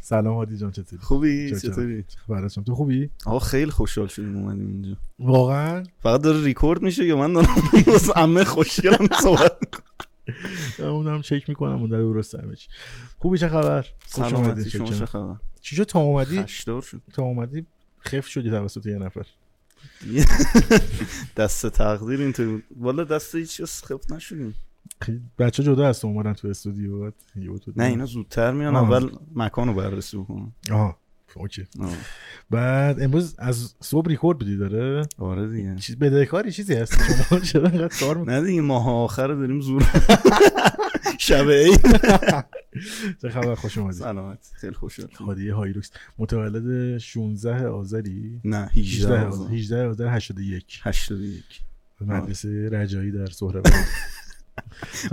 سلام هادی جان چطوری خوبی چاو چاو. چطوری براتون تو خوبی آقا خیلی خوشحال شدیم اومدیم اینجا واقعا فقط داره ریکورد میشه یا من دارم واسه عمه خوشگلم صحبت اونم چک میکنم اون در درست همش خوبی چه خبر خوش اومدی سلامتی چک شما کردم. چه خبر چی شد تا اومدی خشدار شد تا اومدی خف شدی توسط یه نفر دست تقدیر اینطوری بود والا دست هیچ کس خفت نشدیم خیلی- بچه جدا هست اومدن تو استودیو بعد یهو تو نه اینا زودتر میان آه. اول مکان رو بررسی بکنن آها اوکی آه. بعد امروز از صبح ریکورد بودی داره آره دیگه چیز بدهکاری چیزی هست شما چرا انقدر کار می‌کنی؟ نه دیگه ماه آخر داریم زور شب عید چه خبر خوش اومدی سلامت خیلی خوشحال شدم. هادی هایروکس متولد 16 آذری نه 18 18 آذر 18 آذر 81 81 مدرسه رجایی در سهراب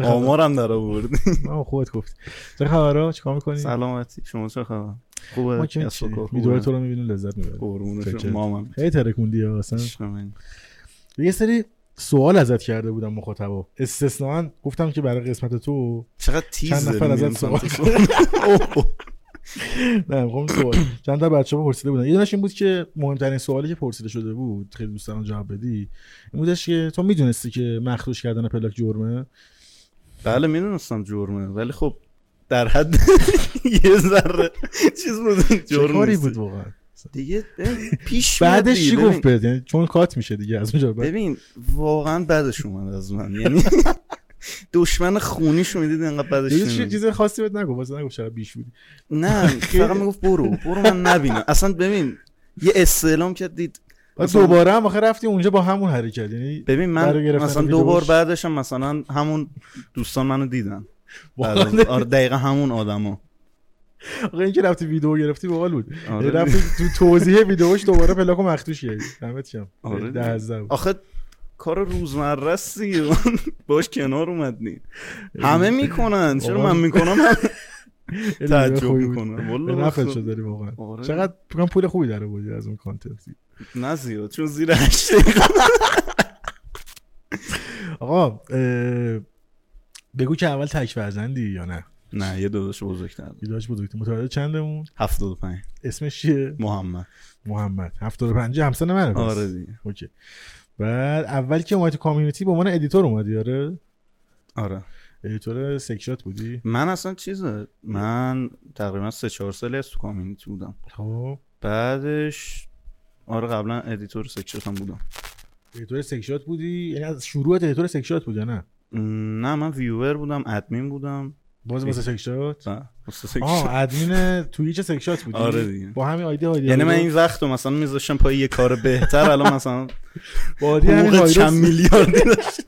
آمارم در آورد ما خودت گفت چه خبرها چیکار می‌کنی سلامتی شما چه خبر ما خوبه که کسب و کار خوبه؟ میدوره تو رو می‌بینیم لذت می‌بریم قربون چکر. شما مامم خیلی ترکوندی ها اصلا عشق من. یه سری سوال ازت کرده بودم مخاطبا استثناا گفتم که برای قسمت تو چقدر تیز چند نفر داری ازت میریم سوال سمت اوه. نه میخوام سوال چند تا بچه‌ها پرسیده بودن یه دونش این بود که مهمترین سوالی که پرسیده شده بود خیلی دوست دارم جواب بدی این بودش که تو میدونستی که مخدوش کردن پلاک جرمه بله میدونستم جرمه ولی خب در حد یه ذره چیز بود چه جرم کاری نیست. بود واقعا دیگه ببین، پیش میاد بعدش دیگه. چی ببین- گفت بهت یعنی چون کات میشه دیگه از اونجا بعد ببین واقعا بدش اومد از من یعنی دشمن خونیش میدید انقدر بدش یه چیز- نمیاد. چیز خاصی بهت نگفت واسه نگفت چرا بیش بودی نه فقط میگفت برو برو من نبینم اصلا ببین یه استعلام کرد دید بعد مثلا- دوباره هم آخه رفتی اونجا با همون حرکت یعنی ببین برای من گرفتن مثلا ویدیوش. دو بار بعدش هم مثلا همون دوستان منو دیدن با بعد از- آره دقیقا همون آدما آخه اینکه رفتی ویدیو گرفتی باحال بود آره یعنی رفتی تو توضیح ویدیوش دوباره پلاکو مخدوش کردی دمت گرم یعنی آره دیگه. ده از ده بود. آخه کار روزمره است دیگه. من باش کنار اومدی یعنی همه میکنن چرا واقعا. من میکنم من خیلی تعجب خوبی بود. میکنم به والا نفعت خب. شد داری واقعا آره. چقدر فکر کنم پول خوبی در آوردی از اون کانتنتی نه زیاد چون زیر هشت دقیقه. آقا اه، بگو که اول تک فرزندی یا نه نه یه داداش بزرگتر بیداش بزرگتی متولد چندمون 75 اسمش چیه محمد محمد 75 همسن منه پس. آره دیگه اوکی بعد اول که اومدی تو کامیونیتی به عنوان ادیتور اومدی آره آره ادیتور سکشات بودی من اصلا چیزه من تقریبا سه چهار سالی از تو کامیونیتی بودم خب بعدش آره قبلا ادیتور سکشن هم بودم ادیتور سکشات بودی یعنی از شروعت ادیتور سکشات بود یا نه نه من ویور بودم ادمین بودم باز واسه سکشات نه، واسه سکشن. آه ادمین تویچ سکشات بودی آره دیگه. با همین آیدی هایدی یعنی من این وقت رو مثلا میذاشتم پای یه کار بهتر الان مثلا با آیدی همین حقوق چند هایروکس میلیاردی داشت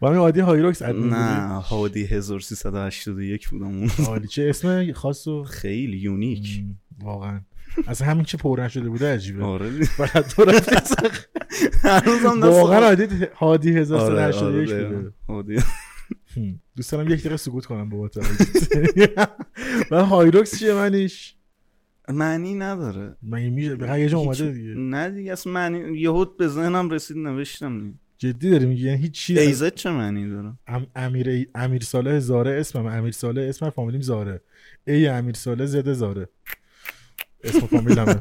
با همین آیدی هایروکس ادمین نه هادی 1381 بودم اون بودی عالی چه اسم خاص و خیلی یونیک مم، واقعا از همین که پررنگ شده بوده عجیبه آره بعد تو رفتی هنوزم دست واقعا آره، عادی هادی آره، 1381 بوده دقیقاً. هادی هم. دوست دارم یک دقیقه سکوت کنم بابت من هایروکس چیه منیش معنی نداره من این میشه به یه جا اومده هیچ- دیگه نه دیگه اصلا معنی یهو به ذهنم رسید نوشتم دیگه. جدی داری میگی یعنی هیچ چی از- ایزت چه معنی داره ام- امیر امیر صالح زاره اسمم امیر صالح اسم فامیلیم زاره ای امیر صالح زده زاره اسم فامیلمه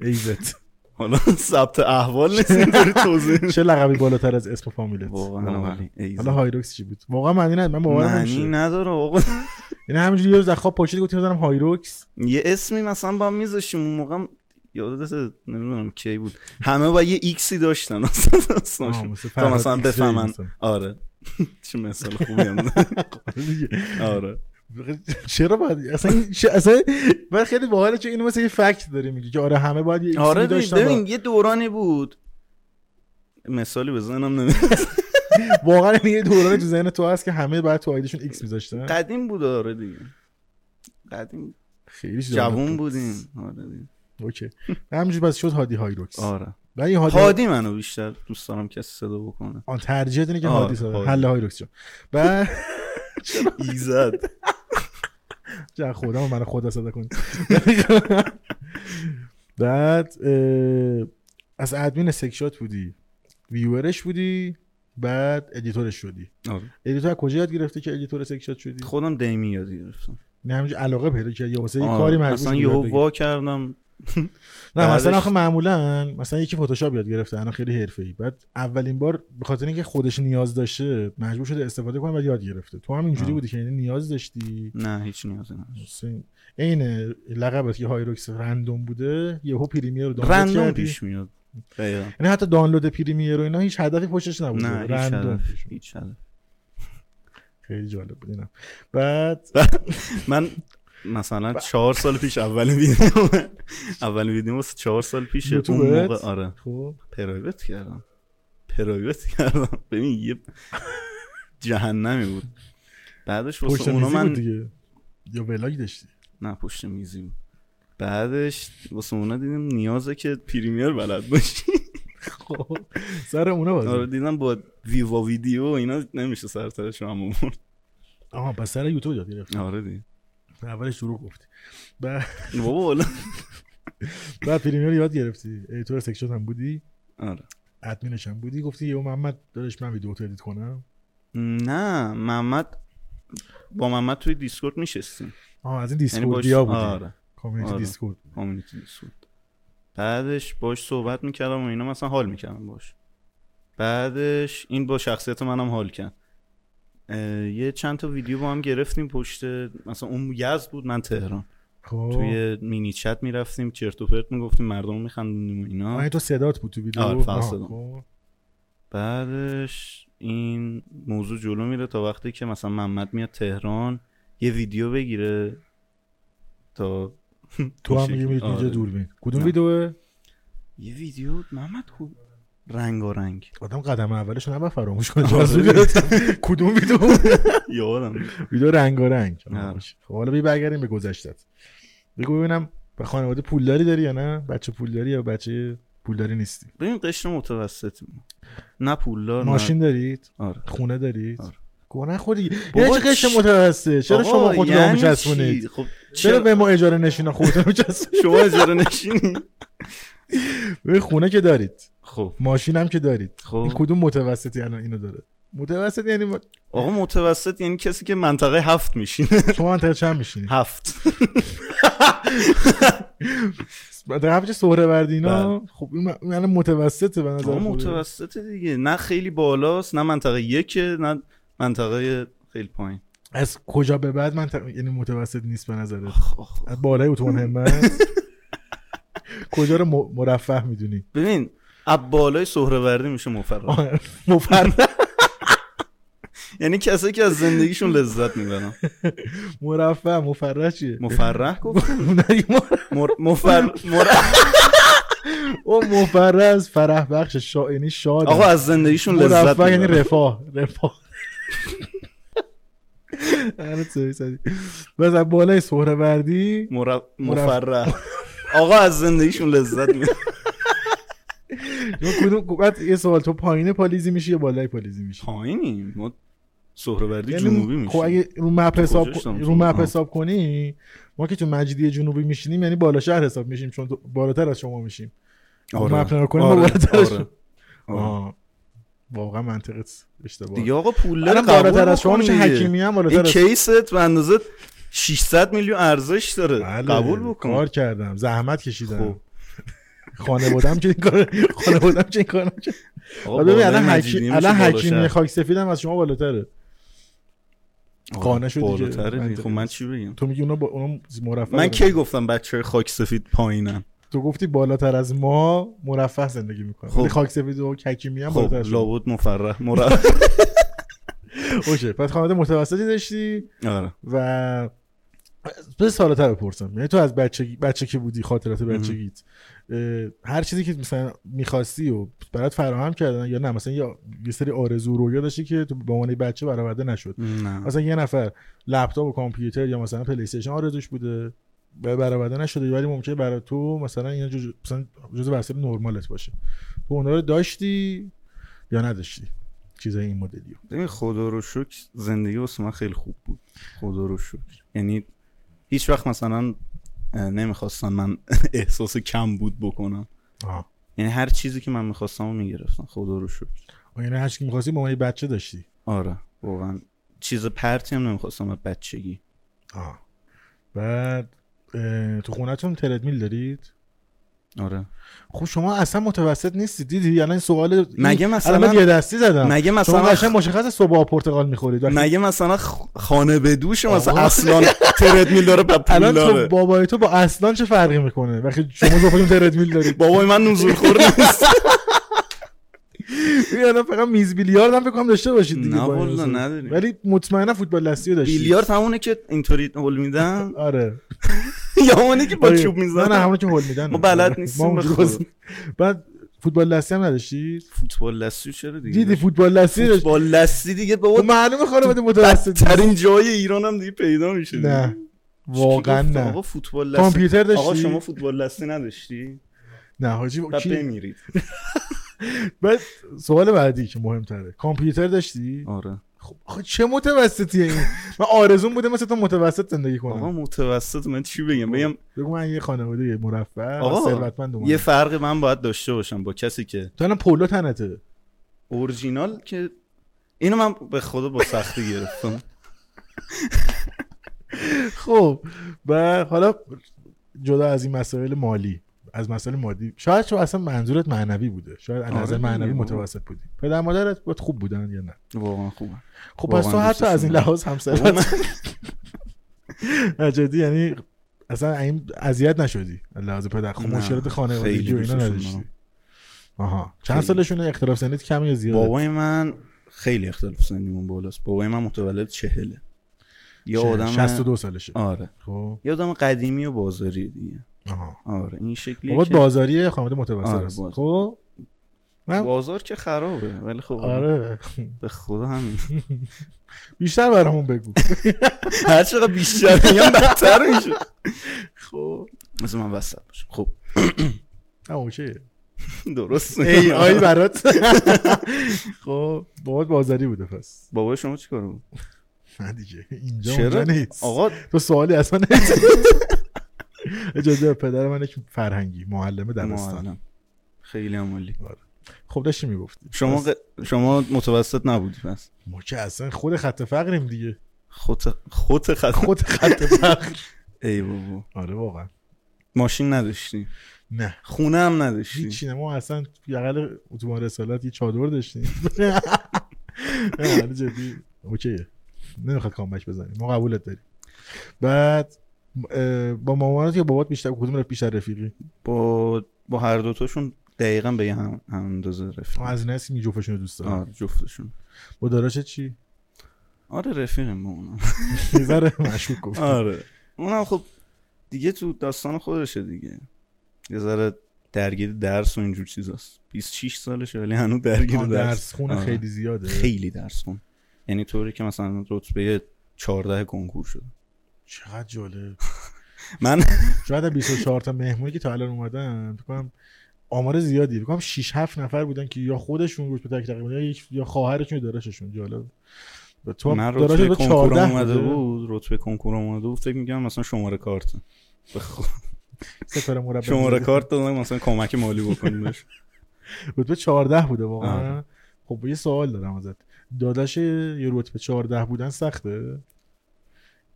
ایزت حالا ثبت احوال نیست اینطوری توضیح چه لقبی بالاتر از اسم فامیلت واقعا عالی. ایزه. حالا هایروکس چی بود واقعا معنی نداره من باورم معنی نمیشه نداره آقا یعنی همینجوری یه روز از خواب پاشید گفتم بزنم هایروکس یه اسمی مثلا با میذاشیم اون موقع هم یادت نمیدونم کی بود همه با یه ایکسی داشتن مثلا آه، اسمشون. مثل تا فرهاد مثلا ایکس ری بفهمن مثلا. آره چه مثال خوبی هم آره چرا باید اصلا این- چه- اصلا من خیلی باحاله که اینو مثل یه فکت داری میگی که آره همه باید یه ایکس آره ببین- می‌داشتن و- ببین یه دورانی بود مثالی بزنم نمیدونم واقعا این یه دورانی تو ذهن تو هست که همه باید تو آیدیشون ایکس میذاشتن قدیم بود آره دیگه قدیم خیلی جوون بودیم آره دیگه. اوکی همینجوری بس شد هادی هایروکس آره ولی این هادی هادی منو بیشتر دوست دارم کسی صدا بکنه آن ترجیح دینه که آره، هادی ساده هادی. حل هایروکس جان و ایزد جا خودم و من خدا صدا کن بعد اه، از ادمین سکشات بودی ویورش بودی بعد ادیتورش شدی آره. خب. ادیتور از کجا یاد گرفتی که ادیتور سکشات شدی خودم دیمی یاد گرفتم این همینجور علاقه پیدا کرد یا واسه یه آه، کاری مجبور اصلا شد یاد یهو بگیره. وا کردم نه بعدش- مثلا آخه معمولا مثلا یکی فتوشاپ یاد گرفته الان خیلی حرفه‌ای بعد اولین بار به خاطر اینکه خودش نیاز داشته مجبور شده استفاده کنه و یاد گرفته تو هم اینجوری آه. بودی که یعنی نیاز داشتی نه هیچ نیازی نه حسین، عین لقبت که هایروکس رندوم بوده یهو پریمیر رو دانلود رندوم کردی. پیش میاد دقیقاً. یعنی حتی دانلود پریمیر و اینا هیچ هدفی پشتش نبود نه هیچ رندوم هدف، پیش میاد. هیچ هدف. خیلی جالب بود اینم بعد من مثلا چهار سال پیش اولین ویدیو اولین ویدیو واسه چهار سال پیش اون یوتیوبت؟ موقع آره خب پرایوت کردم پرایوت کردم ببین یه جهنمی بود بعدش پشت واسه اونا میزی بود من دیگه یا ولاگ داشتی نه پشت میزی بود بعدش واسه اونا دیدیم نیازه که پریمیر بلد باشی خب سر اونا آره بود دیدم با ویوا ویدیو و اینا نمیشه سرترش رو هم آورد. آها پس سر یوتیوب یاد گرفت آره دیدم اولش شروع گفتی بعد بابا والا. بعد پریمیر رو یاد گرفتی ادیتور سکشن هم بودی آره ادمینش هم بودی گفتی یهو محمد داداش من ویدیو تو ادیت کنم نه محمد با محمد توی دیسکورد میشستیم آها از این یعنی باش دیسکوردیا بودی آره کامیونیتی آره. دیسکورد کامیونیتی دیسکورد بعدش باش صحبت میکردم و اینا مثلا حال میکردم باش بعدش این با شخصیت منم حال کرد اه، یه چند تا ویدیو با هم گرفتیم پشت مثلا اون یزد بود من تهران خب توی مینی چت میرفتیم چرت و پرت میگفتیم مردم میخندیم آه، اینا این تو صدات بود تو ویدیو آره، فقط آها، صدام. خب. بعدش این موضوع جلو میره تا وقتی که مثلا محمد میاد تهران یه ویدیو بگیره تا تو هم میگی میرید آره. اینجا دوربین کدوم نه. ویدیوه یه ویدیو محمد خوب رنگارنگ آدم قدم اولش رو نباید فراموش کنه آره. جذب بیاد. کدوم ویدیو بود؟ یادم نیست. ویدیو رنگارنگ آه، آره. باشه. خب حالا بی برگردیم به گذشتت بگو ببینم به خانواده پولداری داری یا نه بچه پولداری یا بچه پولداری نیستی ببین قشر متوسطی نه پولدار نه- ماشین دارید آره خونه دارید آره. گونه خودی بابا یعنی چه قشن چی؟ متوسطه چرا بابا، شما خود یعنی رو میچسبونید چی؟ خب چرا چرا به ما اجاره نشینا خودتون میچسبونید شما اجاره نشینی ببین خونه که دارید خب ماشین هم که دارید این خب کدوم متوسطی الان اینو داره متوسط یعنی ما- آقا متوسط یعنی کسی که منطقه هفت میشینه شما منطقه چند میشینید هفت در هفته سهره بردی اینا بله. خب این من- این الان متوسطه به نظر آقا خودم. متوسط دیگه نه خیلی بالاست نه منطقه یکه نه منطقه خیلی پایین از کجا به بعد من ت- یعنی متوسط نیست به نظرت آخ، آخ. از بالای اتوبان همت کجا رو م- مرفه میدونی ببین اب بالای سهروردی میشه مفرح مفرد یعنی کسایی که از زندگیشون لذت میبرن مرفه مفرح چیه مفرح گفت نه، این مر- مر... مفر... مر- اون مفرح از فرح بخش شا... یعنی شاد آقا از زندگیشون لذت مرفه یعنی میبرن رفاه رفاه آره، سوری، سوری. بس از بالای سهره بردی مر... مفرح آقا از زندگیشون لذت میبرن یا کدوم بعد یه سوال تو پایین پالیزی میشی یا بالای پالیزی میشی پایینی ما سهروردی یعنی جنوبی خب میشه اگه رو مپ حساب کجاش کن- دارم رو مپ آه. حساب کنی ما که تو مجدی جنوبی میشینیم یعنی بالا شهر حساب میشیم چون تو- بالاتر از شما میشیم آره. رو مپ نگاه کنی، ما بالاتر از شما. آه. واقعا منطقت اشتباه دیگه آقا پول الان بالاتر از شما میشه حکیمی هم این بالاتر از کیست به اندازه 600 میلیون ارزش داره بله، قبول بکن کار کردم زحمت کشیدم خب. خانوادم که این کار خانوادم که این کار نکرد. آقا ببین بالای الان مجیدی حکی- میشه الان بالا حکیمی شهر. خاک سفیدم از شما بالاتره آقا، قانع شدی که بالاتره دیگه. منطقی خب من نیست. چی بگم تو میگی اونا با اونا مرفه من دارن. کی گفتم بچه خاک سفید پایینن تو گفتی بالاتر از ما مرفه زندگی میکنه خب. خب. خاک سفید و ککیمی هم خب بالاتر از شما. لابد مفرح مرد اوکی پس خانواده متوسطی داشتی آره و به سالتر بپرسم یعنی تو از بچگی بچه که بودی خاطرات بچگیت اه، هر چیزی که مثلا میخواستی و برات فراهم کردن یا نه مثلا یا یه سری آرزو و رویا داشتی که تو به عنوان یه بچه برآورده نشد نه مثلا یه نفر لپتاپ و کامپیوتر یا مثلا پلی استیشن آرزوش بوده و برآورده نشده ولی ممکنه برای تو مثلا اینا جز مثلا جزء وسایل نرمالت باشه تو اونا رو داشتی یا نداشتی چیزای این مدلی رو. ببین خدا رو شکر زندگی واسه من خیلی خوب بود خدا رو شکر یعنی هیچ وقت مثلا اه، نمیخواستن من احساس کم بود بکنم آها یعنی هر چیزی که من میخواستم رو میگرفتن خدا رو شکر و یعنی هر چی که می‌خواستی با من یه بچه داشتی آره واقعا چیز پرتی هم نمیخواستم از بچگی آه. بعد اه، تو خونتون تردمیل دارید آره خب شما اصلا متوسط نیستید دیدی الان این سوال مگه مثلا- الان من یه دستی زدم مگه شما مثلا قشنگ مشخص صبح آب پرتقال میخورید مگه مثلا خ- خانه به دوش مثلا آقا. اصلا تردمیل داره بعد پول الان تو داره بابای تو با اصلا چه فرقی میکنه وقتی شما دوپاتون تردمیل دارید بابای من نوزور خور نیست این الان یعنی فقط میز بیلیارد هم فکر کنم داشته باشید دیگه نه با این والا حساب. نداریم. ولی مطمئنا فوتبال دستی رو داشتید بیلیارد همونه که اینطوری هول میدن آره یا همونه که با آره. چوب نه نه میزنن همون که هول میدن آره. ما بلد نیستیم ما اونجوری به خدا. بازی- بعد فوتبال دستی هم نداشتید فوتبال دستی چرا دیگه دیدی فوتبال دستی داشت فوتبال دستی دیگه خب بابا معلومه خانواده متوسط بدترین جای ایران هم دیگه پیدا میشه دیگه. نه واقعا کی گفت نه آقا فوتبال دستی کامپیوتر آقا شما داشتی فوتبال دستی نداشتی نه حاجی بعد کی- بمیرید بعد سوال بعدی که مهمتره کامپیوتر داشتی آره خب آخه چه متوسطیه این من آرزون بوده مثل تو متوسط زندگی آقا کنم متوسط من چی بگم بگم بگو من یه خانواده مرفه و آقا، ثروتمند اومدم. یه فرق من باید داشته باشم با کسی که تو الان پولو تنته اورجینال که اینو من به خدا با سختی گرفتم خب و حالا جدا از این مسائل مالی از مسائل مادی شاید شما اصلا منظورت معنوی بوده شاید از آره نظر دیگه، معنوی بابا. متوسط بودی پدر مادرت باید خوب بودن یا نه واقعا خوبه خب واقعا پس تو دوستشون حتی از این دارم. لحاظ بابا من- همسرت نه، جدی یعنی اصلا این اذیت نشدی از لحاظ پدر خب نه، مشکلات خیلی خانوادگی و اینا دوستشون نداشتی دارم. آها چند خیلی. سالشونه اختلاف سنیت کم یا زیاده بابای من خیلی اختلاف سنیمون بالاست بابای من متولد چهله یه چه، آدم 62 سالشه آره خب یه آدم قدیمی و بازاری دیگه آها آره این شکلیه بابات که بازاری خانواده متوسط آره، است باز. خب من- بازار که خرابه ولی خب آره به خدا همین بیشتر برامون بگو هر چقدر بیشتر میگم بدتر میشه خب مثل من وسط باشم خب نه اوکی درست ای آی برات خب بابات بازاری بوده پس بابای شما چیکار بود نه دیگه اینجا چرا اونجا نیست آقا تو سوالی اصلا نیست اجازه بده، پدر من یک فرهنگی معلم دبستان معلم. خیلی عمالی خب داشتی میگفتی شما پس ق- شما متوسط نبودی پس ما که اصلا خود خط فقریم دیگه خود خود خط خود خط فقر ای بابا آره واقعا ماشین نداشتی نه خونه هم نداشتی هیچی نه ما اصلا یقل اتوبان رسالت یه چادر داشتیم نه آره، جدی اوکیه نمیخواد کامبک بزنیم ما قبولت داریم بعد اه، با مامانت یا بابات بیشتر کدوم رفت بیشتر رفیقی با با هر دوتاشون دقیقا به یه هم هم اندازه رفیق ما از نسی میجوفشون رو دوست دارم آره جفتشون با داداشت چی آره رفیقم با اونم یه ذره مشکوک گفت آره اونم خب دیگه تو داستان خودشه دیگه یه ذره درگیر درس و اینجور چیزاست 26 سالشه ولی هنوز درگیر آن درس درس خون آره. خیلی زیاده خیلی درس خون یعنی طوری که مثلا رتبه 14 کنکور شد چقدر جالب من شاید از 24 تا مهمونی که تا الان اومدن فکر کنم آمار زیادی فکر کنم 6 7 نفر بودن که یا خودشون روش به تقریبا یا یک یا خواهرشون یا داداششون جالب و تو من داداشت رتبه به کنکور 14 اومده بوده. بود رتبه کنکور اومده بود فکر میگم مثلا شماره کارت به خدا. ستاره مربع شماره می‌زدی. کارت دادن مثلا کمک مالی بکنیم بهش رتبه 14 بوده واقعا آره. خب یه سوال دارم ازت داداش یه رتبه 14 بودن سخته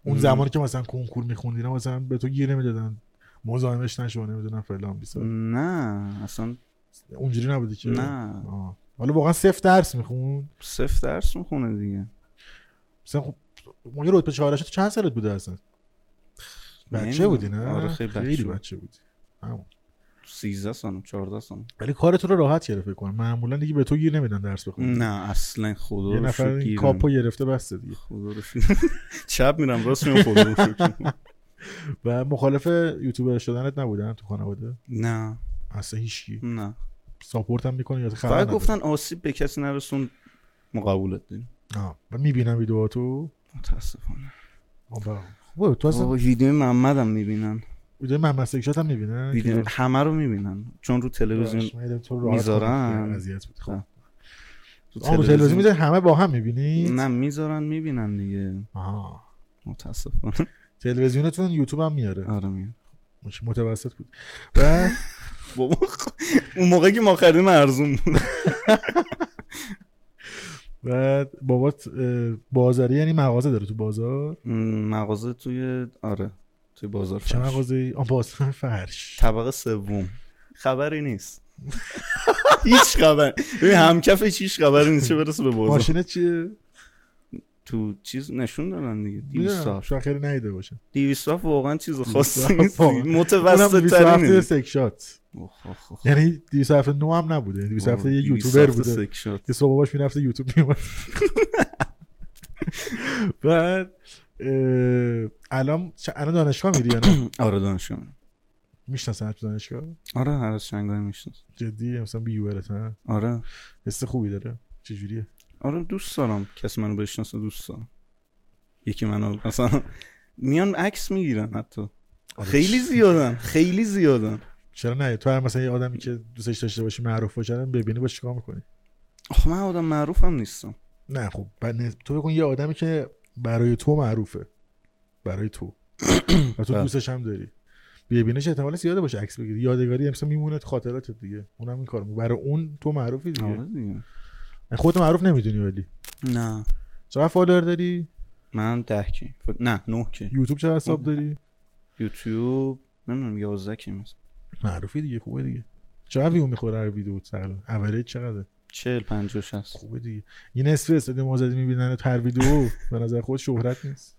اون مم. زمانی که مثلا کنکور می‌خوندی نه مثلا به تو گیر نمیدادن مزاحمش نشو نمیدونم فلان بیسار نه اصلا اونجوری نبوده که نه آه. حالا واقعا صفر درس میخون صفر درس میخونه دیگه مثلا خب ما یه رتبه چهارش تو چند سالت بوده اصلا بچه نمی‌دونم. بودی نه آره خیلی بچه بود. بچه بودی همون. 13 سالم 14 سالم ولی کارتو رو راحت گرفت فکر کنم معمولا دیگه به تو گیر نمیدن درس بخونی نه اصلا خدا یه رو نفر شکر این گیرم. کاپو گرفته بسته دیگه خدا رو شکر. چپ میرم راست میرم خدا رو شکر. و مخالف یوتیوبر شدنت نبودن تو خانواده نه اصلا هیچکی نه ساپورت هم میکنه یا خبر فقط نداره. گفتن آسیب به کسی نرسون ما قبولت داریم آه. من میبینم ویدیوهاتو متاسفانه آه، با- خب، تو اصلا بابا ویدیو محمد هم میبینن ویدیو محمد سکشات هم میبینن ویدیو همه رو میبینن چون رو تلویزیون می‌ذارن. خب آه، تو آه، رو تلویزیون میذاری همه با هم میبینی نه میذارن میبینن دیگه آها متاسفانه تلویزیونتون یوتیوب هم میاره آره میگم متوسط بود و بابا اون موقع که ما خریدیم ارزون بود و بابات اه، بازاری یعنی مغازه داره تو بازار م، مغازه توی آره توی بازار چه فرش مغازه آن بازار فرش طبقه سوم خبری نیست هیچ خبر ببین همکفش هیچ خبری نیست چه برسه به بازار ماشینه چیه تو چیز نشون دادن دیگه 200 میدونم تا شاید خیلی نیده باشه 200 تا واقعا چیز 200 خاصی نیست واقعاً. اونم متوسط 27 ترین سکشات خب، یعنی 279 هم نبوده 207 یه یوتیوبر بوده که صبح باش میرفته یوتیوب میومد بعد اه، الان چ- الان دانشگاه میری یا نه آره دانشگاه میشناسن تو دانشگاه آره هر از چنگای میشناس جدی مثلا بی یوئرت نه آره حس خوبی داره چجوریه آره دوست دارم کسی منو بشناسه دوست دارم یکی منو مثلا میان عکس میگیرن حتی خیلی زیادن خیلی زیادن چرا نه تو هم مثلا یه آدمی که دوستش داشته باشی معروف باشه الان ببینی با چیکار میکنی آخ من آدم معروفم نیستم نه خب بعد نه- تو بگو یه آدمی که برای تو معروفه برای تو و تو بله. دوستش هم داری ببینش احتمال زیاده باشه عکس بگیری یادگاری امسا میمونه تو خاطراتت دیگه اونم این کارو برای اون تو معروفی دیگه یعنی آره دیگه خودت معروف نمیدونی ولی نه چقدر فالوور داری من ده کی فکر- نه نه کی یوتیوب چقدر حساب آره. داری یوتیوب نمیدونم یازده کی مثلا معروفی دیگه خوبه دیگه چقدر ویو میخوره هر ویدیو تقریبا اوریج چقدره چهل پنجاه شست خوبه دیگه این نصف استادی مازدی میبینن هر ویدیو به نظر خود شهرت نیست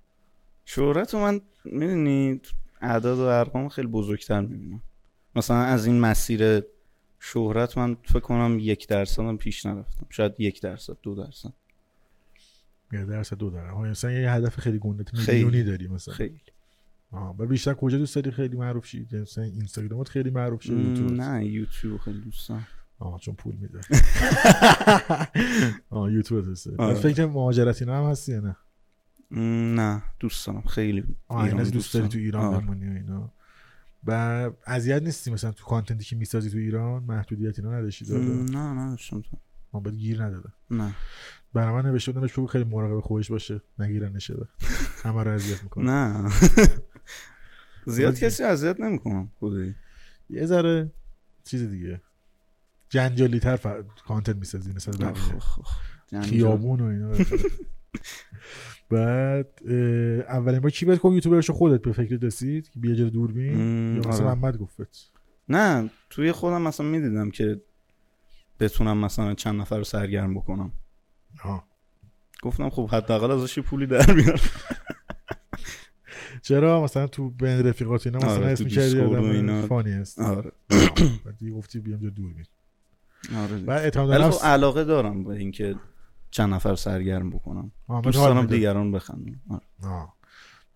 شهرت رو من میدونی اعداد و ارقام خیلی بزرگتر میبینم مثلا از این مسیر شهرت من فکر کنم یک درصد هم پیش نرفتم شاید یک درصد دو درصد یه درصد دو درصد آها، مثلا یه هدف خیلی گنده خیلی. میلیونی داری مثلا خیلی آها و بیشتر کجا دوست داری خیلی معروف شی یعنی مثلا اینستاگرامت خیلی معروف شی یوتیوب نه یوتیوب خیلی دوست دارم آها چون پول میده آها یوتیوب دوست داری. آره. بعد فکر مهاجرتی هم هستی یا نه م، نه دوست دارم خیلی آه، ایران اینا دوست داری تو ایران آره. بمونی و اینا و اذیت نیستی مثلا تو کانتنتی که میسازی تو ایران محدودیت اینا نداشتی داده م، نه نه داشتم تو ما بهت گیر نداده نه برای من نوشته بودنش بگو خیلی مراقب خودش باشه نگیرن نشه به همه رو اذیت میکنه نه زیاد آره. کسی اذیت نمیکنم خدایی یه ذره چیز دیگه جنجالی تر کانتنت میسازی نسبت به بقیه. آخ، آخ، آخ. خب، جنجال. خیابون و اینا بعد اه، اولین بار کی بهت گفت یوتیوبرش رو خودت به فکر رسید که بیا جلو دوربین م، یا مثلا آره. محمد گفت نه توی خودم مثلا میدیدم که بتونم مثلا چند نفر رو سرگرم بکنم آه. گفتم خب حداقل ازش یه پولی در میارم چرا مثلا تو بین رفیقات و اینا مثلا آره، حس تو می‌کردی دیسکورد و آدم اینا. فانی هست آره بعد دیگه گفتی بیام جلو دوربین آره دیگه. بعد اعتماد به ولی خب نفس علاقه دارم به اینکه چند نفر رو سرگرم بکنم محمد دوست حال دارم می‌ده. دیگران بخندم آره, آه.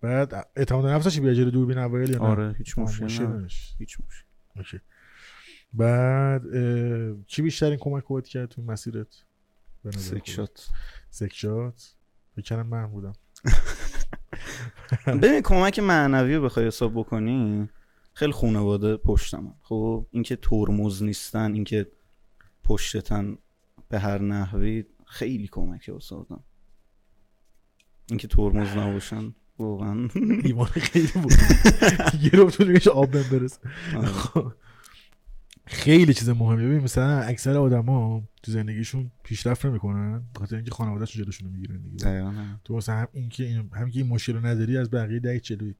بعد اعتماد به نفس داشتی بیا جلو دوربین اول یا نه آره هیچ آه، مشکلی نداره. نداشت. هیچ مشکلی اوکی. بعد اه، کی بیشترین کمک بهت کرد تو مسیرت به نظر سیک خودت؟ شات سکشات بکنم من بودم ببین کمک معنوی رو بخوای حساب بکنی خیلی خانواده پشتم خب اینکه ترمز نیستن اینکه پشتتن به هر نحوی خیلی کمک حسابم اینکه ترمز نباشن واقعا ایمان خیلی بود گرفت بود میشه آب بهم برس آره. خب. خیلی چیز مهمه ببین مثلا اکثر آدما تو زندگیشون پیشرفت نمیکنن به خاطر اینکه خانواده‌شون جلوشون رو میگیرن دیگه دقیقاً همین. تو مثلا هم این که این هم که این مشکل رو نداری از بقیه ده چلوی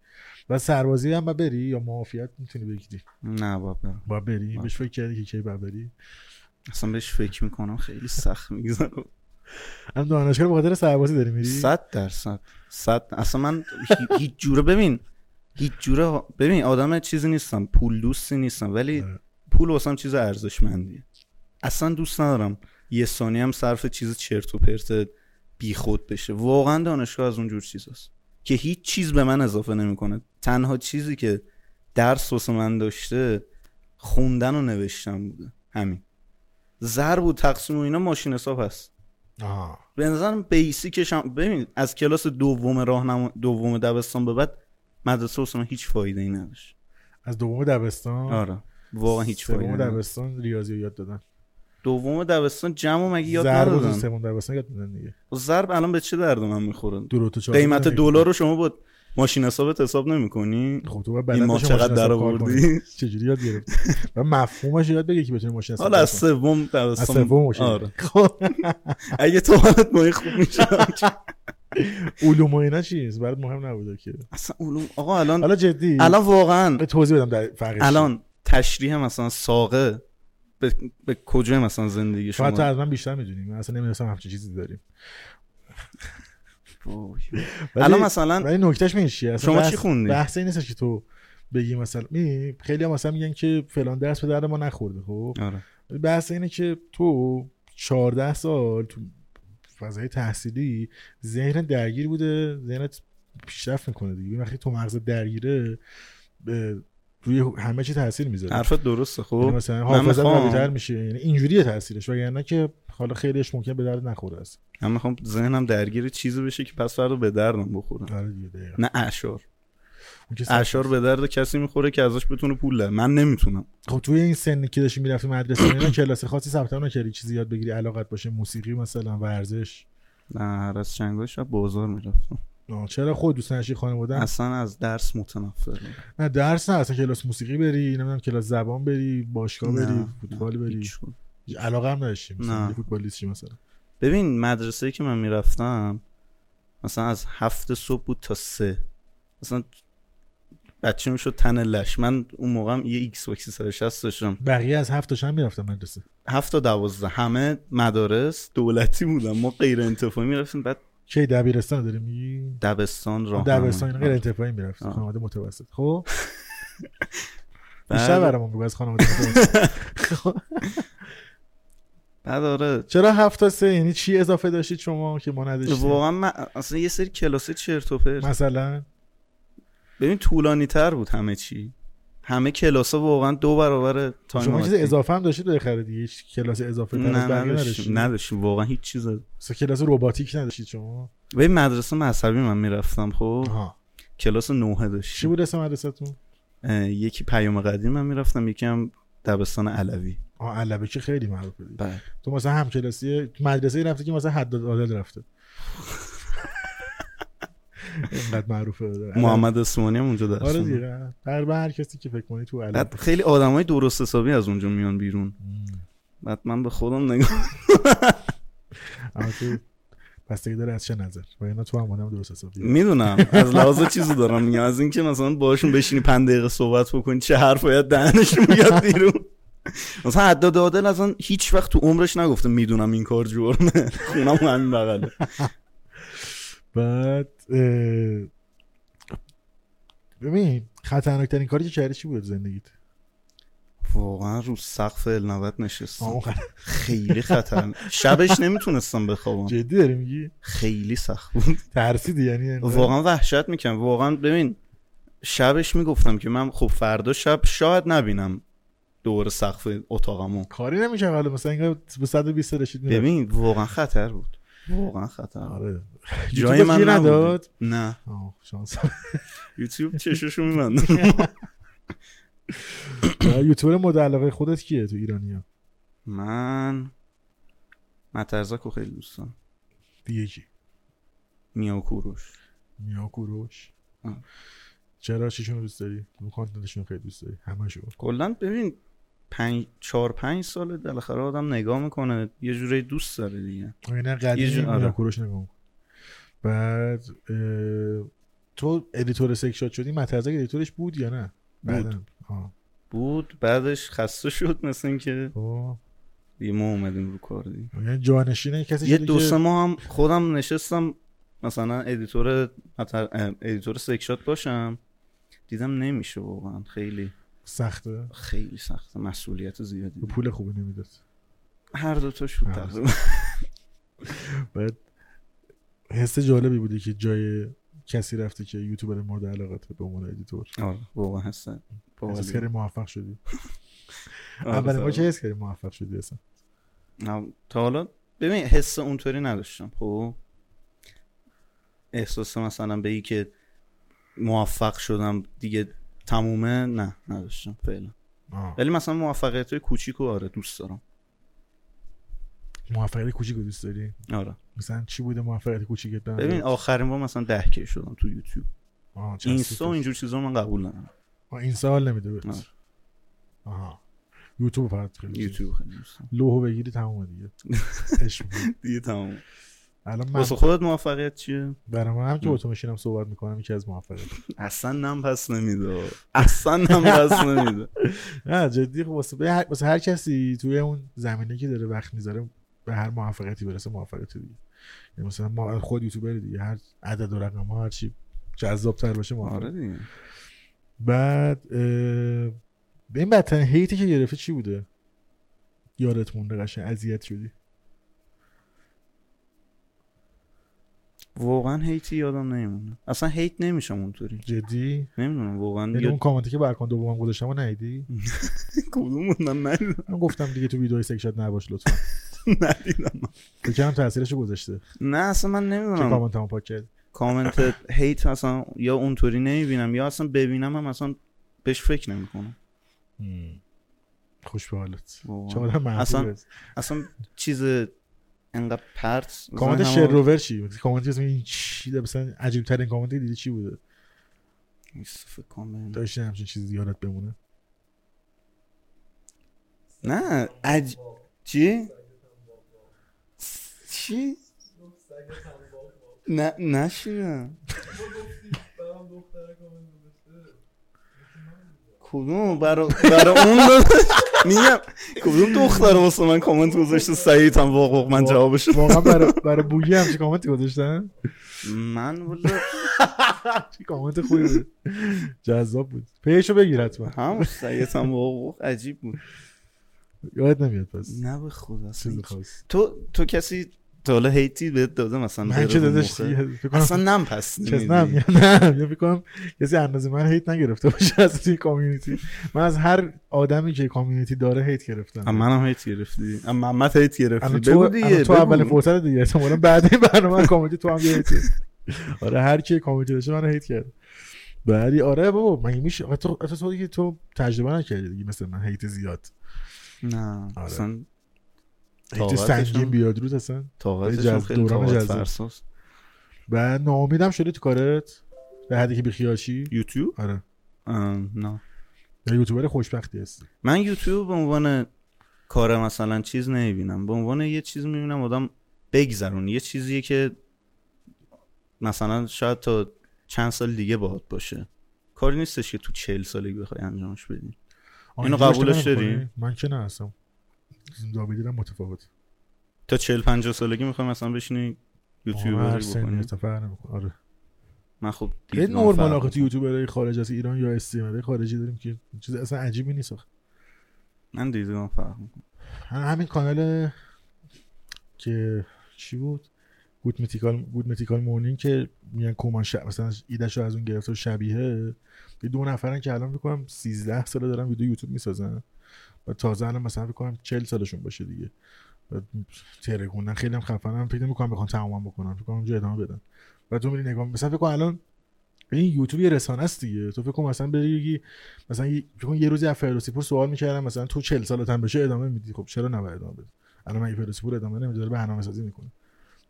و سربازی هم باید بری یا معافیت میتونی بگیری نه بابا برم. با بری آه. بهش فکر کردی که کی باید بری اصلا بهش فکر میکنم خیلی سخت میگذره هم دانشگاه به خاطر سربازی داری میری صد درصد صد اصلا من هی- هیچ جوره ببین هیچ جوره ببین آدم چیزی نیستم پول دوستی نیستم ولی آره. پول واسم چیز ارزشمندیه اصلا دوست ندارم یه ثانیه هم صرف چیز چرت و پرت بیخود بشه واقعا دانشگاه از اونجور چیزاست که هیچ چیز به من اضافه نمیکنه تنها چیزی که درس واسه من داشته خوندن و نوشتن بوده همین ضرب و تقسیم و اینا ماشین حساب هست آه. به نظرم بیسیکش هم ببین از کلاس دوم راهنما دوم دبستان به بعد مدرسه واسه من هیچ فایده ای نداشت از دوم دبستان آره واقعا هیچ فایده سوم نداشت دبستان ریاضی رو یاد دادن دوم دبستان جمع و مگه یاد ضرب و ندادن سوم دبستان یاد دادن دیگه ضرب الان به چه درد من میخوره دو تا چهار قیمت تا نمی‌دونی. دلار رو شما با ماشین حسابت حساب نمیکنی خب تو باید این بلد ما باشی چقدر ماشین حساب در کار کنی. آوردی چجوری یاد گرفتی و مفهومش رو یاد بگی که بتونی ماشین حساب حالا از کنی. سوم از دبستان سوم ماشین آره خب اگه تو حالت ماهی خوب میشه علوم و اینا چیز برات مهم نبوده که اصلا علوم آقا الان حالا جدی الان واقعا من توضیح بدم در فرقش الان تشریح مثلا ساقه به, به کجا مثلا زندگی شما شما تو از من بیشتر میدونی من اصلا نمیدونستم همچین چیزی داریم وای. ولی- الان مثلا ولی نکتهش می‌دونی چیه اصلا شما بحث- چی خوندی؟ بحث این نیستش که تو بگی مثلا می خیلی هم مثلا میگن که فلان درس به درد ما نخورده خب آره. بحث اینه که تو 14 سال تو فضای تحصیلی ذهن درگیر بوده ذهنت پیشرفت میکنه دیگه وقتی تو مغز درگیره به- روی همه چی تاثیر میذاره حرفت درسته یعنی خب مثلا من حافظه میخوام- قوی‌تر میشه یعنی اینجوریه تاثیرش وگرنه که حالا خیلیش ممکن به درد نخوره است من میخوام ذهنم درگیر چیزی بشه که پس فردا به دردم بخوره آره دیگه دقیقاً. نه اشعار اون که سخت- اشعار به درد کسی میخوره که ازش بتونه پول ده من نمیتونم خب توی این سنی که داشتی میرفتی مدرسه و اینا کلاس خاصی ثبت نام نکردی چیزی یاد بگیری علاقت باشه موسیقی مثلا ورزش نه هر از چنگای شب بازار میرفتم آه، چرا خود دوست نشی خانواده اصلا از درس متنفرم نه درس نه اصلا کلاس موسیقی بری نمیدونم کلاس زبان بری باشگاه نه، بری نه، فوتبال بری هیچ کدوم. علاقه هم نداشتی مثلا نه. یه فوتبالیست چی مثلا ببین مدرسه که من میرفتم مثلا از هفت صبح بود تا سه مثلا بچه میشد تن لش من اون موقعم یه ایکس باکسی 360 داشتم بقیه از هفت تاشم میرفتم مدرسه هفت تا دوازده همه مدارس دولتی بودن ما غیر انتفاعی میرفتیم بعد کی دبیرستان داری میگی دبستان راه دبیرستان اینا همون. غیر انتفاعی میرفت آره. آه. خانواده متوسط خب بعد- بیشتر برامون بگو از خانواده متوسط خب؟ بعد آره چرا هفت تا سه یعنی چی اضافه داشتید شما که ما نداشتیم واقعا من اصلا یه سری کلاسه چرت و پرت مثلا ببین طولانی تر بود همه چی همه کلاسا واقعا دو برابر تایم شما چیز عادی. اضافه هم داشتید بالاخره دیگه هیچ کلاس اضافه تر نه از بقیه نداشتیم نداشتید نداشتیم واقعا هیچ چیز مثلا کلاس روباتیک نداشتید شما به مدرسه مذهبی من میرفتم خب آها کلاس نوه چی داشتیم بود اسم مدرسه‌تون اه، یکی پیام قدیم من میرفتم یکی هم دبستان علوی آه علبه که خیلی معروفه دیگه بله تو مثلا همکلاسی تو مدرسه رفته که مثلا حد عادل رفته اینقدر معروفه محمد اسمانی هم اونجا درس آره می‌داد. دیگه در هر کسی که فکر کنی تو علم بعد خیلی آدمای درست حسابی از اونجا میان بیرون بعد من به خودم نگاه اما تو بستگی داره از چه نظر و اینا تو هم آدم درست حسابی میدونم از لحاظ چیزی دارم میگم از اینکه مثلا باشون بشینی 5 دقیقه صحبت بکنی چه حرف باید دهنش میاد بیرون مثلا حداد عادل اصلا هیچ وقت تو عمرش نگفته میدونم این کار جرمه خونم همین بغله بعد اه، ببین خطرناکترین کاری که کردی چی بود تو زندگیت واقعا رو سقف النوت آه، اون نشستم خط- خیلی خطرناک شبش نمیتونستم بخوابم جدی داری میگی خیلی سخت بود ترسیدی یعنی انقدر؟ واقعا وحشت میکنم واقعا ببین شبش میگفتم که من خب فردا شب شاید نبینم دور سقف اتاقمو کاری نمیشه حالا مثلا انگار به 120 رسید می‌رفت. ببین واقعا خطر بود واقعا خطر بود آره جای یوتیوبت من گیر نبود. نداد نه آه، شانس یوتیوب چششو میبند یوتیوبر مورد علاقه خودت کیه تو ایرانیا من مترزک رو خیلی دوست دارم دیگه کی میا و کوروش میا کوروش آه. چرا چیشون رو دوست داری اون کانتنتشون رو خیلی دوست داری همشون کلا ببین پنج چهار پنج سال بالاخره آدم نگاه میکنه یه جوری دوست داره دیگه اینا یه قدیم جون- میا آره. یعنی کوروش نگاه کن. بعد اه، تو ادیتور سکشات شدی مترزک ادیتورش بود یا نه بعداً. آه. بود بعدش خسته شد مثل اینکه خب. دیگه ما اومدیم رو کار دیگه یعنی جانشین کسی یه شدی دو که- سه ماه هم خودم نشستم مثلا ادیتور متر- اه، ادیتور سکشات باشم دیدم نمیشه واقعا خیلی سخته خیلی سخته مسئولیت زیادی به پول خوبی نمیداد هر دوتاش بود هر تقریبا بعد حس جالبی بودی که جای کسی رفتی که یوتیوبر مورد علاقت به عنوان ادیتور آره واقعا هستن آره، حس کردی موفق شدی اولین بار که حس کردی موفق شدی اصلا تا حالا ببین حس اونطوری نداشتم خب احساس مثلا به ای که موفق شدم دیگه تمومه نه نداشتم فعلا آه. ولی مثلا موفقیت های کوچیک و آره دوست دارم موفقیت کوچیک رو دوست داری آره مثلا چی بوده موفقیت کوچیکت به نظرت؟ ببین آخرین بار مثلا ده کی شدم تو یوتیوب آه، چسبید. اینستا و اینجور چیزا من قبول ندارم آه، این سال نمیده بهت آره. آها یوتیوب فقط خیلی یوتیوب خیلی دوست دارم لوحو بگیری تموم دیگه عشق بود. دیگه تمام الان من واسه خودت موفقیت چیه برای من هم که اتومشینم صحبت میکنم یکی از موفقیت اصلا نم پس نمیده اصلا نم پس نمیده نه جدی خب واسه به هر... واسه هر کسی توی اون زمینه که داره وقت میذاره به هر موفقیتی برسه موفقیت دیگه یعنی مثلا ما خود یوتیوبر دیگه هر عدد و رقم ها هر چی جذاب‌تر باشه موفق آره دیگه بعد اه، به این بدترین هیتی که گرفته چی بوده یادت مونده قشنگ اذیت شدی واقعا هیتی یادم نمیمونه اصلا هیت نمیشم اونطوری جدی نمیدونم واقعا یعنی اون یاد کامنتی که برکن دومم گذاشتم و ندیدی کدوم بودم ندیدم من گفتم دیگه تو ویدیوهای سکشات نباش لطفا ندیدم فکر کنم تاثیرش رو گذاشته نه اصلا من که نمیدونم کامنت هم پاک کرد کامنت هیت اصلا یا اونطوری نمیبینم یا اصلا ببینم هم اصلا بهش فکر نمیکنم هم. خوش به حالت واقعا. چقدر اصلا- منفور اصلا چیز انقدر پرت کامنت ذهنمو- شروور چی کامنت اسم این چی ده؟ مثلا عجیب ترین کامنت دیدی چی بوده فکر کنم ببینم. داشتی همچین چیزی یادت بمونه نه عج... چی چی نه نشیدم کدوم برا برا اون گذاشت؟ میگم کدوم دختر واسه من کامنت گذاشته سعید هم واقع من جوابش واقعا برای برای بوگی همچین کامنتی گذاشتن من والا چی کامنت خوبی بود جذاب بود پیشو بگیر حتما هم سعید هم واقع عجیب بود یادت نمیاد پس نه به خدا اصلا چیز هیچ. خاص تو تو کسی تا حالا هیتی بهت داده مثلا من بره چه رو داداش مخه؟ دیگه، فکر اصلا کنم نم پس چیز نمیدی. نه نه یا فکر کنم کسی اندازه من هیت نگرفته باشه از توی کامیونیتی من از هر آدمی که کامیونیتی داره هیت هم گرفتم منم هیت گرفتی هم محمد هیت الان گرفتی تو بگو الان دیگه تو بگو. اول فرصت دیگه احتمالاً بعد این برنامه کامیونیتی تو هم یه هیت گرفت. آره هر کی کامیونیتی داشته من هیت کرد ولی آره بابا مگه میشه آخه تو آخه تو دیگه تو تجربه نکردی دیگه مثل من هیت زیاد نه آره. اصلا هیت طاقتشون- سنگین بیاد روز اصلا طاقتشون جذب- خیلی دوران طاقت جذب. فرساست و ناامیدم شده تو کارت به حدی که بیخیال شی یوتیوب آره آم، نه یا یوتیوبر خوشبختی هستی من یوتیوب به عنوان کار مثلا چیز نمیبینم به عنوان یه چیز میبینم آدم بگذرون یه چیزیه که مثلا شاید تا چند سال دیگه باهات باشه کاری نیستش که تو چهل سالگی بخوای انجامش بدی آه، اینو اینجا قبولش اشتباه نمی‌کنی؟ داری؟ من که نه هستم زندگی متفاوت تا 40 50 سالگی میخوام مثلا بشینی یوتیوبری یوتیوبر بکنی فرق نمی‌کنه آره من خب یه دیدگاهم نورمال فرق آخه تو می‌کنه. یوتیوبرای خارج از ایران یا استریمرای خارجی داریم که چیز اصلا عجیبی نیست آخه من دیدگاهم فرق می‌کنه. هم- همین کانال که چی بود گود میتیکال گود میتیکال مورنینگ که میگن کومان شب مثلا ایدهشو از اون گرفت و شبیه یه دو نفرن که الان میکنم 13 ساله دارن ویدیو یوتیوب میسازن و تازه الان مثلا میکنم 40 سالشون باشه دیگه و ترکوندن خیلی هم خفنم فکر نمیکنم بخوام تمام بکنم فکر کنم اونجا ادامه بدن و تو میری نگاه مثلا فکر کن الان این یوتیوب یه رسانه است دیگه تو فکر کن مثلا بری بگی مثلا یه- فکر کن یه روزی از فردوسیپور سوال میکردم مثلا تو 40 سالت هم بشه ادامه میدی خب چرا نباید ادامه بدی الان مگه فردوسیپور ادامه نمیده داره برنامه سازی میکنه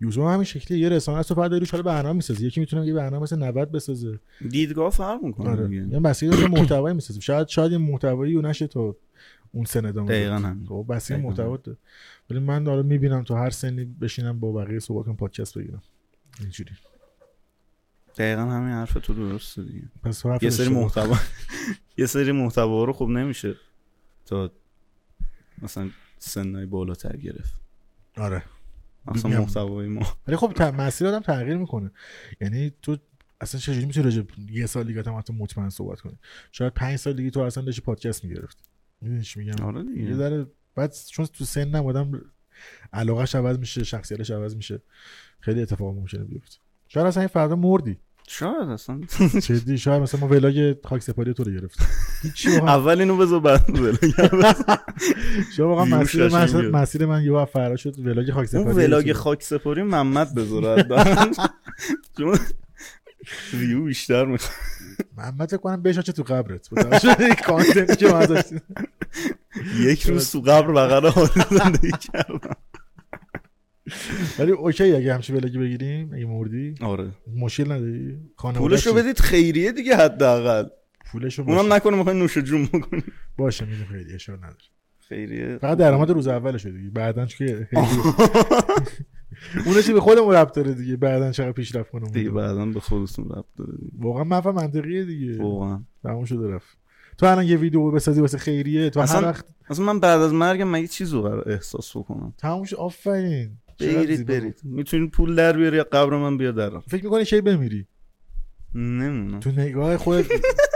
یوزو همین شکلی یه رسانه است تو فقط داری روش حالا برنامه میسازی یکی میتونه یه برنامه مثل 90 بسازه دیدگاه فرق میکنه آره دیگه یه مسیر داره محتوایی میسازه شاید شاید یه محتوایی رو نشه تو اون سن ادامه بدی. دقیقاً همین. خب بس این دقیقاً محتوا داره. ولی من دارم میبینم تو هر سنی بشینم با بقیه صحبت کنم پادکست بگیرم اینجوری دقیقا همین حرف تو درسته دیگه پس تو حرف یه سری اشتباه. محتوا یه سری محتوا رو خب نمیشه تا مثلا سنای بالاتر گرفت آره اصلا میگم. محتوای ما ولی خب ت... مسیر آدم تغییر میکنه یعنی تو اصلا چجوری میتونی راجع به یه سال دیگه هم حتی مطمئن صحبت کنی شاید پنج سال دیگه تو اصلا داشتی پادکست میگرفت میدونی چی میگم آره یه دیگه ذره بعد چون تو سن آدم علاقهش عوض میشه شخصیتش عوض میشه خیلی اتفاق ممکنه بیفته شاید اصلا این فردا مردی شاید اصلا جدی شاید مثلا ما ولاگ خاک سپاری تو رو گرفت هیچی واقعا اول اینو بذار بعد بذار. شاید واقعا ویروس مسیر من شاشه میاد. مسیر من یهو از فردا شد ولاگ خاک سپاری اون ولاگ خاک سپاری محمد بذار حداقل. چون ویو بیشتر میخواد محمد فکر کنم بهش چه تو قبرت با توجه به این کانتنتی که ما ازش دیدیم. یک روز تو قبر بغل حال زندگی کردم ولی اوکی اگه همچین ولاگی بگیریم اگه مردی آره مشکل نداری خانواده پولشو بدید خیریه دیگه حداقل پولشو باشه اونم نکنه میخوای نوش جون بکنی باشه میدیم خیلی اشکال نداره خیریه فقط درآمد روز اولشه دیگه بعدا که اونش به خودمون ربط داره دیگه بعدا چقدر پیشرفت کنم دیگه بعدا به خودتون ربط داره دیگه. واقعا مفهم منطقیه دیگه واقعا تموم شده رفت تو الان یه ویدیو بسازی واسه خیریه تو هر اصلا- وقت اصلا من بعد از مرگم من یه چیزی رو قرار احساس بکنم تموم شد آفرین چقدر برید زیبا. برید میتونید پول در بیاری یا قبر من بیار در فکر میکنی کی بمیری نمیدونم تو نگاه خودت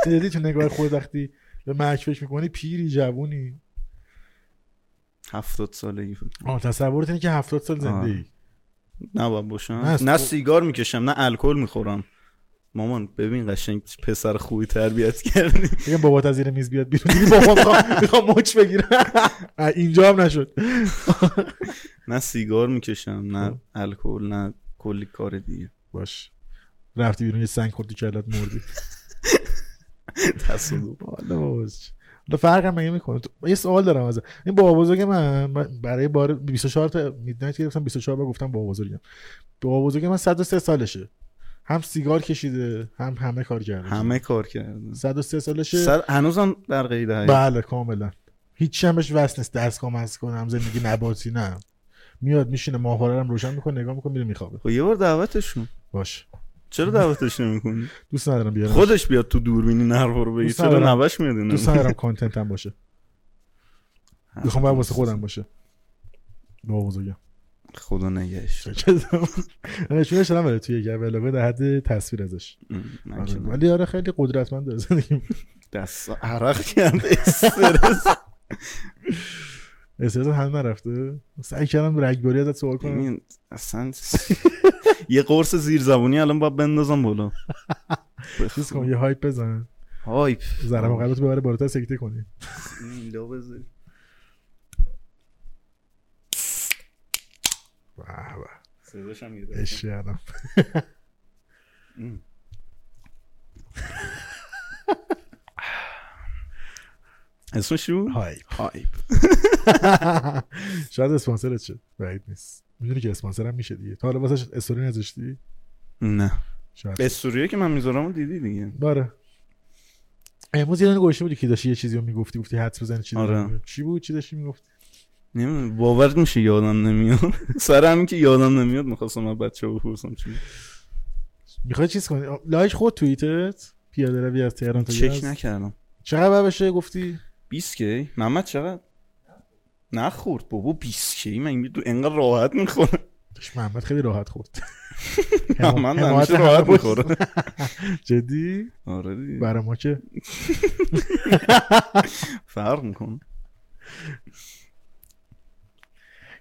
دیدی تو نگاه خودت وقتی به مرگ فکر میکنی پیری جوونی هفتاد سالگی فکر کنم. آه تصورت اینه که 70 سال آه. زنده ای نباید باشم نه، نه سو- سیگار میکشم نه الکل میخورم مامان ببین قشنگ پسر خوبی تربیت کردی بگم بابات از زیر میز بیاد بیرون دیدی بابا میخوام میخوام مچ بگیرم آه، اینجا هم نشد نه سیگار میکشم نه الکل نه کلی کار دیگه باش رفتی بیرون یه سنگ خوردی کلت مردی تصادف والا باز حالا فرق هم مگه میکنه تو- یه سوال دارم از این بابا بزرگ من من برای بار 24 تا میدنایت گرفتم 24 بار گفتم بابا بزرگم بابا بزرگ من 103 سالشه هم سیگار کشیده هم همه کار کرده همه کار کردن 103 سالشه سر هنوزم در قید حیات بله کاملا هیچ هم بهش وصل نیست دست کام از کنم زندگی نباتی نه میاد میشینه ماهواره رو هم روشن میکنه نگاه میکنه میره میخوابه خب یه بار دعوتشون باش چرا بله. دعوتش نمیکنی دوست ندارم بیارم خودش بیاد تو دوربینی نروا رو بگی دوست چرا ندارم. نوش میدونه دوست ندارم کانتنتم باشه میخوام بر واسه خودم باشه بابا بزرگم خدا نگهش داره. نشونش دارم ولی توی یک علاقه در حد تصویر ازش ام، من آره، که نه. ولی آره خیلی قدرتمند داره زندگی دست عرق کرد استرس احساس هم نرفته سعی کردم رگباری ازت سوال کنم ببین، اصلا یه قرص زیر زبونی الان باید بندازم بالا چیز کن یه هایپ بزن هایپ زرم قلبت ببره بالاتر سکته کنی میلا بذاری. به به صداش هم گرفت. عشق کردم. ام. اسمش رو هایپ هایپ شاید اسپانسرت شد بعید نیست میدونی که اسپانسرم میشه دیگه تا حالا واسش استوری نذاشتی نه شاید استوریه که من میذارم رو دیدی دیگه باره امروز یه دونه گوشه بودی که داشتی یه چیزی رو میگفتی گفتی حدس بزنی چی آره. داری. چی بود چی داشتی میگفتی نمیدونم باورت میشه یادم نمیاد سر همین که یادم نمیاد میخواستم از بچه بپرسم چی میخوای چیز کنی آه، لایک خود توییتت پیاده روی از تهران تا چک یزد. نکردم چقدر باید بشه گفتی 20 کی محمد چقدر نخورد بابا 20 کی من می- دو انقدر راحت میخوره داش محمد خیلی راحت خورد من حمایت همیشه همه راحت بود. میخوره جدی آره دیگه. برای ما که فرق میکنه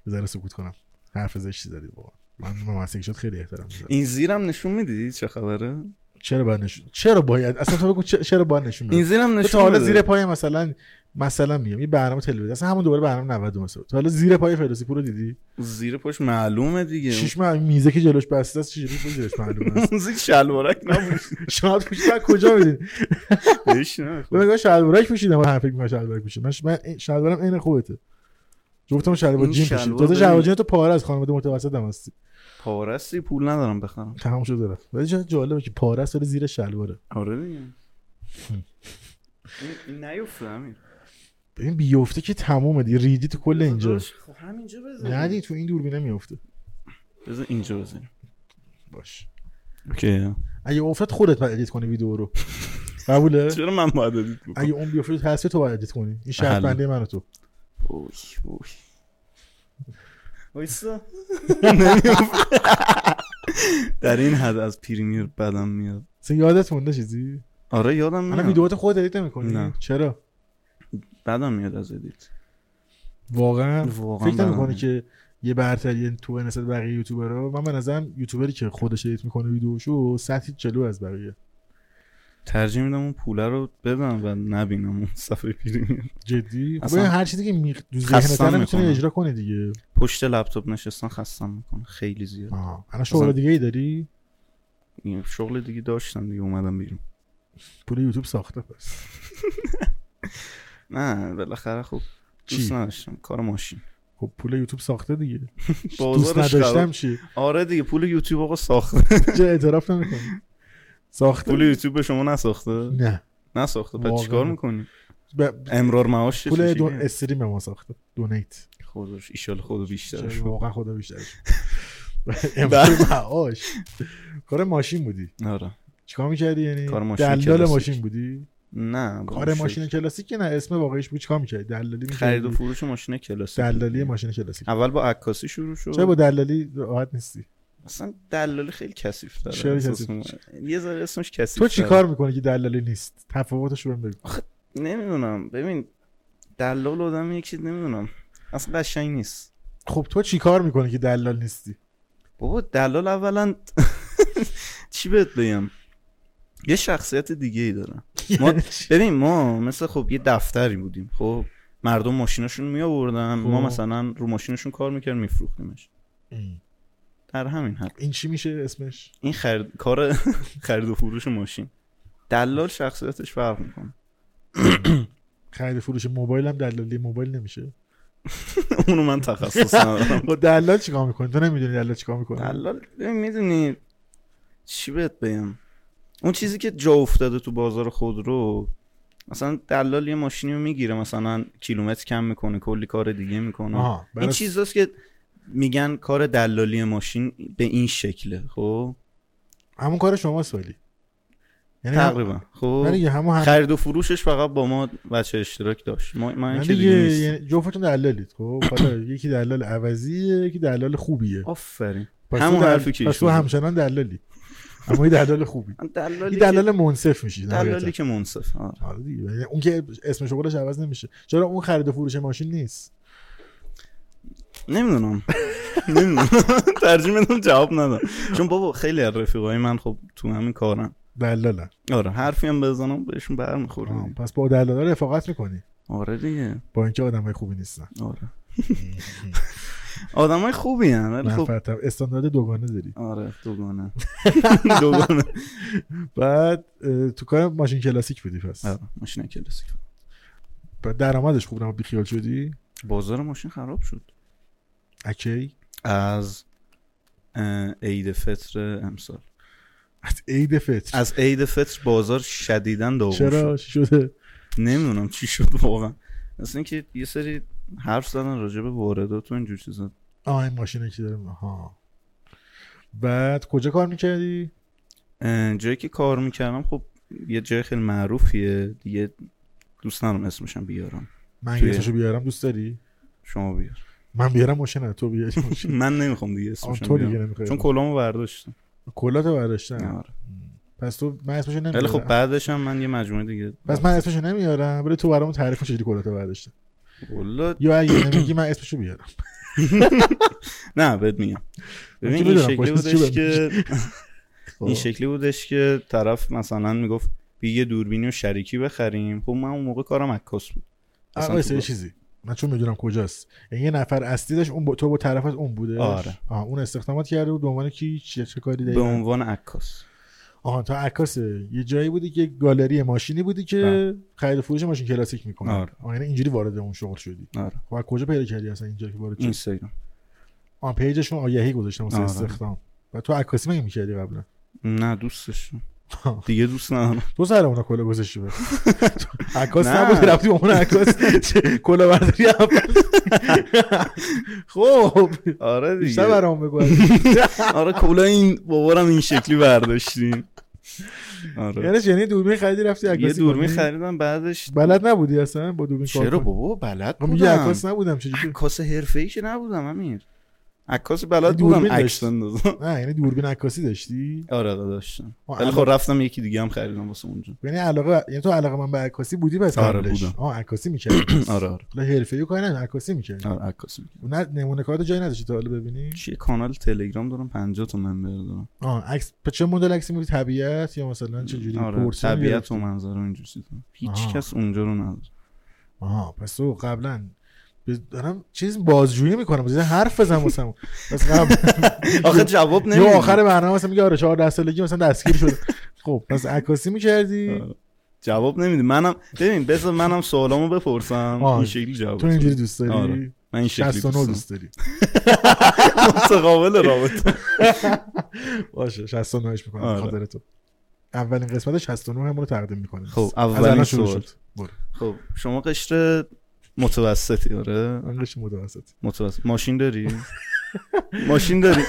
یه ذره سکوت کنم حرف زشتی زدی بابا من به مسیح شد خیلی احترام می‌ذارم. این زیرم نشون میدی چه خبره چرا باید نشون چرا باید اصلا تو بگو چ- چرا باید نشون این بدم زیرم تو نشون تا حالا بده. زیر پای مثلا مثلا میگم یه برنامه تلویزیون اصلا همون دوباره برنامه 92 مثلا تا حالا زیر پای فردوسی پور رو دیدی زیر پاش معلومه دیگه شیش ماه میزه که جلوش بسته است چجوری پول زیرش معلومه است اون زیر شلوارک نبود شما پوشید من کجا میدین بهش نه. من میگم شلوارک پوشیدم من فکر می‌کنم شلوارک پوشیدم من ش- من این- شلوارم عین خودته جفتم شلوار این جین پوشید شلوار تازه ببین. شلوار جین تو پاره از خانواده متوسطم هستی پارستی پول ندارم بخرم تمام شده رفت ولی چقدر جالبه که پاره است ولی زیر شلواره آره دیگه این- این نیفته امیر ببین بیفته که تمومه دیگه ریدی تو کل بله، اینجا داداش، خب همینجا بذار نه دیگه تو این دوربینه میفته بذار اینجا بذاریم باش اوکی اگه افتاد خودت باید ادیت کنی ویدیو رو قبوله چرا من باید ادیت بکنم اگه اون بیفته تو تصویر تو باید ادیت کنی این شرط بله. بنده من و تو اوی اوی وایسا در این حد از پریمیر بدم میاد اصلا یادت مونده چیزی آره یادم الان میاد ویدیوهات خودت ادیت نمی‌کنی نه. چرا بدم میاد از ادیت واقعا واقعا فکر بدم نمی‌کنی میاد. که یه برتری تو نسبت به بقیه یوتیوبرها من به نظرم یوتیوبری که خودش ادیت میکنه ویدیوشو سطحی جلو از بقیه ترجیح میدم اون پوله رو بدم و نبینم اون صفحه پریمیر جدی خب اصلا ببین هر چیزی که می... تو خستم ذهنت میتونی می‌کنه. اجرا کنی دیگه پشت لپتاپ نشستن خستم میکنه خیلی زیاد آها الان شغل دیگه ای داری این شغل دیگه داشتم دیگه اومدم بیرون پول یوتیوب ساخته پس نه بالاخره خب چی؟ دوست نداشتم کار ماشین خب پول یوتیوب ساخته دیگه دوست بازارش نداشتم خراب. چی آره دیگه پول یوتیوب آقا ساخت چه اعتراف نمی‌کنی ساخته پول یوتیوب به شما نساخته نه نساخته واقعا. پس چیکار میکنی ب- امرار معاش چه پول چیزی؟ دو... استریم ما ساخته دونیت خودش ایشال خود بیشتر واقعا خدا بیشترش امروز بله. معاش کار ماشین بودی آره چیکار میکردی یعنی کار ماشین دلال کلاسیک. ماشین بودی نه با کار ماشین کلاسیک نه اسم واقعیش بود چیکار میکردی دلالی می‌کردی؟ خرید و فروش ماشین کلاسیک دلالی ماشین کلاسیک اول با عکاسی شروع چرا با شد دلالی راحت نیستی اصلا دلالی خیلی کثیف داره چرا احساس کثیف؟ می‌کنم. یه ذره اسمش کثیف تو چی کار میکنی که دلالی نیست تفاوتش رو بهم بگو نمیدونم ببین دلال آدم یکی نمیدونم اصلا قشنگ نیست خب تو چی کار میکنی که دلال نیستی بابا دلال اولا چی بهت بگم یه شخصیت دیگه ای دارن ما ببین ما مثل خب یه دفتری بودیم خب مردم ماشیناشون می آوردن ما خب. مثلا رو ماشینشون کار میکردیم میفروختیمش در همین حد این چی میشه اسمش این خرید... کار خرید و فروش ماشین دلال شخصیتش فرق میکنه خرید و فروش موبایل هم دلالی موبایل نمیشه اونو من تخصص ندارم با دلال چیکار میکنی تو نمیدونی دلال چیکار میکنه دلال میدونی چی بهت بگم اون چیزی که جا افتاده تو بازار خود رو مثلا دلال یه ماشینی رو میگیره مثلا کیلومتر کم میکنه کلی کار دیگه میکنه آها این برای چیزاست که میگن کار دلالی ماشین به این شکله خب همون کار شماست ولی یعنی هم... تقریبا نه خب دیگه همون هم... خرید و فروشش فقط با ما بچه اشتراک داشت ما من نه که دیگه دیگه نیست یعنی جفتتون دلالید خب حالا یکی دلال عوضیه یکی دلال خوبیه آفرین پس همون تو دل- حرفی که پس تو ایشون- همچنان دلالی اما این دلال خوبی دلالی, این که- دلال منصف میشی دلالی که منصف آره. آره دیگه یعنی اون که اسم شغلش عوض نمیشه چرا اون خرید و فروش ماشین نیست نمیدونم نمیدونم ترجیح میدم جواب ندم چون بابا خیلی از رفیقای من خب تو همین کارن دلالن آره حرفی هم بزنم بهشون برمیخوره آه، دیگه. پس با دلالا رفاقت میکنی آره دیگه با اینکه آدمای خوبی نیستن آره آدمای خوبی هن ولی خب نفرتم استاندارد دوگانه داری آره دوگانه دوگانه بعد اه، تو کار ماشین کلاسیک بودی پس آره ماشین کلاسیک بعد درآمدش خوب نبود بیخیال شدی بازار ماشین خراب شد اکی از اه، عید فطر امسال از عید فطر از عید فطر بازار شدیداً داغون شد چرا چی شده نمیدونم چی شد واقعا اصلا اینکه یه سری حرف زدن راجع به واردات و اینجور چیزا آه این ماشینه که داره ها بعد کجا کار میکردی اه، جایی که کار میکردم خب یه جای خیلی معروفیه دیگه دوست ندارم اسمشم بیارم من توی- اسمشو بیارم دوست داری شما بیار من بیارم ماشین نه، تو بیاری ماشین من نمیخوام دیگه آه، اسمشم تو دیگه بیارم نمیخوای چون کلامو برداشتم کلاتو برداشتن آره. پس تو من اسمشو ولی نمیارم خب بعدش هم من یه مجموعه دیگه پس من اسمشو نمیارم برای تو برامون تعریف کن چجوری کلاتو برداشتن والا یا اگه نمیگی من اسمشو بیارم نه بهت میگم من ببین که این بدونم شکلی باید چی بودش بهم که خب. این شکلی بودش که طرف مثلا میگفت بیا یه دوربینی و شریکی بخریم خب من اون موقع کارم عکاس بود اصلا آقا تو یه با- چیزی من چون میدونم کجاست یعنی یه نفر اصلی داشت اون با تو با طرف از اون بوده آره. آه اون استخدامات کرده بود به عنوان کی چه, چه کاری به دقیقا عنوان عکاس آها تا عکاسه یه جایی بودی که گالری ماشینی بودی که خرید و فروش ماشین کلاسیک میکنه بله. آره. آه یعنی اینجوری وارد اون شغل شدی آره خب از کجا پیدا کردی اصلا اینجا که وارد شدی اینستاگرام آن پیجشون آگهی گذاشته واسه آره. استخدام و تو عکاسی مگه میکردی قبلا نه دوستش دیگه دوست ندارم تو سر اونا کلا گذاشتی به عکاس نه. نبودی رفتی به اون عکاس چه کلا برداری اول خب آره بیشتر برام بگو آره کلا این بابارم این شکلی برداشتیم آره یعنی یعنی دوربین خریدی رفتی عکاسی یه دوربین کنی؟ خریدم بعدش بلد نبودی اصلا با دوربین کار چرا کنی؟ بابا بلد خب میگه بودم عکاس نبودم چجوری عکاس حرفه‌ای که نبودم امیر عکاس بلد دوربین بودم عکس داشتی؟ بندازم نه یعنی دوربین عکاسی داشتی آره داشتم آه، ولی الان- خب رفتم یکی دیگه هم خریدم واسه اونجا یعنی علاقه یعنی تو علاقه من به عکاسی بودی پس آره، قبلش بودم. آه عکاسی می‌کردی آره آره حالا حرفه‌ای کاری نه عکاسی می‌کردی آره عکاسی می‌کردم. نه نمونه کارتو جایی نداشتی تا حالا ببینی چیه کانال تلگرام دارم 50 تا ممبر دارم آه عکس پس چه مدل عکسی می‌گیری طبیعت یا مثلا چه جوری آره پورتره طبیعت گرفتی؟ و منظره و اینجور چیزا هیچ آها. کس اونجا رو نداره آها پس تو قبلا ب- دارم چیز بازجویی میکنم بزن حرف بزن واسم پس قبل آخه جواب یا نمیدونم آخر برنامه مثلا میگه آره 14 سالگی مثلا دستگیر شده خب پس عکاسی میکردی آره، جواب نمیدی منم ببین بذار منم سوالامو بپرسم آه، این شکلی جواب تو اینجوری دوست آره. داری من این شکلی 69 دوست دوست داری دارم. متقابل رابطه باشه 69 اش میکنم آره. خاطر تو اولین قسمت 69 همون رو تقدیم میکنه خب، اولین سوال. خب شما قشر متوسطی آره انگشت متوسط متوسط ماشین داری ماشین داری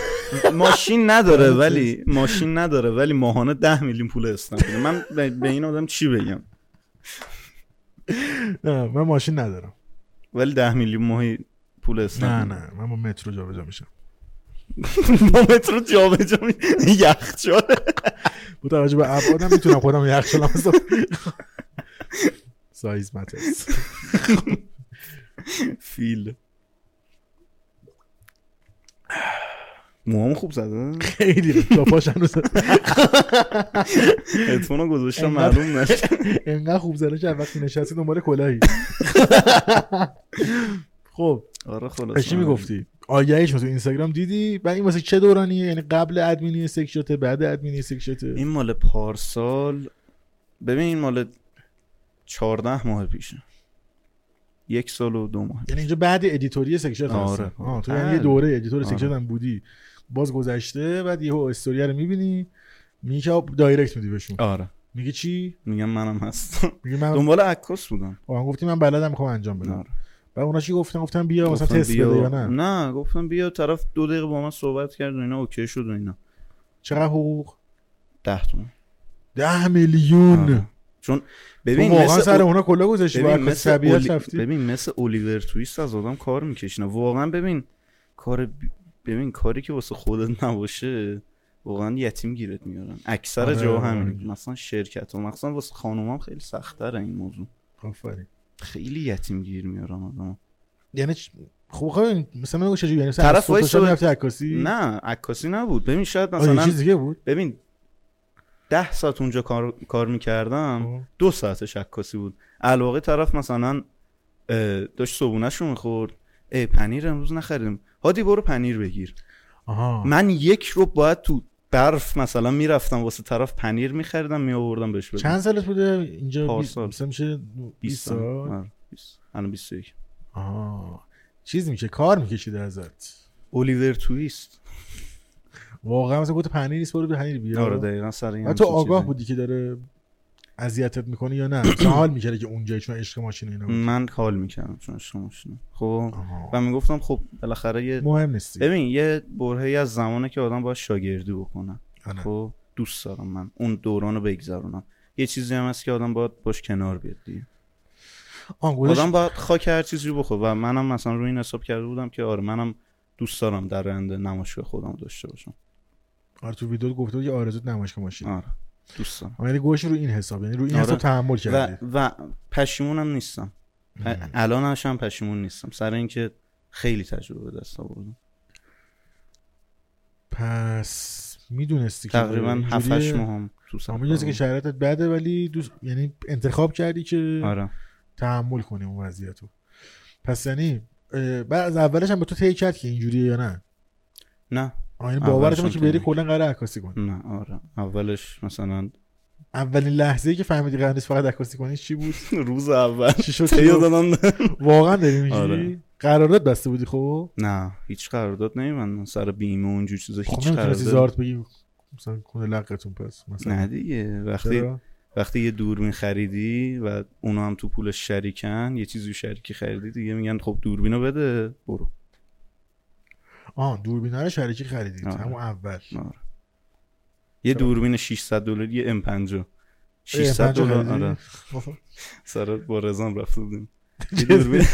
ماشین نداره ولی ماشین نداره ولی ماهانه ده میلیون پول اسنپ میده. من به- به این آدم چی بگم نه من ماشین ندارم ولی ده میلیون ماهی پول اسنپ نه میده. نه من با مترو جابجا میشم با مترو جابجا می- یخچال با توجه به ابعادم میتونم خودم یخچالم حساب سایز مترس فیل موهامو خوب زده خیلی تا پاش هنوز هدفون رو گذاشتم انقدر- معلوم نشد انقدر خوب زده که وقتی نشستی دنبال کلاهی خب آره خلاص چی میگفتی آگهیش تو اینستاگرام دیدی بعد این واسه چه دورانیه یعنی قبل ادمینی سکشته بعد ادمینی سکشته این مال پارسال ببین این مال 14 ماه پیشه یک سال و دو ماه یعنی اینجا بعد ادیتوری سکشن آره. آره. آه تو یعنی یه بله. دوره ادیتور آره. سکشن هم بودی باز گذشته بعد یهو استوری رو میبینی میگی که آب دایرکت میدی بهشون آره میگه چی میگم منم هستم میگه من دنبال عکاس بودم آهان گفتی من بلدم میخوام انجام بدم آره. بعد اونا چی گفتن گفتن بیا مثلا گفتم تست بیا. بده یا نه نه گفتم بیا طرف دو دقیقه با من صحبت کرد و اینا اوکی شد و اینا چقدر حقوق ده تومن ده میلیون آره. چون ببین ببین واقعا مثل سر او- اونا کلا گذاشتی با ببین عکس مثل, طبیعت اولی- رفتی ببین مثل الیور تویست از آدم کار میکشنه واقعا ببین کار ب- ببین کاری که واسه خودت نباشه واقعا یتیم گیرت میارن اکثر آره، جا آره. همین مثلا شرکت و مخصوصا واسه خانومام خیلی سخت‌تره این موضوع آفرین خیلی یتیم گیر میارن آدم یعنی چ- خب خب مثلا من چجوری یعنی مثلا طرف از وایس فتوشاپ شده- رفتی عکاسی نه عکاسی نبود ببین شاید آه، یه مثلا چیز دیگه بود ببین ده ساعت اونجا کار, کار میکردم آه. دو ساعتش عکاسی بود الواقع طرف مثلا اه، داشت صبونش رو میخورد ای پنیر امروز نخریدیم هادی برو پنیر بگیر آها من یک رو باید تو برف مثلا میرفتم واسه طرف پنیر میخریدم میآوردم بهش بدم چند سالت بوده اینجا پارسال. مثلا میشه 20 سال آره، 20. الان 21 آها چیز میشه کار میکشیده ازت الیور تویست واقعا مثلا گفت پنیر نیست برو پنیر بیا آره دقیقا سر این و تو همچین آگاه چیزی. بودی که داره اذیتت میکنه یا نه مثلا حال میکرده که اونجا چون عشق ماشین و اینا بود من کال میکردم چون شما ماشینه. خب آها. و میگفتم خب بالاخره یه مهم نیستی ببین یه برهه‌ای از زمانه که آدم باید شاگردی بکنه آره. خب دوست دارم من اون دوران رو بگذرونم یه چیزی هم هست که آدم باید باش کنار بیاد دیگه آه گذاشت آدم باید خاک هر چیزی رو بخور و منم مثلا روی این حساب کرده بودم که آره منم دوست دارم در آینده نمایشگاه خودم رو داشته باشم آره تو ویدیو گفته بود یه آرزوت نمایش که ماشین آره دوست دارم آه، یعنی گوش رو این حساب یعنی رو این آره. حساب تحمل و, کردی و پشیمونم نیستم پ- الانش هم پشیمون نیستم سر اینکه خیلی تجربه به دست آوردم پس میدونستی که تقریبا اینجوریه. 7 8 ماه هم تو سفر آه، میدونستی که شرایطت بده ولی دوست... یعنی انتخاب کردی که بودم. آره تحمل کنی اون وضعیت رو پس یعنی اه، بعد از اولش هم به تو تهی کرد که اینجوریه یا نه نه آه، یعنی باورت اولش بود هم که بری تهی. کلا قرار عکاسی کنی نه آره اولش مثلا اولین لحظه ای که فهمیدی قرار نیست فقط عکاسی کنی چی بود روز اول چی شد تیو که دادم واقعا داری میگی آره. قرارداد بسته بودی خب نه هیچ قرارداد نمیبندم سر بیمه و اونجور چیزا خب هیچ نمیتونستی قرارداد زارت بگی مثلا کنه لقتون پس مثلا نه دیگه وقتی چرا؟ وقتی یه دوربین خریدی و اونا هم تو پولش شریکن یه چیزی رو شریکی خریدی دیگه میگن خب دوربینو بده برو آه دوربینا رو شریکی خریدید آره. همون اول آره. یه دوربین 600 دلاری یه ام 50 اه، 600 پنجاه دلار خریدی؟ آره خب. سر با رزام رفته بودیم یه دوربین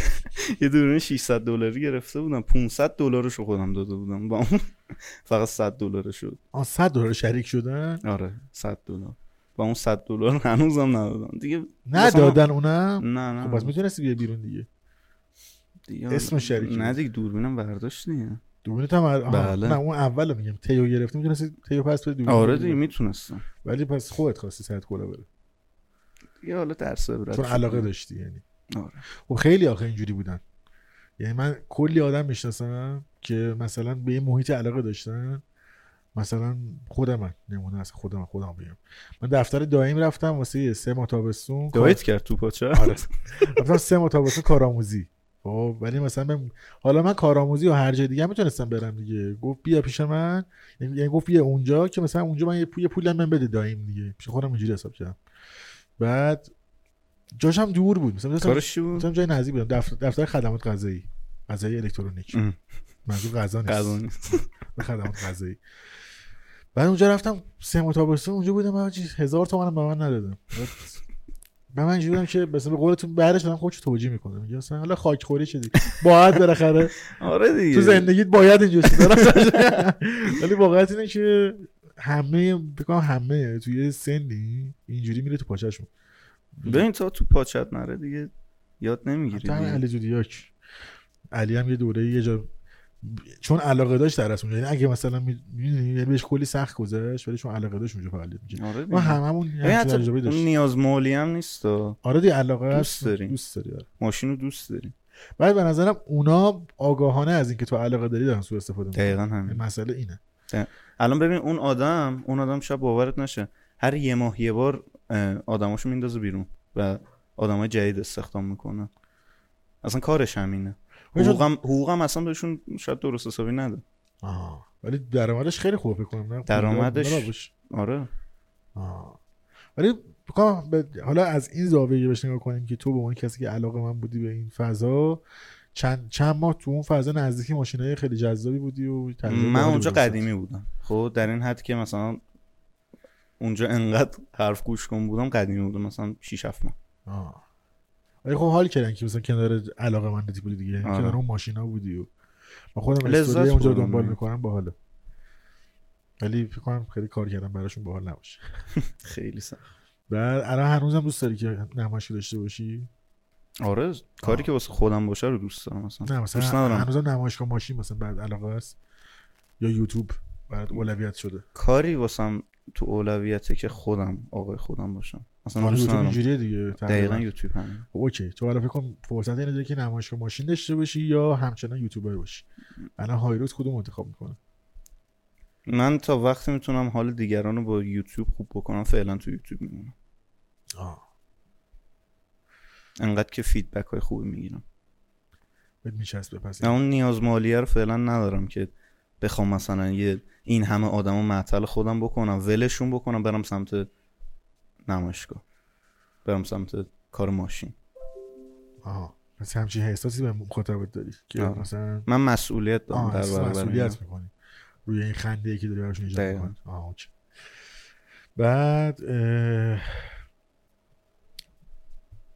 یه دوربین 600 دلاری گرفته بودم 500 دلارش رو خودم داده بودم با اون فقط 100 دلارش شد آه 100 دلار شریک شدن آره 100 دلار و اون 100 دلار هنوزم ندادم دیگه نه مثلا- دادن اونم نه نه خب پس میتونستی بیای بیرون دیگه دیگه اسم شریک نه دیگه دوربینم برداشت دیگه دوربینت هم آه، بله. نه اون اول رو میگم تیو گرفتی میتونستی تیو پس بدی دوربین آره بگیری. دیگه میتونستم ولی پس خودت خواستی سرت کلا بره دیگه حالا درس ببرد چون علاقه داشتی یعنی آره خب خیلی آخه اینجوری بودن یعنی من کلی آدم میشناسم که مثلا به یه محیط علاقه داشتن مثلا خود من نمونه از خود من خودم بگم من دفتر دایم رفتم واسه یه سه ماه تابستون کار- دویت کرد تو پاچه آره. رفتم سه ماه تابستون کارآموزی خب ولی مثلا من- حالا من کارآموزی و هر جای دیگه هم میتونستم برم دیگه گفت بیا پیش من یعنی یعنی گفت بیا اونجا که مثلا اونجا من یه پول یه پولی هم من بده دایم دیگه پیش خودم اینجوری حساب کردم بعد جاش هم دور بود مثلا مثلا کارش چی بود مثلا جای نزدیک بودم دفتر, دفتر خدمات غذایی غذایی الکترونیک ام. منظور غذا نیست قضا نیست. به خدمات غذایی بعد اونجا رفتم سه تابستون اونجا بودم من چیز هزار تومن هم به من ندادم بعد به من اینجوری بودم که مثلا به قولتون بعدش دارم خودشو توجیه میکنه میگه مثلا حالا خاک خوری شدی باید بالاخره آره دیگه تو زندگیت باید اینجوری شد ولی واقعیت اینه که همه بکنم همه توی یه سنی اینجوری میره تو پاچشون ببین تا تو پاچت نره دیگه یاد نمیگیری حتی همین دیگه. علی زودیاک علی هم یه دوره یه جا چون علاقه داشت در رسم یعنی اگه مثلا میدونی یعنی بهش کلی سخت گذشت ولی چون علاقه داشت اونجا فعالیت می‌کرد. آره ما دیگه هممون یه ببین، همچین حتی تجربه اون داشتیم نیاز مولی هم نیست تو آره دیگه علاقه دوست هست داریم. دوست داری آره. ماشین رو دوست داری بعد به نظرم اونا آگاهانه از اینکه تو علاقه داری دارن سوء استفاده می‌کنن دقیقا همین مسئله اینه الان ببین اون آدم اون آدم شب باورت نشه هر یه ماه یه بار اه، آدماشو میندازه بیرون و آدمای جدید استخدام میکنه اصلا کارش همینه ولی شاید- حقوقم حقوقم اصلا بهشون شاید درست حسابی نده آه. ولی درآمدش خیلی خوبه فکر کنم نه درآمدش- نه باش. آره آه. ولی بکنم به- حالا از این زاویه که بهش نگاه کنیم که تو به عنوان کسی که علاقه من بودی به این فضا چند, چند ماه تو اون فضا نزدیکی ماشینای خیلی جذابی بودی و تجربه من باحالی اونجا بود واسه. قدیمی بودم خب در این حد که مثلا اونجا انقدر حرف گوش کن بودم قدیمی بودم مثلا 6 7 ماه آه. ولی خب حال کردن که مثلا کنار علاقه من بودی دیگه آره. کنار اون ماشینا بودی و من خودم لذت استوری اونجا رو بردم. دنبال میکنم باحاله ولی فکر کنم خیلی کار کردم براشون باحال نباشه خیلی سخت بعد الان هنوزم دوست داری که نمایشی داشته باشی آره کاری آه. که واسه خودم باشه رو دوست دارم مثلا نه مثلا دوست ندارم. هنوزم نمایشگاه ماشین مثلا بعد علاقه است یا یوتیوب بعد اولویت شده کاری واسم تو اولویته که خودم آقای خودم باشم اصلا حالا دوست یوتیوب ندارم اینجوریه دیگه تقریباً. دقیقا یوتیوب همین اوکی تو حالا فکر کن فرصت اینه داری که نمایشگاه ماشین داشته باشی یا همچنان یوتیوبر باشی الان هایروت کدوم انتخاب میکنه من تا وقتی میتونم حال دیگران رو با یوتیوب خوب بکنم فعلا تو یوتیوب میمونم آه انقدر که فیدبک های خوبی میگیرم بهت میچسبه پس نه اون نیاز مالیه رو فعلا ندارم که بخوام مثلا یه این همه آدمو معطل خودم بکنم ولشون بکنم برم سمت نمایشگاه برم سمت کار ماشین آها پس همچین احساسی به مخاطبت داری که آره. مثلا من مسئولیت دارم آه، در احساس برابر اینا. مسئولیت میکنی روی این خنده ای که داری براشون ایجاد دقیقاً. میکنی آه اوکی. بعد اه،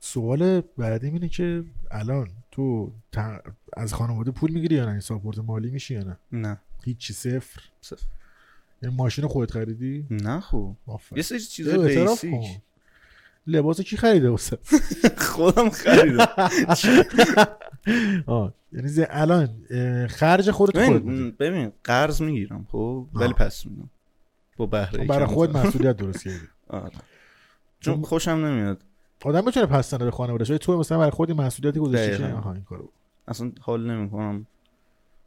سوال بعدیم اینه که الان تو ت- از خانواده پول میگیری یا نه ساپورت مالی میشی یا نه نه هیچی صفر صفر. یعنی ماشین رو خودت خریدی نه خوب آفرین. یه سری چیز بیا اعتراف بیسیک کن. لباس کی خریده واسه خودم خریدم آه، یعنی ز- الان اه، خرج خودت خودت میدی. ببین ببین قرض میگیرم خب آه. ولی پس میدم با بهره تو برای کمتر. خود مسئولیت درست کردی آره. چون چون خوشم نمیاد آدم میتونه پس نداره خانواده‌اش ولی تو مثلا برای خودی مسئولیتی گذاشتی که دقیقاً. آها این کارو اصلا حال نمیکنم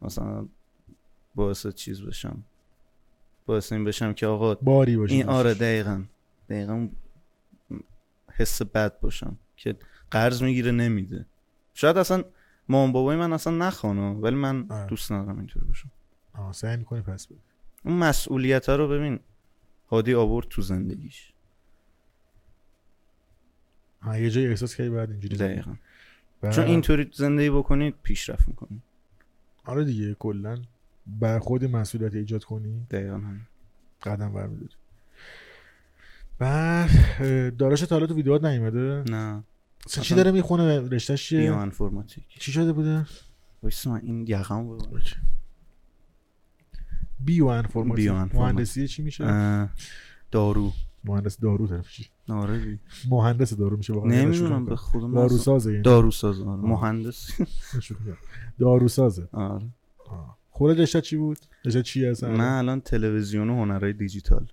مثلا باعث چیز بشم باعث این بشم که آقا باری باشه این آره دوستش. دقیقا دقیقا اون حس بد باشم که قرض میگیره نمیده شاید اصلا مام بابای من اصلا نخوانه ولی من آره. دوست ندارم اینطوری باشم آه، سعی میکنی پس بدی اون مسئولیت رو ببین هادی آورد تو زندگیش ها یه جای احساس کردی بعد اینجوری دقیقا بعد- چون اینطوری زندگی بکنی پیشرفت میکنی آره دیگه کلا بر خود مسئولیت ایجاد کنی دقیقا همین قدم برمی‌داری بعد اه، داراش تا حالا تو ویدیوات نیومده نه اصلا چی اصلا- داره میخونه رشتهش بیو چیه انفورماتیک چی شده بوده وایسا من این یقم رو ببرم. اوکی. بیو انفورماتیک بیو انفورماتیک. مهندسی چی میشه اه، دارو مهندس دارو طرف چی آره مهندس دارو میشه واقعا نمیدونم به خودم داروسازه این داروساز آره. مهندس شوخی کردم. داروسازه آره خود رشته چی بود رشته چی هست من الان تلویزیون و هنرهای دیجیتال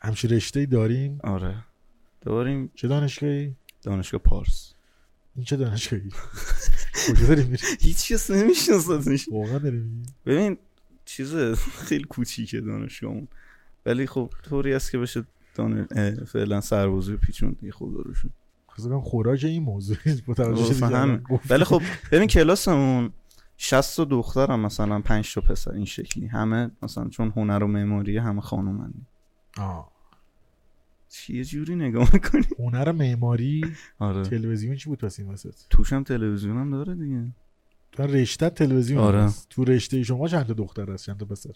همچی رشته داریم آره داریم چه دانشگاهی دانشگاه پارس این چه دانشگاهی کجا داری میری هیچ کس نمیشناسدش واقعا داری میری ببین چیز خیلی کوچیکه دانشگاهمون ولی خب طوری است که بشه دانش... اه، فعلا سربازی پیچون دیگه خدا رو شکر. خواستم خوراج این موضوع با توجه آه، چیزی که الان فهمه. گفتی. ولی خب ببین کلاسمون 60 تا دخترم مثلا 5 تا پسر این شکلی همه مثلا چون هنر و معماری همه خانومن آه. چه جوری نگاه میکنی هنر معماری آره تلویزیون چی بود پس این وسط توش هم تلویزیون هم داره دیگه تو رشته تلویزیون آره. هست. تو رشته شما چند تا دختر هست چند تا پسر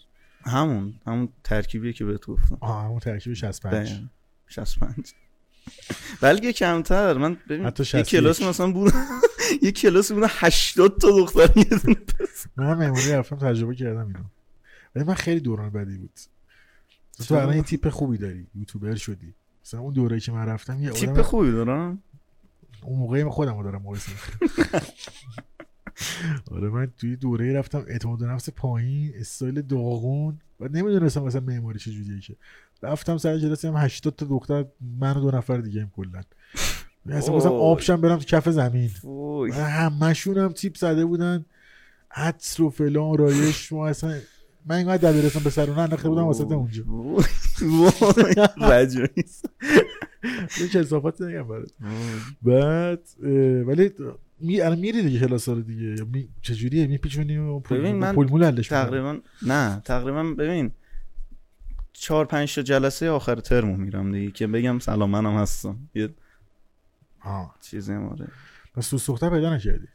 همون همون ترکیبیه که بهت گفتم آه همون ترکیب 65 دقیقاً. 65 بلکه کمتر من ببین حتی یه 61. کلاس مثلا بود یه کلاس بود 80 تا دختر یه دونه من هم معماری رفتم تجربه کردم اینو ولی من خیلی دوران بدی بود تو چرا؟ الان یه تیپ خوبی داری یوتیوبر شدی مثلا اون دوره که من رفتم یه تیپ آدم- خوبی دارم اون موقعی من خودم رو دارم مقایسه می‌کنم. آره من توی دوره رفتم اعتماد به نفس پایین استایل داغون و نمیدونستم مثلا معماری چه جوریه که رفتم سر جلسه هم 80 تا دختر من و دو نفر دیگه هم کلا اصلا وای. مثلا آبشم برم تو کف زمین وای. و همشون هم تیپ زده بودن عطر و فلان رایش و اصلا من اینقدر دبیرستان به سرونه انداخته بودم واسط اونجا وای. وای. رجایی. یه کسافت نگم برات بعد اه، ولی می الان میری دیگه کلاس رو دیگه یا می... چجوریه میپیچونی و پول ببین، من پول مول حلش می‌کنی؟ تقریبا نه تقریبا ببین چهار پنج تا جلسه آخر ترمو میرم دیگه که بگم سلام منم هستم یه آه چیزی هم آره پس تو سوخته پیدا نکردی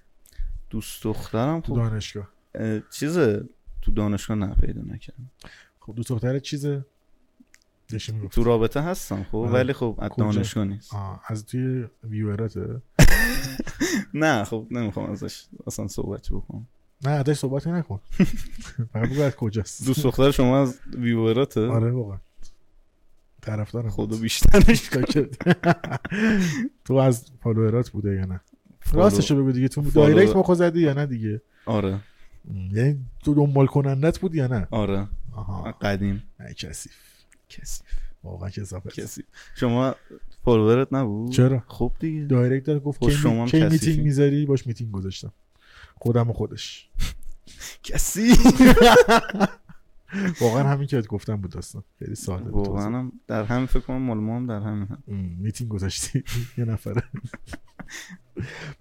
دوست دخترم تو خب دانشگاه اه، چیزه تو دانشگاه نه پیدا نکردم خب دوست دخترت چیزه داشتی میگفت تو رابطه هستم خب آره. ولی خب از کجا؟ دانشگاه نیست آه از توی ویورته نه خب نمیخوام ازش اصلا صحبت بکنم نه ازش صحبتی نکن فقط بگو از کجاست دوست دختر شما از ویوراته آره واقعا طرفدارم خدا بیشترش تا که- تو از فالوورات بوده یا نه راستشو بگو دیگه تو فالو- دایرکت ما زدی یا نه دیگه آره یعنی تو دنبال کنندت بود یا نه آره آها قدیم نه کثیف کسی واقعا کثافت کسی چما فالوورت نبود چرا؟ خب دیگه دایرکت داره گفت خب کی, می- شما هم کی کثیفی. میتینگ میذاری باش میتینگ گذاشتم خودم و خودش کسی واقعا همین که بهت گفتم بود داستان خیلی ساده بود واقعا هم در هم فکر کنم مال ما هم در همین هم ام، میتینگ گذاشتی یه نفره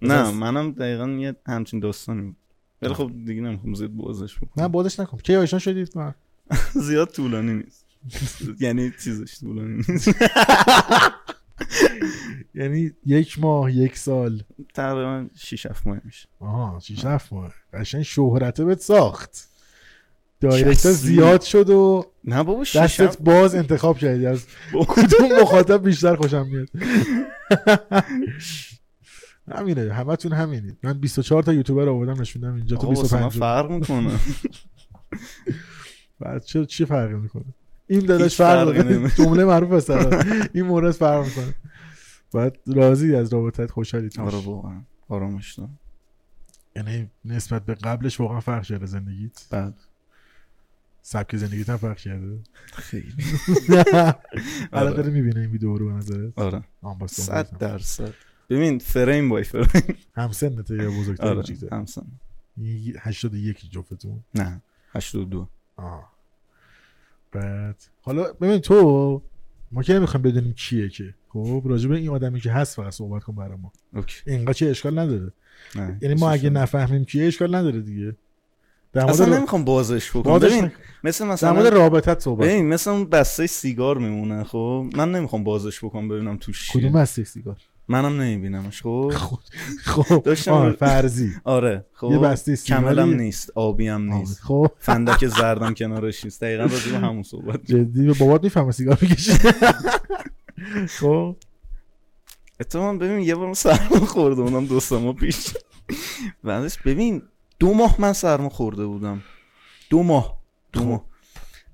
نه بس. منم دقیقا یه همچین داستانی بود ولی خب دیگه نمیخوام زیاد بازش نه بکنم بادش نکن کی آشنا شدید من زیاد طولانی نیست یعنی چیزش طولانی نیست یعنی یک ماه یک سال تقریبا 6 7 ماه میشه آها شیش هفت ماه قشنگ شهرته بهت ساخت دایرکت کثیف. زیاد شد و نه بابا 6 دستت باز انتخاب کردی از کدوم مخاطب بیشتر خوشم میاد همینه همتون همینید من 24 تا یوتیوبر آوردم نشوندم اینجا تو آقا واسه من 25 رو. فرق میکنه بعد چه چی فرقی میکنه این داداش هیچ فرق فرقی میکنه نمی‌کنه. جمله معروف است الان. این مورد فرق میکنه بعد راضی از رابطت خوشحالی توش. آره واقعا آرامش دارم یعنی نسبت به قبلش واقعا فرق کرده زندگیت بعد سبک زندگیت هم فرق کرده خیلی الان داره میبینه این ویدیو رو به نظرت آره آن با سنت صد درصد ببین فریم بای فریم هم سنته یا بزرگتر آره کوچیک‌تر؟ همسن یه- 81 جفتتون نه 82 آه. بعد حالا ببین تو ما که نمیخوایم بدونیم کیه که خب راجع به این آدمی که هست فقط صحبت کن برای ما اوکی اینقدر چه اشکال نداره نه یعنی ما اگه هیچ نفهمیم کیه اشکال نداره دیگه در مورد اصلا را- نمیخوام بازش بکنم بازش ببین نکن. مثل در مورد مثلا رابطت صحبت ببین مثل اون بسته سیگار میمونه خب من نمیخوام بازش بکنم ببینم توش کن. کدوم چیه هستی سیگار منم نمیبینمش خب خب خب داشتم- آه، فرضی آره خب یه بسته سیگاری- کملم نیست آبی هم آه، نیست خب فندک زردم کنارش نیست دقیقا راجع به همون صحبت جدی به بابات میفهمه سیگار میکشی خب اتفاقا ببین یه بار من سرما خورده بودم دو سه ماه پیش بعدش ببین دو ماه من سرما خورده بودم دو ماه دو خب. ماه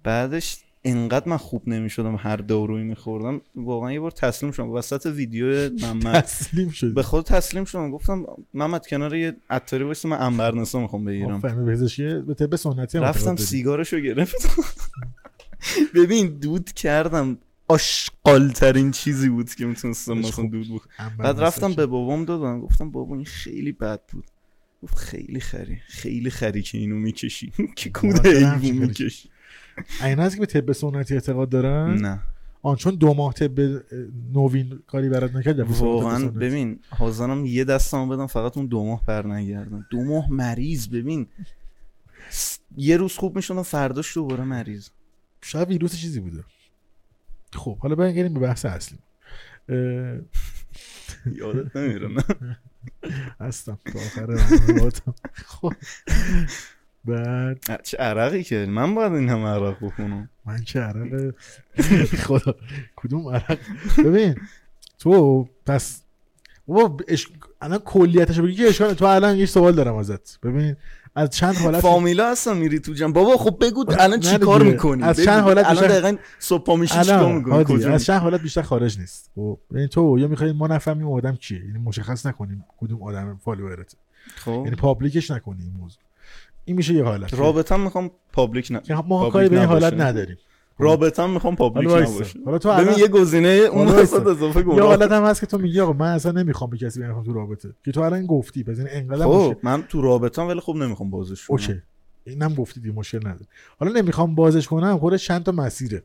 بعدش انقدر من خوب نمیشدم هر دارویی میخوردم واقعا یه بار تسلیم شدم وسط ویدیو محمد تسلیم به شد خود تسلیم شدم گفتم محمد کنار یه عطاری واسه من انبرنسا میخوام بگیرم آفرین به پزشکی به طب سنتی هم رفتم اعتقاد خب، داری. سیگارشو گرفتم ببین دود کردم آشقالترین چیزی بود که میتونستم خودش مثلا خوب. دود بخورم انبر بعد رفتم مساج. به بابام دادم گفتم بابا این خیلی بد بود گفت خیلی خری خیلی خری که اینو میکشی که کود موافقم حیوان همچین کاری. میکشی این هست که به طب سنتی اعتقاد دارن نه آن چون دو ماه طب نوین کاری برات نکرد رفتی سراغ طب واقعا سنتی. ببین حاضرم یه دستم بدم فقط اون دو ماه بر نگردم دو ماه مریض ببین س- یه روز خوب میشدم فرداش دوباره مریض شاید ویروس چیزی بوده خب حالا برگردیم به بحث اصلی اه، یادت نمیره نه هستم تا آخر برنامه‌هاتم. خب بعد چه عرقی که من باید این همه عرق بخونم من که عرق خدا کدوم عرق ببین تو پس بابا ب- اش... الان کلیتش بگی که اشکال تو الان یه سوال دارم ازت ببین از چند حالت فامیلا هستم میری تو جمع بابا خب بگو الان نه چی کار دیگه. میکنی از چند حالت الان میشه- دقیقا صبح میشی چی کار الان میکنی هادی، از کجا می‌ری؟ چند حالت بیشتر خارج نیست خب یعنی تو یا میخوای ما نفهمیم اون آدم کیه یعنی مشخص نکنیم کدوم آدم فالوورته خب یعنی پابلیکش نکنی این موضوع این میشه یه حالت رابطم میخوام پابلیک نه که ما پابلیک کاری به این نباشه. حالت نداریم رابطم میخوام پابلیک حالا وایسا. نباشه حالا تو ببین الان- یه گزینه اون حالا وایسا. وسط اضافه یه گناه حالت هم هست که تو میگی آقا من اصلا نمیخوام به کسی برم تو رابطه که تو الان گفتی پس این انقدر خب من تو رابطم ولی خب نمیخوام بازش کنم اوکی اینم گفتی دیگه مشکل نداره حالا نمیخوام بازش کنم خودش چند تا مسیره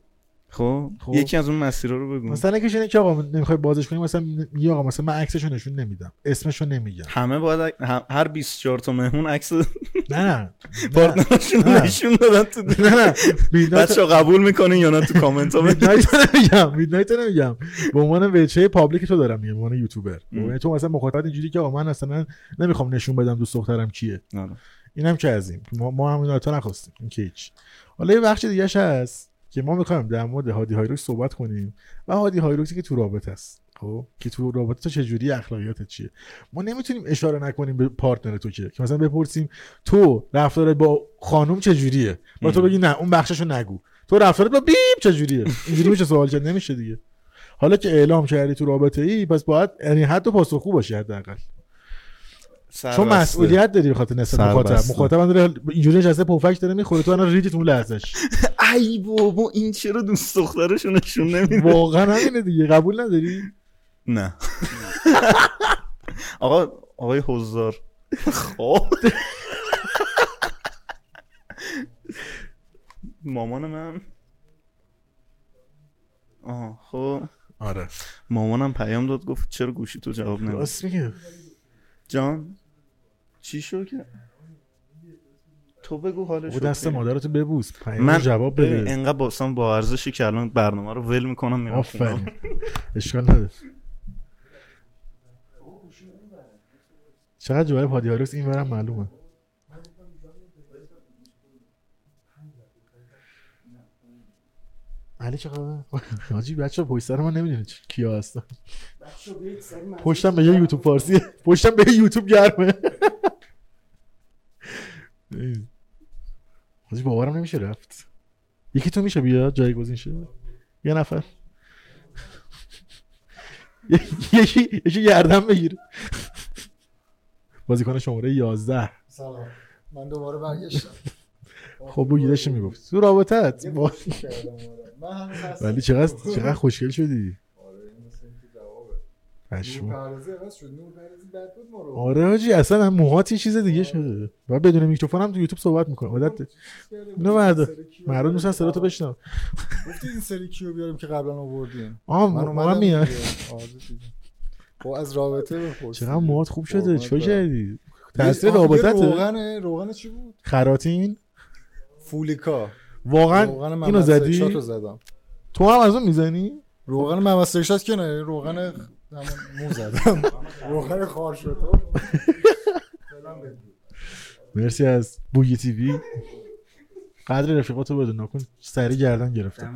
خب خب. یکی از اون مسیرها رو بگو مثلا یکیش اینه که آقا نمیخوای بازش کنی مثلا میگی آقا مثلا من عکسشو نشون نمیدم اسمشو نمیگم همه باید ا- هم- هر 24 تا مهمون عکس نه نه نه پارتنرشون نه. رو نشون دادن تو نه نه میدنایت بچه قبول میکنین یا نه تو کامنت ها بگین. میدنایت نمیگم میدنایت نمیگم به عنوان وچه پابلیک تو دارم میگم به عنوان یوتیوبر ام. یعنی تو مثلا مخاطبت اینجوری که آقا من اصلا نمیخوام نشون بدم دوست دخترم کیه آره. اینم که از این ما, ما هم اینا رو تا نخواستیم این که هیچ حالا یه بخش دیگه هست که ما میخوایم در مورد هادی هایروکس صحبت کنیم و هادی هایروکسی که تو رابطه است خب که تو رابطه تو چجوری اخلاقیات چیه ما نمیتونیم اشاره نکنیم به پارتنر تو که که مثلا بپرسیم تو رفتار با خانم چجوریه با تو هم. بگی نه اون بخششو نگو تو رفتارت با بیب چجوریه اینجوری میشه سوال کرد نمیشه دیگه حالا که اعلام کردی تو رابطه ای پس باید یعنی حد پاسخگو باشی حداقل سر چون بسته. مسئولیت داری به خاطر نسبت مخاطب سربسته. مخاطب هم داره اینجوری نشسته پفک داره میخوره تو الان ریدت اون لحظش ای بابا این چرا دوست دخترشو نشون نمیده واقعا همینه دیگه قبول نداری نه آقا آقای حضار خب مامان من آه خب آره مامانم پیام داد گفت چرا گوشی تو جواب نمیدی راست میگه جان چی شو که تو بگو حالش او خب، دست اوکی. مادرتو ببوس پیام من جواب ببین، بده انقدر باسم با ارزشی که الان برنامه رو ول میکنم میرم خونه. آفرین اشکال نداره چقدر جواب هادی هاروس این ورم معلومه علی چقدر حاجی بچه پشت سر من نمیدونه کیا هستن پشتم به یه یوتیوب فارسی پشتم به یه یوتیوب گرمه حاجی باورم نمیشه رفت یکی تو میشه بیا جایگزین شه یه نفر ی- یکی یکی گردن بگیر بازیکن شماره 11 سلام من دوباره برگشتم خب بگی داشتی میگفت تو رابطت یه با- کوشش کردم آره. من هنوز هستم. ولی چقدر چقدر خوشگل شدی آره این مثل اینکه جوابه پشمام نورپردازی عوض شد نورپردازی بد بود ما رو آره حاجی اصلا هم موهات یه چیز دیگه شده و بدون میکروفون هم تو یوتیوب صحبت میکنه عادت داری. اینو مرد مردم میشن صداتو بشنو گفتی این سری کیو بیاریم که قبلا آوردیم آم من من اومدم میاد دیگه. آره، دیگه. با از رابطه بپرس چقدر موهات خوب شده قربونت چیکار برم. کردی یه- تاثیر آه، یه رابطت روغن روغن چی بود خراتین فولیکا واقعا روغن اینو ممسکشات زدی رو زدم تو هم از اون میزنی روغن ممسکشات که نه روغن خ- همون مو زدم روغن خار شد مرسی از بوگی تیوی قدر رفیقاتو بدون نکن سری گردن گرفته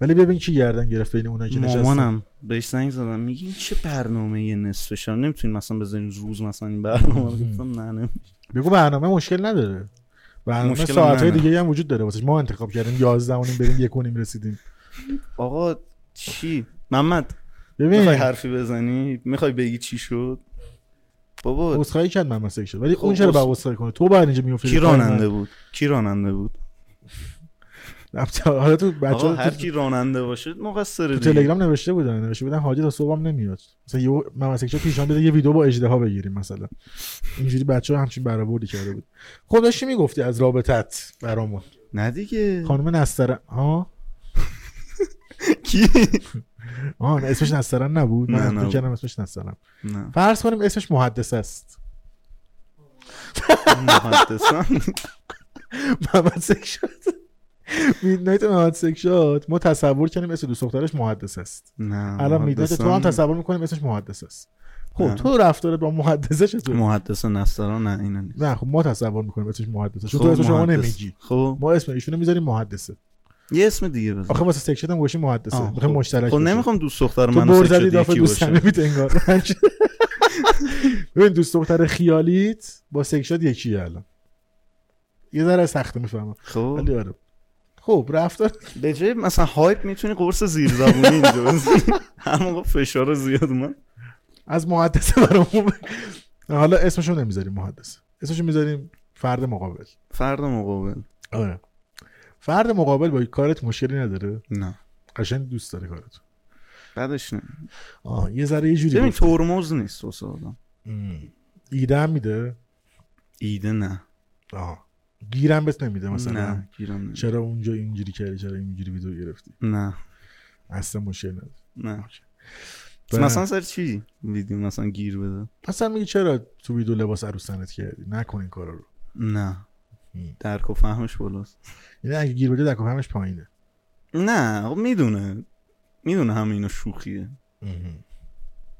ولی ببین کی گردن گرفت بین اونایی که نشستن مامانم بهش زنگ زدم میگی این چه برنامه یه نصف شب نمیتونین مثلا بزنین روز مثلا این برنامه رو گفتم نه نه بگو برنامه مشکل نداره برنامه مشکل هم ساعت‌های نداره. دیگه هم وجود داره واسش ما انتخاب کردیم 11 اونیم بریم یک اونیم رسیدیم آقا چی محمد میخوای ببین حرفی بزنی میخوای بگی چی شد بابا عذرخواهی کرد من مسیج شد ولی خب، اون چرا عذر- بعد عذرخواهی کنه تو بعد اینجا می‌افتی کی راننده بود کی راننده بود حالا تو آقا بچه‌ها هر تو- کی راننده باشه مقصر تو دیگه تلگرام نوشته بودن نوشته بودن حاجی تا صبحم نمیاد مثلا یهو ممسکچا پیشان بده یه ویدیو با اژدها بگیریم مثلا اینجوری بچه همچین برآوردی کرده بود خب داشتی میگفتی از رابطت برامون نه دیگه خانم نسترن ها کی آه نه، اسمش نسترن نبود نه، من فکر نبود. کردم اسمش نسترن نه فرض کنیم اسمش محدث است خب، مقدسان ممسک شد میدنایت مهاد سکشات ما تصور کردیم اسم دوست دخترش محدث است نه الان میدنایت تو هم محدثان- تصور میکنیم اسمش محدث است خب نه. تو رفتارت با محدثه چطور محدث نستران نه اینه نیست نه خب ما تصور میکنیم اسمش محدثه چون خب، تو اسم شما محدث. نمیگی خب ما اسم ایشونو میذاریم محدثه یه اسم دیگه بزن آخه واسه سکشن هم گوشی محدثه آه، میخوام خب. مشترک خب باشه. نمیخوام دوست دختر تو من بر و سکشت زدی داف یکی دوست باشه صمیمیت انگار ببین دوست دختر خیالیت با سکشات یکیه الان یه ذره سخته میفهمم خب ولی آره خب رفتار به جای مثلا هایپ میتونی قرص زیر زبونی اینجا بزنی هر موقع فشار زیاد اومد از محدثه برامون بگو. حالا اسمشو نمیذاریم محدثه اسمشو میذاریم فرد مقابل فرد مقابل آره فرد مقابل با کارت مشکلی نداره نه قشنگ دوست داره کارت بعدش نه آه یه ذره یه جوری ببین گفت. ترمز نیست واسه آدم ام. ایده هم میده ایده نه آه گیرم بهت نمیده مثلا نه گیرم نه. چرا اونجا اینجوری کردی چرا اینجوری ویدیو گرفتی نه اصلا مشکل نداره نه بله. مثلا سر چی ویدیو مثلا گیر بده اصلا میگه چرا تو ویدیو لباس عروسنت کردی نکن این کارا رو نه هم. درک و فهمش بالاست یعنی اگه گیر بده دکو همش پایینه نه خب میدونه میدونه همه اینا شوخیه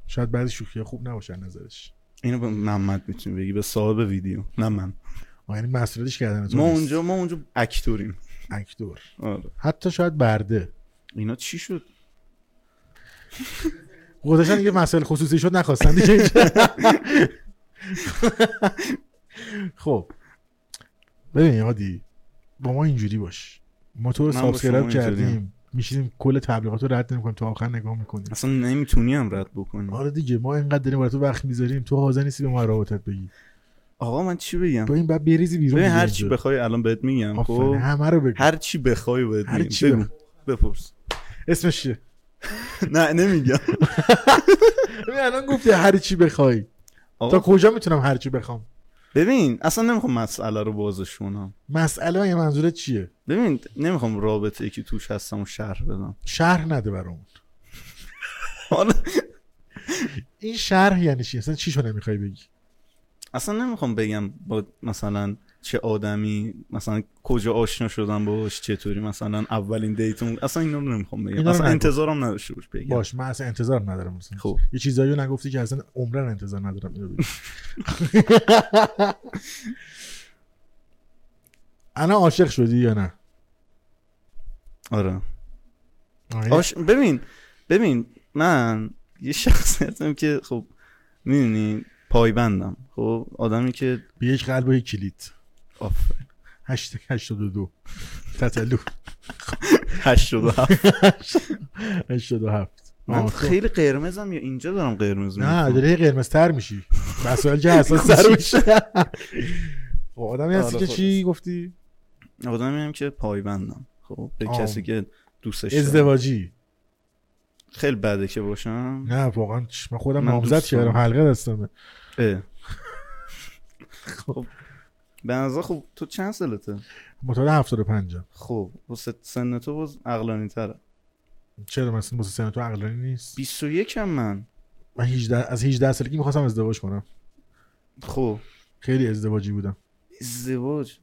شاید بعضی شوخی خوب نباشه از نظرش اینو به محمد میتونی بگی به صاحب ویدیو نه من آه، یعنی مسئولیتش کردن تو ما نیست. اونجا ما اونجا اکتوریم اکتور آره حتی شاید برده اینا چی شد خودشان یه مسئله خصوصی شد نخواستن دیگه اینجا. خب ببین یادی با ما اینجوری باش ما تو رو من با شما سابسکرایب اینجوریم. کردیم میشینیم کل تبلیغات رو رد نمیکنیم تا آخر نگاه میکنیم اصلا نمیتونی هم رد بکنی آره دیگه ما اینقدر داریم برای تو وقت میذاریم تو حاضر نیستی به ما روابطت بگی آقا من چی بگم تو این بعد بریزی بیرون ببین دیگه هر چی اینجا. بخوای الان بهت میگم آفرین، خب همه رو بگو هر چی بخوای بهت هر میگم چی بگو. بخوای. بپرس اسمش چیه نه نمیگم ببین الان گفتی هر چی بخوای تا آقا کجا میتونم هر چی بخوام ببین اصلا نمیخوام مسئله رو بازش کنم مسئله یه منظورت چیه ببین نمیخوام رابطه ای که توش هستم و شهر بدم شرح نده برامون حالا این شرح یعنی چی اصلا چی نمیخوای بگی اصلا نمیخوام بگم با مثلا چه آدمی مثلا کجا آشنا شدم باش چطوری مثلا اولین دیتمون اصلا اینا رو نمیخوام بگم اینا رو اصلا نگو. انتظارم نداشته باش بگم باش من اصلا انتظار ندارم اصلا. خب. یه چیزایی رو نگفتی که اصلا عمرن انتظار ندارم اینو بگی الان عاشق شدی یا نه آره آه، یه- آش... ببین ببین من یه شخصیتم که خب میدونی پایبندم خب آدمی که به یک قلب و یک کلید آفرین هشت هشت دو دو تتلو 87 هشت دو هفت من آه، خب. خیلی قرمزم یا اینجا دارم قرمز نه می‌کنم؟ داری قرمز تر میشی مسائل که حساس تر میشه خب آدمی هستی که آره، خب. چی گفتی آدمی هم که پایبندم خب به آه. کسی که دوستش دارم. ازدواجی خیلی بده که باشم نه واقعا چ- من خودم من نامزد دوست کردم دارم. حلقه دستمه اه. خب به نظر خب تو چند سالته متعادل 75 م. خب واسه سن تو باز عقلانی تره چرا مثلا واسه سن تو عقلانی نیست 21 هم من من 18 از 18 سالگی میخواستم ازدواج کنم خب خیلی ازدواجی بودم ازدواج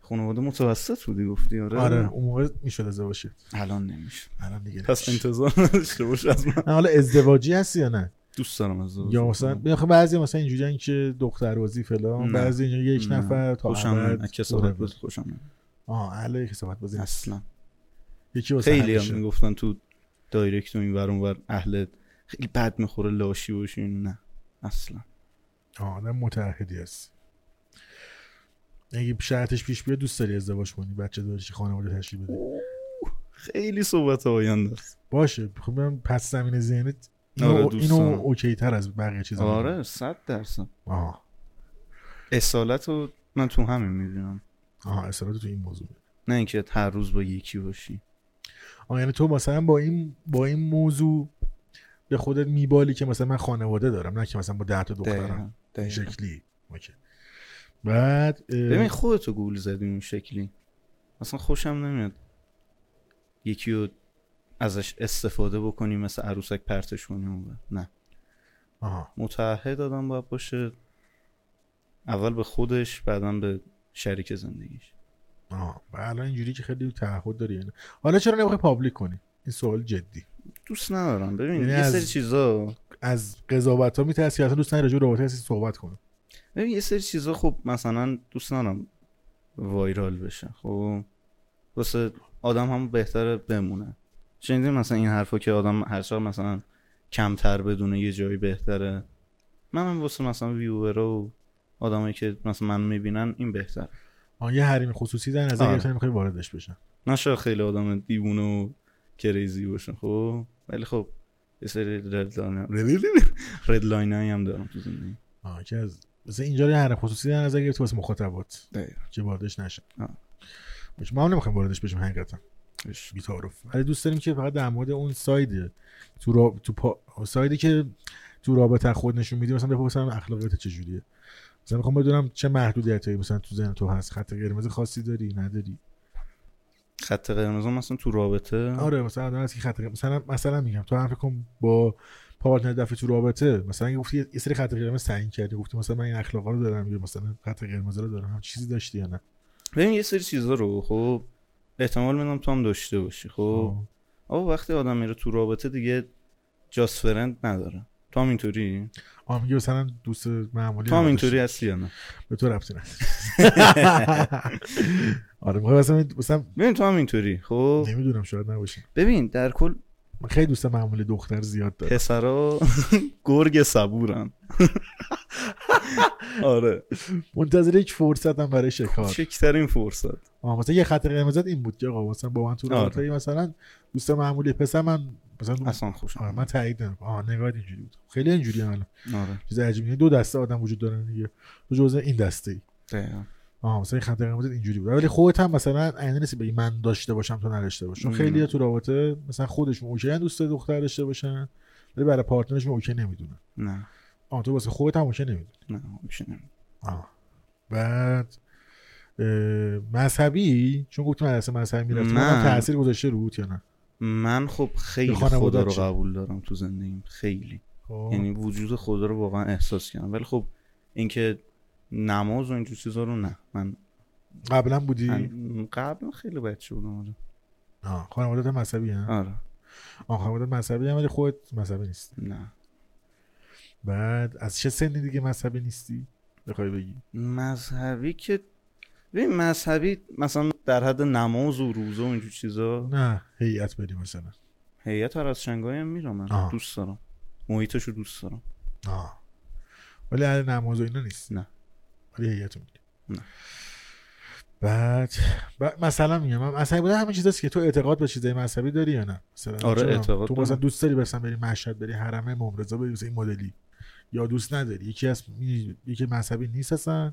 خانواده متوسط بودی گفتی آره آره اون موقع میشد ازدواج کرد. الان نمیشه الان دیگه پس نمیشه. انتظار نداشته باش از من نه، حالا ازدواجی هستی یا نه دوست دارم ازدواج یا مثلا بیا خب بعضی مثلا اینجوری که دختروازی فلان نه. بعضی اینجا یک نه. نفر تا خوشم نمیاد. ابد کسافت بود خوشم نمیاد. آه اهل کسافت بازی نیست. اصلا یکی واسه خیلی همیشه. هم میگفتن تو دایرکت و این ور اون ور اهل خیلی بد میخوره لاشی باشین نه اصلا آه، آدم متعهدی هست اگه شرطش پیش بیاد دوست داری ازدواج کنی بچه داری چی خانواده تشکیل بدی خیلی صحبت آینده است باشه خب من پس زمین ذهنت اینو, آره، دوست اینو دارم. اوکی تر از بقیه چیزا می‌دونم. آره صد درصد آه اصالت رو من تو همین میبینم آه اصرار تو این موضوع نه اینکه هر روز با یکی باشی آه یعنی تو مثلا با این با این موضوع به خودت میبالی که مثلا من خانواده دارم نه که مثلا با ده تا دخترم دقیقاً، دقیقاً. شکلی اوکی. بعد اه، ببین خودتو گول زدی اون شکلی اصلا خوشم نمیاد یکی رو ازش استفاده بکنی مثل عروسک پرتش کنی اون ور. نه آها. متعهد آدم باید باشه اول به خودش بعدا به شریک زندگیش آه و الان اینجوری که خیلی تعهد داری یعنی. حالا چرا نمیخوای پابلیک کنی این سوال جدی دوست ندارم ببین یعنی یه از- سری چیزا از قضاوت ها میترسی که اصلا دوست نداری راجع به رابطه هستی صحبت کنه ببین یه سری چیزا خب مثلا دوست ندارم وایرال بشه خب واسه آدم هم بهتره بمونه شنیدین مثلا این حرفا که آدم هر چقدر مثلا کمتر بدونه یه جایی بهتره منم واسه مثلا ویورا و آدمایی که مثلا من میبینن این بهتر آه یه حریم خصوصی در نظر آره. گرفتن میخوای واردش بشن نشه خیلی آدم دیوونه و کریزی باشن خب ولی خب یه سری رد لاین هم دارم تو زندگی آه که از مثلا اینجا یه حریم خصوصی در نظر گرفتی واسه مخاطبات دقیقاً. که واردش نشن آه. باشه، ما هم نمیخوایم واردش بشیم حقیقتا بی تعارف ولی دوست داریم که فقط در مورد اون سایده تو را... تو پا... سایدی که تو رابطه خود نشون میدی مثلا بپرسم اخلاقیات چجوریه مثلا میخوام بدونم چه محدودیتایی مثلا تو ذهن تو هست خط قرمز خاصی داری نداری خط قرمز هم مثلا تو رابطه آره مثلا آدم هست که خط قرمز- مثلا مثلا میگم تو هم فکر کن با پارتنر دفعه تو رابطه مثلا اگه گفتی یه سری خط قرمز تعیین کردی گفتی مثلا من این اخلاقا رو دارم یا مثلا خط قرمز رو دارم هم چیزی داشتی یا نه ببین یه سری چیزا رو خب احتمال میدم تو هم داشته باشی خب آه. آقا وقتی آدم میره تو رابطه دیگه جاس فرند نداره تو هم اینطوری آه میگه مثلا دوست معمولی تو هم نداشتی. اینطوری هستی یا نه به تو ربطی نداره آره میخوام مثلا مثلا ببین تو هم اینطوری خب نمیدونم شاید نباشه ببین در کل من خیلی دوست معمولی دختر زیاد دارم پسرا گرگ صبورن آره منتظر یک فرصتم برای شکار کوچکترین فرصت آه مثلا یه خط قرمزت این بود که آقا مثلا با من تو آره. رابطه ای مثلا دوست معمولی پسر من مثلا اصلا خوشم آره من تایید نمی‌کنم. آه نگاه اینجوری بود خیلی اینجوری الان آره چیز عجیبی یعنی دو دسته آدم وجود دارن دیگه تو جزء این دسته ای دقیقاً. آها مثلا این خط قرمزت اینجوری بود ولی خودت هم مثلا عین نیست بگی من داشته باشم تو نداشته باشم چون نه. خیلی تو رابطه مثلا خودشون اوکی دوست دختر داشته باشن ولی برای پارتنرشون اوکی نمیدونن نه آه تو واسه خودت هم اوکی نمیدونی نه همیشه نه. آه. بعد اه، مذهبی چون گفتی مدرسه مذهبی میرفتی من- من تاثیر گذاشته رود یا نه من خب خیلی به خانواده خدا رو چی؟ قبول دارم تو زندگیم خیلی خب. یعنی وجود خدا رو واقعا احساس کردم ولی خب اینکه نماز و اینجور چیزا رو نه من قبلا بودی من قبل خیلی بچه بودم آره آه. خانوادت مذهبی هم آره آه خانوادت مذهبی هم ولی خودت مذهبی نیست نه بعد از چه سنی دیگه مذهبی نیستی بخوای بگی مذهبی که ببین مذهبی مثلا در حد نماز و روزه و اینجور چیزا نه هیئت بری مثلا هیئت هر از شنگایی هم میرم من آها. دوست دارم محیطش رو دوست دارم آه. ولی اهل نماز و اینا نیست نه. ولی هیئت میری نه. بعد, بعد مثلا میگم من مذهبی بودن همین چیزاست که تو اعتقاد به چیزای مذهبی داری یا نه مثلا آره، چه می‌دونم، اعتقاد تو دارم. مثلا دوست داری مثلا بری مشهد بری حرم امام رضا بری مثلا این مدلی یا دوست نداری یکی از می- یکی مذهبی نیست اصلا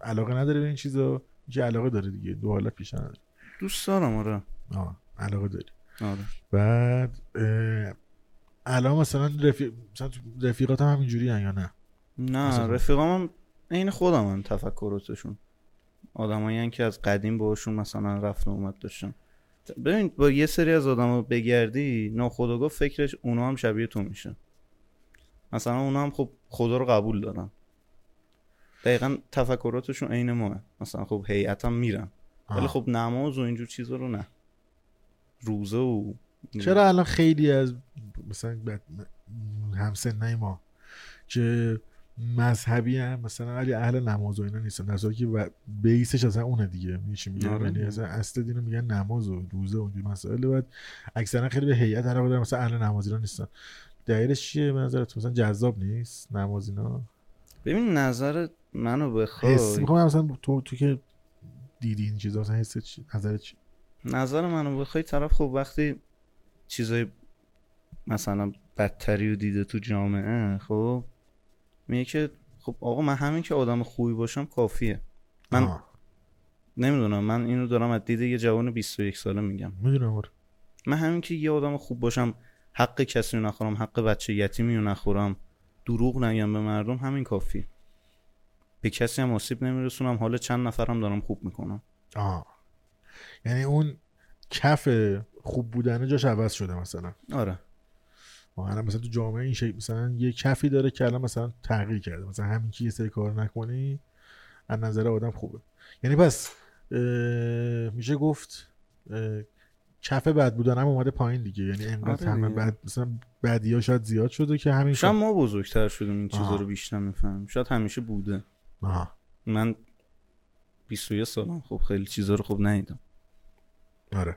علاقه نداره به این چیزا یکی علاقه داره دیگه دو حالت پیش نداره دوست دارم آره آه. علاقه داری آره بعد اه، الان مثلا رفیق مثلا تو رفیقات هم همینجوری یا نه نه مثلا- رفیقام هم عین خودم هم تفکراتشون آدمایی که از قدیم باشون مثلا رفت و اومد داشتم ببین با یه سری از آدما بگردی ناخودآگاه فکرش اونا هم شبیه تو میشه مثلا اونا هم خب خدا رو قبول دارن دقیقا تفکراتشون عین ماه مثلا خب هیئت هم میرن آه. ولی خب نماز و اینجور چیزا رو نه روزه و چرا الان خیلی از مثلا بد... همسنای ما که مذهبی هم مثلا ولی اهل نماز و اینا نیستن در صورتی که و- بیسش اصلا اونه دیگه میشه میگه آره. یعنی اصلا اصل دین رو میگن نماز و روزه و اینجور مسائل بعد اکثرا خیلی به هیئت علاقه دارن مثلا اهل نماز اینا نیستن دلیلش چیه به نظرت مثلا جذاب نیست نماز اینا ببین نظر منو حس بخوای میخوام مثلا تو تو که دیدی این چیزا مثلا حس چی نظرت چی نظر منو بخوای طرف خب وقتی چیزای مثلا بدتری رو دیده تو جامعه خب میگه که خب آقا من همین که آدم خوبی باشم کافیه من آه، نمیدونم من اینو دارم از دید یه جوان 21 ساله میگم میدونم آره. من همین که یه آدم خوب باشم حق کسی رو نخورم حق بچه یتیمی رو نخورم دروغ نگم به مردم همین کافیه به کسی هم آسیب نمیرسونم حالا چند نفرم دارم خوب میکنم آه یعنی اون کف خوب بودن جاش عوض شده مثلا آره ما الان مثلا تو جامعه این شکل مثلا یه کفی داره که الان مثلا تغییر کرده مثلا همین که یه سری کار نکنی از نظر آدم خوبه یعنی پس اه، میشه گفت اه، کف بد بودن هم اومده پایین دیگه یعنی اینقدر آره همه دیگه. بد مثلا بدی ها شاید زیاد شده که همین شاید شد ما بزرگتر شدیم این چیزا آها. رو بیشتر میفهمیم شاید همیشه بوده آها، من 21 سالم خب خیلی چیزا رو خب ندیدم آره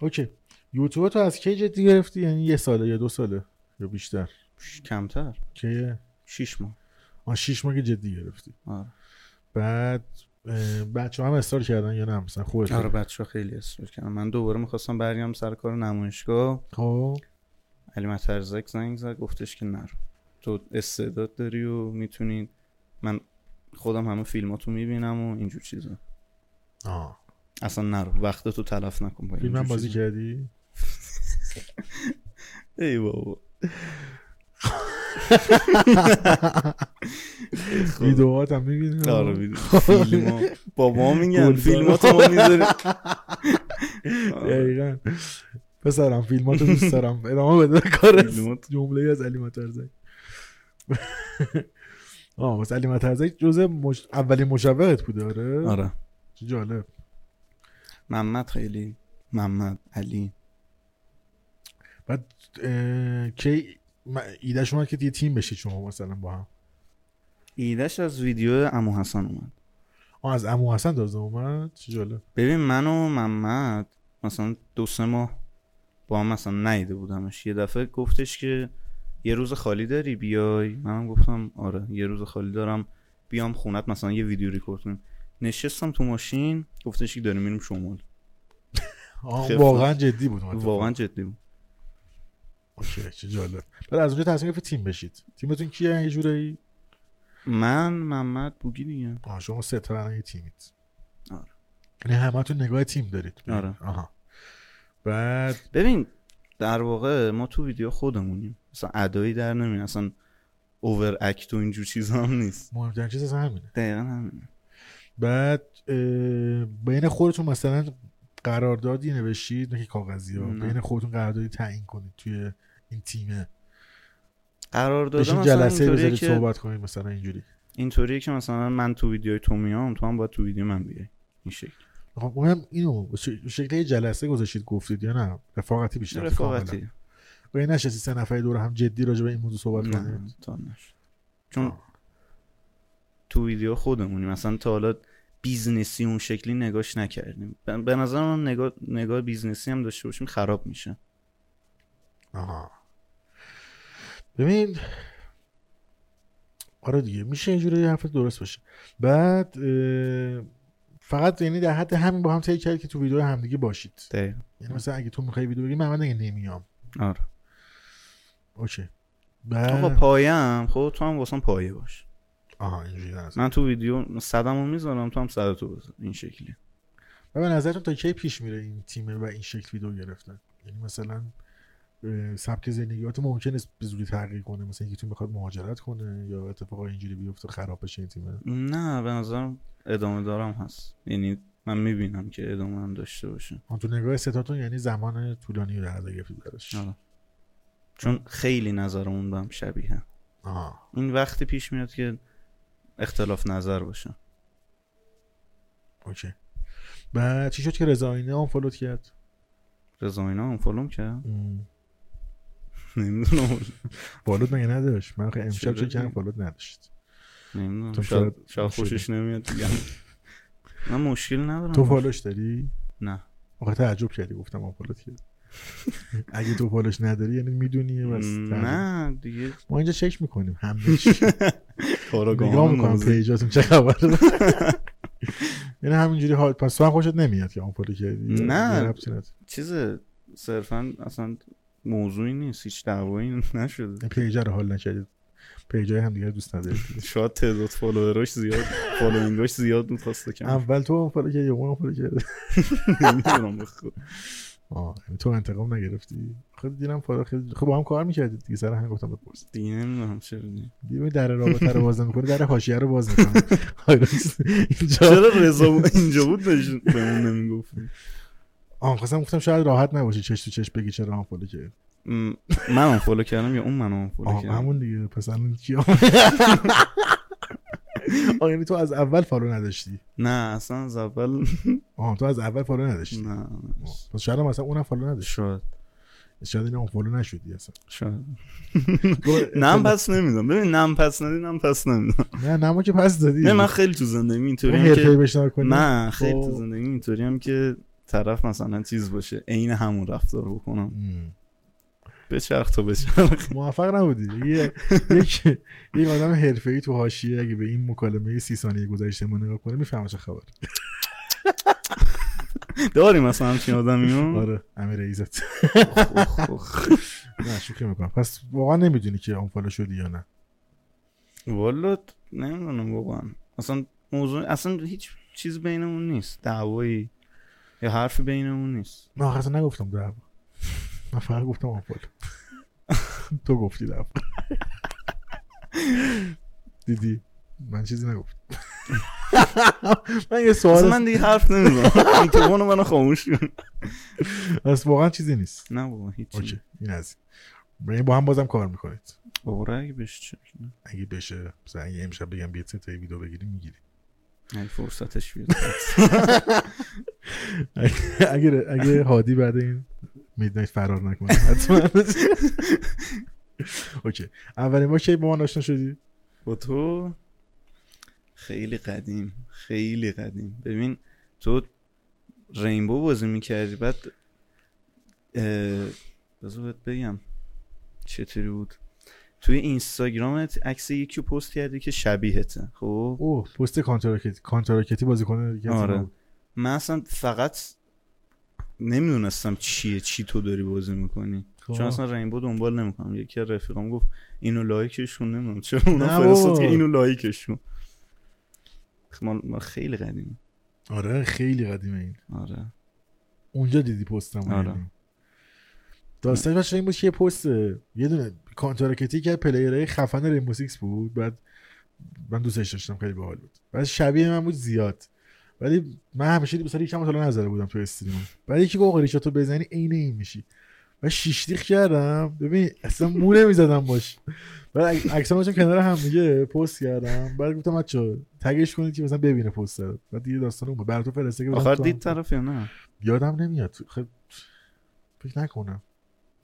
اوکی یوتیوب تو از کی جدی گرفتی یعنی یه ساله یا دو ساله یا بیشتر ش- کمتر که 6 ماه آن شیش ماه که جدی گرفتی آره بعد بچه هم اصرار کردن یا نه مثلا خودت آره بچه خیلی اصرار کردن من دوباره میخواستم برگردم سر کار نمایشگاه خب علی مطرزک زنگ زد گفتش که نرو تو استعداد داری و میتونی من خودم همه فیلماتو میبینم و اینجور چیزا آه. اصلا نرو وقت تو تلف نکن با فیلم اینجور هم بازی چیزا. کردی ای بابا خب. ویدوهات هم میبینی آره ببین، فیلم ها- بابا میگن فیلماتو ما میذاریم آره. دقیقا پسرم فیلماتو دوست دارم ادامه بده کارت فیلمات. جمله از علی مترزک آه بس علی مترزک جزء مش... اولین مشوقت بوده آره, آره چه جالب محمد خیلی محمد علی بعد اه... کی م- ایدهش اومد که یه تیم بشید شما مثلا با هم ایدش از ویدیو امو حسن اومد آه از امو حسن تازه اومد چه جالب ببین من و محمد مثلا دو سه ماه با هم مثلا نیده بودمش یه دفعه گفتش که یه روز خالی داری بیای منم گفتم آره یه روز خالی دارم بیام خونت مثلا یه ویدیو ریکورد کنیم نشستم تو ماشین گفتش که داریم میریم شمال آه خیلی واقعا جدی بود اومد. واقعا جدی بود اوکی چه جالب بعد از اونجا تصمیم گرفت تیم بشید تیمتون کیه یه جورایی من محمد بوگی دیگه آه شما سه تا الان یه تیمید آره. یعنی همه تو نگاه تیم دارید آره. آها بعد ببین در واقع ما تو ویدیو خودمونیم مثلا ادایی در نمیاد اصلا اوور اکت و اینجور چیزا هم نیست مهمترین چیز اصلا همینه دقیقا همینه بعد اه، بین خودتون مثلا قراردادی نوشید نه که کاغذی ها نه. بین خودتون قراردادی تعیین کنید توی این تیمه قرار داده بشین مثلا جلسه اینطوریه بذارید که صحبت کنید مثلا اینجوری اینطوریه که مثلا من تو ویدیوی تو میام تو هم باید تو ویدیو من بیای این شکل خب اونم اینو به ش- شکل یه جلسه گذاشتید گفتید یا نه رفاقتی بیشتر رفاقتی و این نشستی سه نفری دور هم جدی راجع به این موضوع صحبت نه، کنید تا نشد. چون آه. تو ویدیو خودمونیم مثلا تا حالا بیزنسی اون شکلی نگاش نکردیم به- به نظر من نگاه, نگاه بیزنسی هم داشته باشیم خراب میشه آها ببین آره دیگه میشه اینجوری حرف درست باشه بعد اه، فقط یعنی در حد همین با هم تهی کرد که تو ویدیو همدیگه باشید دقیقا یعنی مثلا اگه تو میخوای ویدیو بگی من من نمیام آره اوکی آقا بعد پایم خب تو هم واسم پایه باش آها اینجوری نظر من تو ویدیو صدم رو میذارم تو هم صد تو بزن این شکلی و به نظرتون تا کی پیش میره این تیم و این شکل ویدیو گرفتن یعنی مثلا اه، سبک زندگیات ممکن است به زودی تغییر کنه مثلا یکی تو بخواد مهاجرت کنه یا اتفاقای اینجوری بیفته خراب بشه این تیم نه به نظرم ادامه دارم هست یعنی من میبینم که ادامه هم داشته باشه آن تو نگاه ستاتون یعنی زمان طولانی رو در نظر گرفتید براش آره. چون خیلی نظرمون به هم شبیه آها این وقتی پیش میاد که اختلاف نظر باشه اوکی بعد چی شد که رضا آینه هم فالوت کرد رضا اینا هم فالوم کرد نمیدونم فالوت مگه نداشت من خیلی امشب چرا چه کردم دیگه؟ فالوت نداشت نمیدونم تو شاید شاید- شاید خوشش نمیاد دیگه من مشکل ندارم تو فالوش داری نه آخه تعجب کردی گفتم من فالوت کرد اگه تو فالوش نداری یعنی میدونی بس تعجب. نه دیگه ما اینجا چک میکنیم همش نگاه کاراگاهان میکنم موضوع. پیجاتون چه خبره یعنی همینجوری حال پس تو هم خوشت نمیاد که آن فالو کردی نه. یه ربطی نداره. چیز صرفا اصلا موضوعی نیست هیچ دعوایی نشده این پیجه رو حال نکردید پیجای همدیگه رو دوست ندارید شاید تعداد فالووراش زیاد فالوینگاش زیاد بود خواسته کم اول تو فالو کردی یا اون فالو کرد نمی‌دونم به خدا. آه یعنی تو انتقام نگرفتی خود دیدم فالو خیلی خب با هم کار میکردید دیگه سر هم گفتم بپرس دیگه نمیدونم چرا دیگه. دیدم در رابطه رو باز نمیکنه در حاشیه رو باز میکنه اینجا چرا رضا بود- اینجا بود بهش بهمون نمیگفت آن خواستم گفتم شاید راحت نباشی چش تو چش بگی چرا هم فالو کرد م، من آن فالو کردم یا اون من آن فالو آه، کرد همون دیگه پس الان کی آه یعنی تو از اول فالو نداشتی نه اصلا از اول آها تو از اول فالو نداشتی نه آه. پس شاید هم اصلا اونم فالو نداشت شاید شاید این هم فالو نشدی اصلا شاید نم پس نمیدم ببین نم پس ندی نم پس نمیدم نه نه ما که پس دادی نه من خیلی تو زندگی تو اینطوری هم حرفه که بشنار کنی نه خیلی تو خب. زندگی اینطوری هم که طرف مثلا چیز باشه عین همون رفتار بکنم مم. بچرخ تا بچرخ موفق نبودی یه- یک یک آدم حرفه‌ای تو حاشیه اگه به این مکالمه سی ثانیه گذشته ما نگاه کنه میفهمه چه خبر داریم مثلا همچین آدمی آره امیر ایزت نه شوخی میکنم پس واقعا نمیدونی که آنفالو شدی یا نه والا نمیدونم واقعا اصلا موضوع اصلا هیچ چیز بینمون نیست دعوایی یا حرفی بینمون نیست من آخه اصلا نگفتم در من فقط گفتم آنفالو تو گفتی در دیدی من چیزی نگفتم من یه اصلا سوال من دیگه حرف نمیزنم میکروفون منو خاموش کن از واقعا چیزی نیست نه بابا هیچ اوکی این از این. یعنی با هم بازم کار میکنید بابا اگه بهش چه نه. اگه بشه مثلا اگه امشب بگم بیت تا ویدیو بگیری میگیری یعنی اگه فرصتش بیاد اگه اگه هادی بعد این میدنایت فرار نکنه حتما اوکی اولین ما کی با من آشنا شدی با تو خیلی قدیم خیلی قدیم ببین تو رینبو بازی میکردی بعد اه، بذار بهت بگم چطوری بود توی اینستاگرامت عکس یکی رو پست کردی که شبیهته خب اوه پست کانتراکتی کانتراکتی بازی کنه دیگه آره. من اصلا فقط نمیدونستم چیه چی تو داری بازی میکنی خب. چون اصلا رینبو دنبال نمیکنم یکی از رفیقام گفت اینو لایکش کن نمیدونم چرا اونا نه فرستاد بابا. که اینو لایکش کن خب ما ما خیلی قدیم آره خیلی قدیمه این آره اونجا دیدی پستم آره. آره داستان بچه این بود که یه پست یه دونه کانتراکتی که پلیرهای خفن رینبو سیکس بود بعد من دوستش داشتم خیلی باحال بود بعد شبیه من بود زیاد ولی من همیشه مثلا یکم تا نظره بودم تو استریم بعد یکی گفت آقا ریشا تو بزنی عین این میشی و شیشتیخ کردم ببین اصلا مو نمیزدم باش بعد عکسام داشتم کنار هم دیگه پست کردم بعد گفتم بچا تگش کنید که مثلا ببینه پست رو بعد دیگه داستان اون بود. برات فرسته که بدم آخر تو هم- دید طرف یا نه یادم نمیاد خب فکر نکنم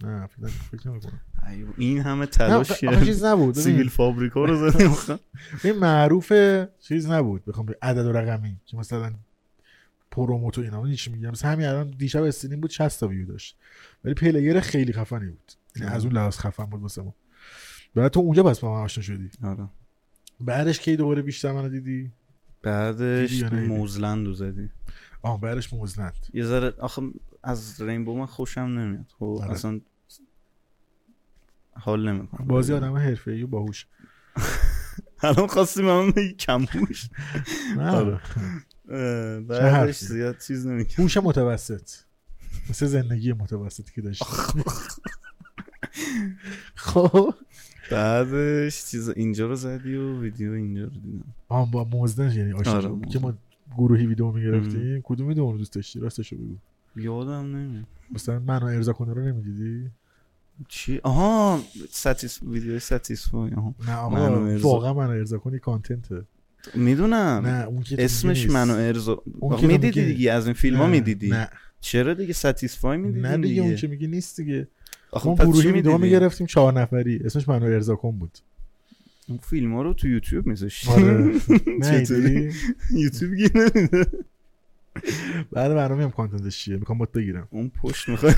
نه فکر نکنم فکر نمی‌کنم. ای بابا، این همه نه تلاش آخه- آخه کرد چیز نبود سیویل ببین، فابریکا رو زدیم آخه. این معروف چیز نبود بخوام به عدد و رقمی که مثلا پروموت و اینا هیچ میگم مثلا همین الان دیشب استریم بود 60 تا ویو داشت ولی پلیر خیلی خفنی بود یعنی از اون لحاظ خفن بود واسه ما بعد تو اونجا بس با من آشنا شدی آره بعدش کی دوباره بیشتر منو دیدی دیدی بعدش یا ندیدی؟ موزلند رو زدی آه بعدش موزلند یه ذره آخه از رینبو من خوشم نمیاد خب آره. اصلا حال نمیکنم بازی آدم حرفه‌ای و باهوش الان خواستی به من بگی کمبوش نه آره. اه، حرفی؟ بعدش زیاد چیز نمیکنه هوش متوسط مثل زندگی متوسطی که داشتی خب بعدش چیز اینجا رو زدی و ویدیو اینجا رو دیدم آن با موزدن یعنی آشنا آره، شدی. موزدن. که ما گروهی ویدیو میگرفتیم کدوم ویدیو رو دوست داشتی راستشو بگو یادم نمیاد مثلا منو ارضا کنه رو نمیدیدی چی آها ساتیس ویدیو ساتیسفای آها نه منو آقا ارضا. واقعا منو ارضا کنی کانتنته میدونم نه اون که تو آره. اسمش میگی نیست. منو ارزو اون که تو میدیدی میگی. دیگه از این فیلم ها نه، میدیدی نه چرا دیگه ساتیسفای نه میدیدی دیگه اون دیگه که میگی نیست دیگه آخه ما پس چی گروهی ویدیو میدیدی میگرفتیم چهار نفری اسمش منو ارضا کن بود اون فیلم ها رو تو یوتیوب میذاشتی آره نه چطوری؟ دیدی؟ یوتیوب گیر نمیده بعد برنامه هم کانتنتش چیه میخوام بات بگیرم اون پشت میخواد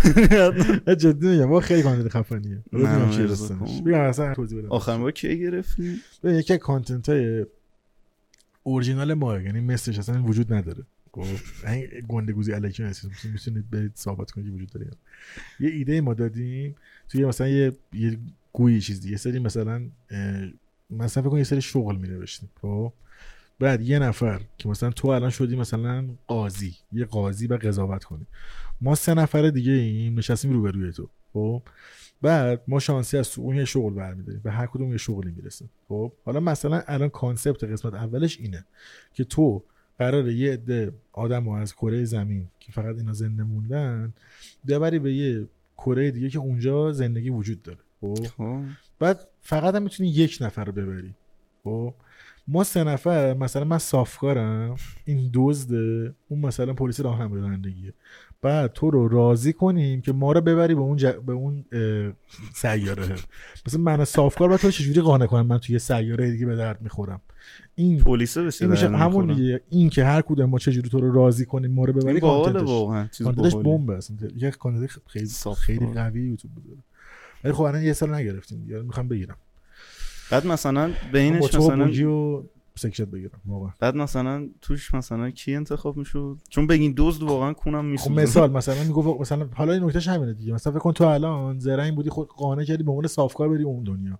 نه جدی میگم واقعا خیلی کانتنت خفنیه نه، نمیدونم چیه ارضا داستانش کن. بگم اصلا توضیح بدم آخر ما کی گرفتی ببین یکی کانتنت های اورجینال ما یعنی مثلش اصلا وجود نداره خب، این گندگوزی الکی نیست میتونید برید ثابت کنید که وجود داره یا نه. یه ایده ما دادیم توی مثلا یه, یه گویی چیز دیگه. یه سری مثلا اه، مثلا فکر کن یه سری شغل می نوشتیم خب بعد یه نفر که مثلا تو الان شدی مثلا قاضی یه قاضی و قضاوت کنی ما سه نفر دیگه ایم نشستیم روبروی تو خب بعد ما شانسی از تو اون یه شغل برمیداریم به هر کدوم یه شغلی میرسه خب حالا مثلا الان کانسپت قسمت اولش اینه که تو قراره یه عده آدم رو از کره زمین که فقط اینا زنده موندن ببری به یه کره دیگه که اونجا زندگی وجود داره خب خب بعد فقط هم میتونی یک نفر رو ببری خب ما سه نفر مثلا من صافکارم این دزده اون مثلا پلیس راهنمایی رانندگیه بعد تو رو راضی کنیم که ما رو ببری به اون ج... به اون اه، سیاره مثلا من صافکار بعد تو رو چجوری قانع کنم من توی یه سیاره دیگه به درد میخورم این پلیس بسیار این میشه همون دیگه یعنی این که هر کدوم ما چجوری تو رو راضی کنیم ما رو ببری این باحاله کانتنتش. واقعا چیز کانتنتش باحالی. بمب است یه کانال خ- خیلی صاف خیلی کار. قوی یوتیوب بود ولی خب الان یه سال نگرفتیم یا میخوام بگیرم بعد مثلا با بینش تو و مثلا بوجی و سکشت بگیرم واقعا بعد مثلا توش مثلا کی انتخاب میشد چون بگین دزد واقعا کونم خب میسوزه مثال مثلا میگفت مثلا حالا این نکتهش همینه دیگه مثلا فکر کن تو الان زرنگ بودی خود قانع کردی به عنوان صافکار بری اون دنیا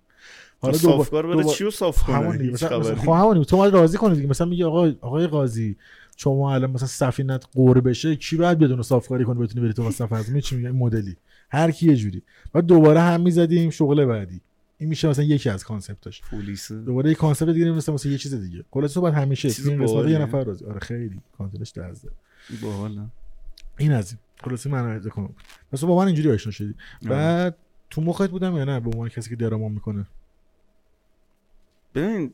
حالا دوبار- صافکار بره دوبار- چی رو صاف کنه همون دیگه هیچ مثلا, مثلا خبری. خب همون دیگه. تو باید راضی کنی دیگه مثلا میگه آقا آقای قاضی شما الان مثلا سفینت قور بشه کی باید بدون صافکاری کنه بتونی بری تو واسه سفر می چی میگه این مدلی هر کی یه جوری بعد دوباره هم میزدیم شغل بعدی این میشه مثلا یکی از کانسپتاش پلیس دوباره یه کانسپت دیگه نمیرسه مثلا یه چیز دیگه خلاص تو باید همیشه چیز این قسمت یه باحالیه. نفر راضی آره خیلی کانتنش دزده باحاله این از این خلاص من عرضه کنم پس تو با من اینجوری آشنا شدی بعد تو مخت بودم یا نه به عنوان کسی که دراما میکنه ببین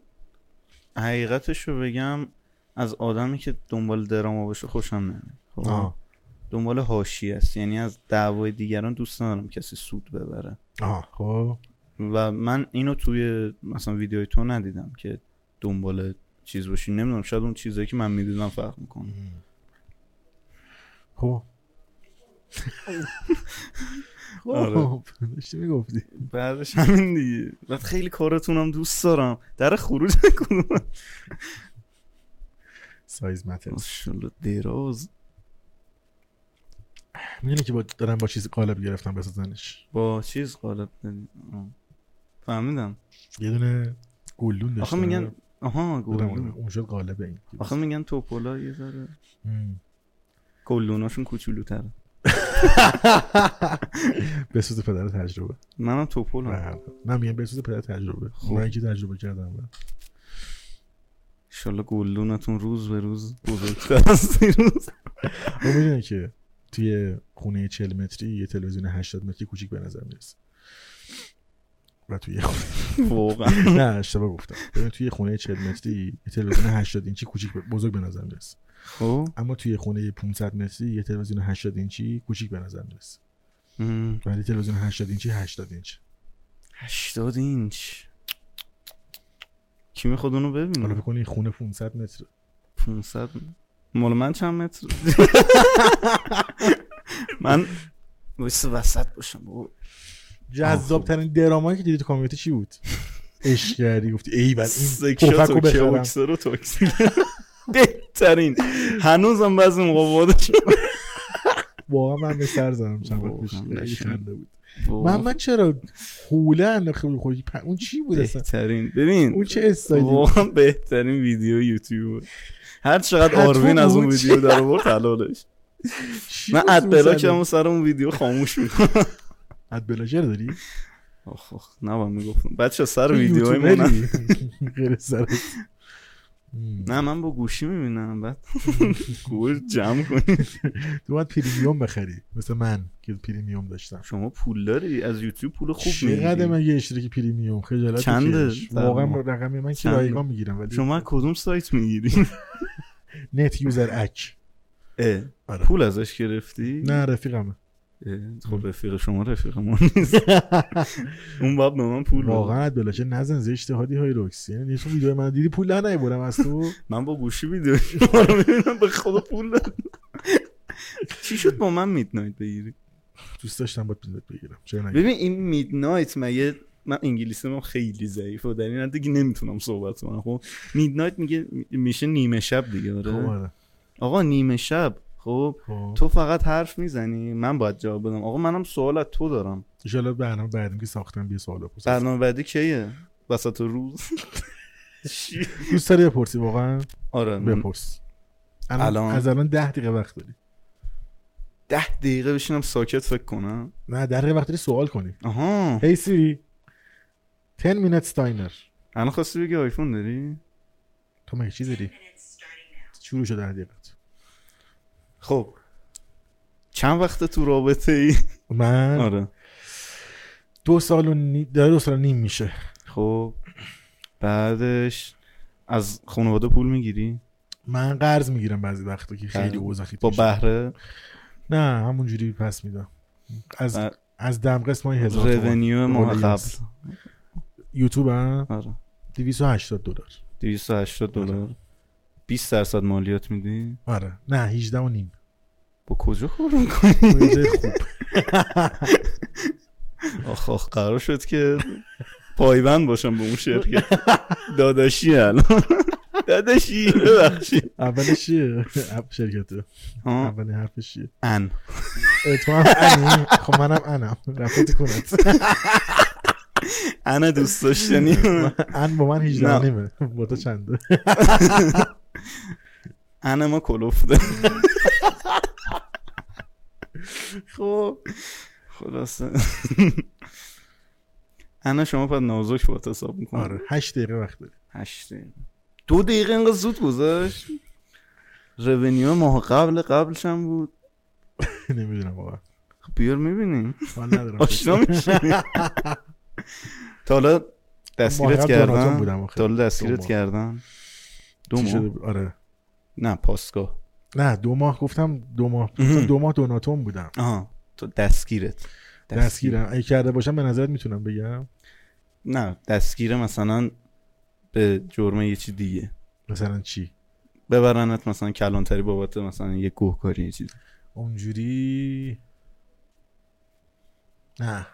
حقیقتش رو بگم از آدمی که دنبال دراما باشه خوشم نمیاد خب؟ آها دنبال هاشی است یعنی از دعوای دیگران دوست ندارم کسی سود ببره آها خب و من اینو توی مثلا ویدیوی تو ندیدم که دنبال چیز باشی نمیدونم شاید اون چیزایی که من میدیدم فرق میکنه خب آره. خب داشتی میگفتی بعدش همین دیگه بعد خیلی کارتونم دوست دارم در خروج کدوم سایز مترز ماشاءالله دراز میدونی که با دارم با چیز قالب گرفتم بسازنش با چیز قالب داری. آه. فهمیدم یه دونه گلدون داشتم آخه میگن آها دادم گلدون اون- اون شد قالب این آخه میگن توپولا یه ذره مم. گلدوناشون کوچولوتره بسوز پدر تجربه منم توپولم نه نه، میگم بسوز پدر تجربه خب. اونایی که تجربه کردم من. انشالله گلدونتون روز به روز بزرگتر از دیروز اون میدونه که توی خونه 40 متری یه تلویزیون 80 متری کوچیک به نظر میرسه و توی یه خونه واقعا نه اشتباه گفتم ببین توی یه خونه 40 متری یه تلویزیون 80 اینچی کوچیک به- بزرگ به نظر میرسه خب اما توی خونه 500 متری یه تلویزیون 80 اینچی کوچیک به نظر میرسه مم. ولی تلویزیون 80 اینچی 80 اینچ هشتاد اینچ کی میخواد اونو حالا ببینه فکر کنی خونه 500 متر 500 مال من چند متر من بایست وسط باشم بابا. جذاب ترین درامایی که دیدی تو کامیونیتی چی بود عشق کردی گفتی ای بل بله، این سکشات پفک و رو بخرم کیاکسر و تاکسی بهترین هنوزم بعضی موقع وادش واقعا من به سر زدم چند وقت واقعا پیش خیلی قشنگ. خنده بود محمد چرا حوله انداخته بود خودی پ- اون چی بود اصلا بهترین ببین اون چه استایلی بود؟ واقعا بهترین ویدیو یوتیوب هر چقدر پتو آروین از اون بود. ویدیو در آورد حلالش چی من بود اون ادبلاکم صحنه؟ و سر اون ویدیو خاموش میکنم ادبلاکر داری آخ آخ نباید میگفتم بچه سر تو ویدیوهای ما نه. یوتیوبری؟ غیر سرت مم. نه من با گوشی میبینم بعد گوش جمع کنی تو باید پریمیوم بخری مثل من که پریمیوم داشتم شما پول داری از یوتیوب پول خوب چقدر میگیری من یه اشتراک پریمیوم خجالت چنده؟ بکش. واقعا فرما. با رقم من که چنده؟ رایگان میگیرم ولی شما از کدوم سایت میگیری نت یوزر اک آره. پول ازش گرفتی نه رفیقمه اه، خب رفیق شما رفیق ما نیست اون باید به من پول بده. واقعا ادبلاکر نزن زشت هادی های روکس یعنی یه تو ویدیو من دیدی پول در نیبرم از تو من با گوشی ویدیو شما رو میبینم به خدا پول داد چی شد با من میدنایت بگیری دوست داشتم باید بزنت بگیرم چرا نگیرم ببین این میدنایت مگه من انگلیسی من خیلی ضعیفه و در این حده که نمیتونم صحبت کنم خب میدنایت میگه میشه نیمه شب دیگه خب، آره آره. آقا نیمه شب خب خب. تو فقط حرف میزنی من باید جواب بدم آقا منم سوال از تو دارم انشالله برنامه بعدیم که ساختم بیا سوال بپرسم برنامه بعدی کیه وسط روز دوست داری بپرسی واقعا آره من بپرس الان, الان؟ از الان ده دقیقه وقت داری ده دقیقه بشینم ساکت فکر کنم نه ده دقیقه وقت داری سوال کنی آها هی سیری 10 minutes timer الان خواستی بگی آیفون داری تو مگه چی داری شروع شد ده دقیقه خب چند وقت تو رابطه ای من آره دو سال و نی... داره دو سال و نیم میشه خب بعدش از خانواده پول میگیری من قرض میگیرم بعضی وقتا که خیلی بله. اوضاع خیلی با پیش بهره نه همونجوری پس میدم از بله. از دم قسم های هزار تومن رونیو ماه قول قبل یست. یوتیوب هم آره 280 دلار 280 دلار 20 درصد مالیات میدی آره نه 18 و نیم با کجا خور میکنی یه جای خوب آخ آخ قرار شد که پایبند باشم به اون شرکت داداشی الان داداشی ببخشید اولش چیه اپ شرکته ها، اولین حرفش چیه ان اه، تو هم انی خب منم انم رفت کنت انا دوست داشتنی ان با من 18 و نه. نیمه با تو چنده ان ما کلفته خب خلاصه انا شما پس نازک با حساب میکنه آره 8 دقیقه وقت داری هشت دقیقه. دو دقیقه اینقدر زود گذاشت رونیو ماه قبل قبلش هم بود نمیدونم واقعا خب بیار میبینیم من ندارم آشنا میشه تا حالا دستگیرت ماه قبل دوناتون کردن بودم آخه. تا حالا دو دستگیرت ماه. کردن دو چی شده ماه بود؟ آره نه پاسگاه نه دو ماه گفتم دو ماه گفتم دو ماه دوناتوم بودم آها تو دستگیرت دستگیرم اگه کرده باشم به نظرت میتونم بگم نه دستگیره مثلا به جرم یه چی دیگه مثلا چی ببرنت مثلا کلانتری بابت مثلا یه گوهکاری یه چیز اونجوری نه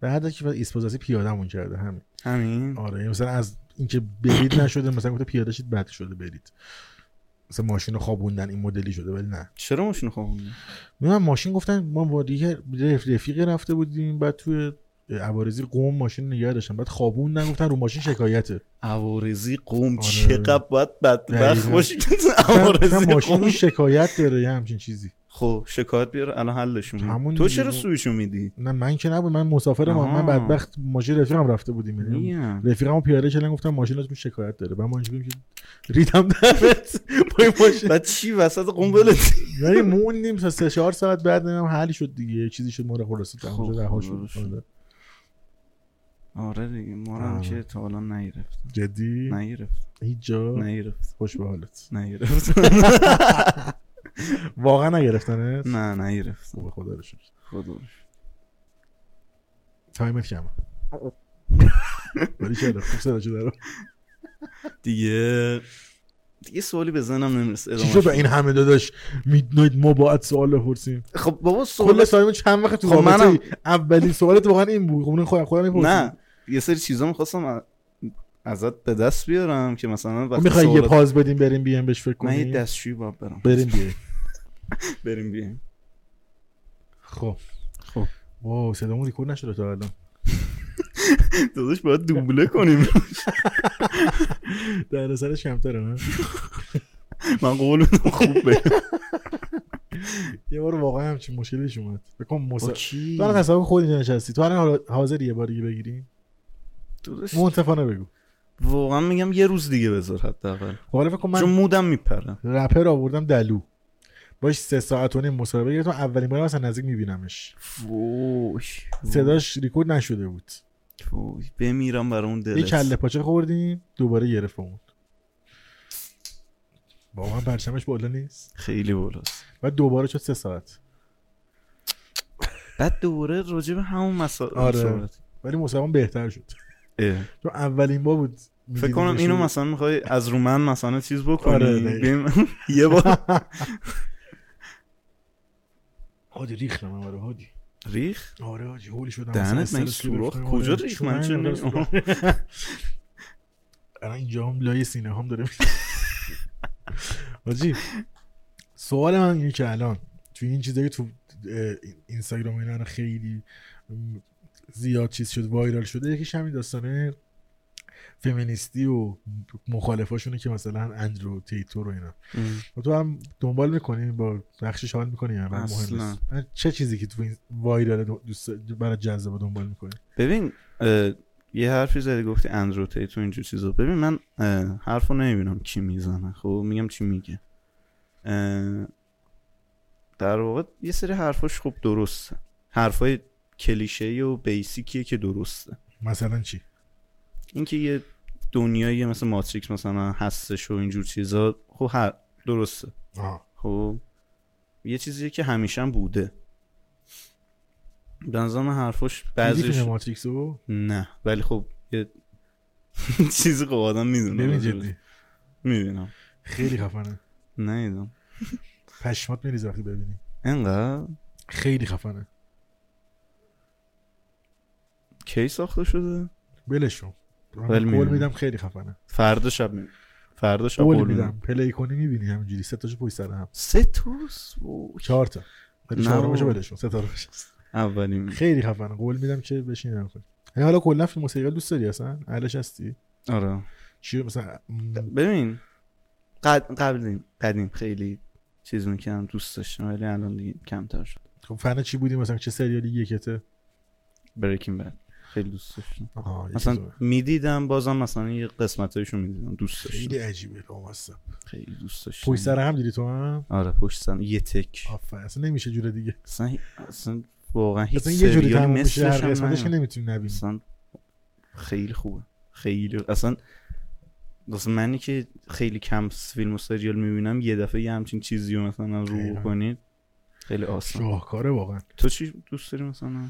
به حد که بعد ایسپوزاسی پیادمون کرده همین همین آره یعنی مثلا از اینکه برید نشده مثلا گفته پیاده شید بد شده برید مثلا ماشین رو خوابوندن این مدلی شده ولی نه چرا ماشین خواهمون من ماشین گفتن ما با دیگه رف- رفیقی رفته بودیم بعد توی عوارضی قوم ماشین نگه داشتن بعد خوابوندن گفتن رو ماشین شکایته عوارضی قوم آره. چقدر باید بدبخت دقیقاً. باشی که گفتن عوارضی ماشین رو قوم شکایت داره یه همچین چیزی خب شکایت بیار الان حلشون همون می‌دی. تو دیگه. چرا سویشو میدی نه من که نبود من مسافرم آها. من بدبخت ماشین رفیقم رفته بودیم یعنی میگم. رفیقمو پیاده کردن گفتم ماشینتون شکایت داره بعد ما اینجوری که ریدم درت با این ماشین بعد چی وسط قوم ولت یعنی موندیم تا سه چهار ساعت بعد نمیدونم حل شد دیگه یه چیزی شد ما رو خلاص خب، تمام شد رها خدا شد رو شکر. آره. آره دیگه ما رو هم آره. که تا حالا نگرفت جدی نگرفت هیچ جا نگرفت خوش به حالت نگرفت واقعا نگرفتنت نه نگرفت خوبه خدا رو شکر خدا رو شکر. تایمت کم ولی چرا خوب صدا شده رو دیگه دیگه سوالی به ذهنم نمیرسه چی ادامهش شد به این همه داداش میدنایت ما باید سوال بپرسیم بده. خب بابا کل سوال سایمون چند وقت تو خب، رابطه منم- ای؟ اولین سوالت واقعا این بود خب اون خودم خودم میپرسیم نه یه سری چیزا میخواستم ازت به دست بیارم که مثلا وقتی خب میخوای یه سوالات- پاز بدیم بریم بیام بهش فکر من یه کنیم دستشویی باید برم بریم بیایم بریم بیایم خب خب. واو صدامون ریکورد نشده تا الان داداش باید دوبله کنیم در اثرش کمتره نه من قول میدم خوبه یه بار واقعا همچین مشکلیش اومد بکن مسا کی تو الان تصاحب خود اینجا نشستی تو الان حالا- حاضری یه بار دیگه بگیری داداش، منصفانه بگو واقعا میگم یه روز دیگه بذار حداقل حالا فکر کن چون من مودم میپره رپر آوردم دلو باش سه ساعت و نیم مصاحبه گرفتم اولین بار مثلا نزدیک میبینمش فوش صداش ریکورد نشده بود فوش بمیرم برای اون یه دلت کله پاچه خوردیم دوباره گرفتمون واقعا پرچمش بالا نیست خیلی بالاست و دوباره شد سه ساعت بعد دوباره راجع به همون مسائل آره. صحبت. ولی مصاحبه بهتر شد اه. چون اولین بار بود فکر کنم اینو مثلا میخوای از رو من مثلا چیز آره، بکنی دقیقا. بیم- یه بار هادی ریختم آره هادی ریخ آره هادی هولی شدم دهنت من سوراخ کجا آره. ریخ من چه نمی‌دونم. الان اینجا هم لای سینه هم داره می‌ریزه. حاجی سوال من اینه که الان توی این چیزایی که تو اه، اینستاگرام و اینا الان خیلی م، زیاد چیز شد وایرال شده یکیش همین داستانه فمینیستی و مخالفاشونه که مثلا اندرو تیتور و اینا و تو هم دنبال میکنی با نقشش حال میکنی یا نه؟ مهم نیست. اصلاً. من چه چیزی که تو این وایرال دو- دوست برای جذاب دنبال میکنی ببین اه، یه حرفی زدی گفتی اندرو تو اینجور چیزا ببین من اه، حرفو نمیبینم کی میزنه خب میگم چی میگه اه، در واقع یه سری حرفاش خب درسته حرفای کلیشه و بیسیکیه که درسته مثلا چی اینکه یه دنیایی مثل ماتریکس مثلا هستش و اینجور چیزا خب هر درسته آه. خب یه چیزی که همیشه هم بوده بنظرم حرفش دیدی بعضیش فیلم ماتریکس رو نه ولی خب یه چیزی خب آدم ببین میدونه جدی میبینم خیلی خفنه نیدم پشمات میریزه وقتی ببینی انقدر خیلی خفنه کی ساخته شده بلش رو ولی قول می‌بینم. میدم خیلی خفنه فردا شب می فردا شب قول قول میدم می‌دم. پلی کنی میبینی همینجوری سه تاشو پشت سر هم سه توس وای. چهار تا ولی نه چهارمشو بابا. بلش کن، سه تا رو بلش کن. اولین خیلی خفنه قول میدم که بشین نگاه کنی یعنی حالا کلا فیلم موسیقی دوست داری اصلا اهلش هستی آره چی مثلا م، ببین قد... قبل قدیم خیلی چیز میکنم دوست داشتم ولی الان دیگه کمتر شد خب فن چی بودی مثلا چه سریالی یکته بریکینگ بد خیلی دوست داشتم آها، یکی مثلا تو. میدیدم بازم مثلا یه قسمتایشو میدیدم دوست خیلی داشتم عجیبه لامصب خیلی دوست داشتم پشت سر هم دیدی تو هم آره پشت سر یه تک آفرین اصلا نمیشه جور دیگه اصلا اصلا واقعا هیچ اصلا یه جوری سریالی تموم میشه هر مثلش هم قسمتش که نیومد. نمیتونی نبینی اصلا خیلی خوبه خیلی اصلا اصلا منی که خیلی کم فیلم و سریال میبینم یه دفعه یه همچین چیزی رو مثلا رو دقیقاً. کنید خیلی آسان شاهکاره واقعا تو چی دوست داری مثلا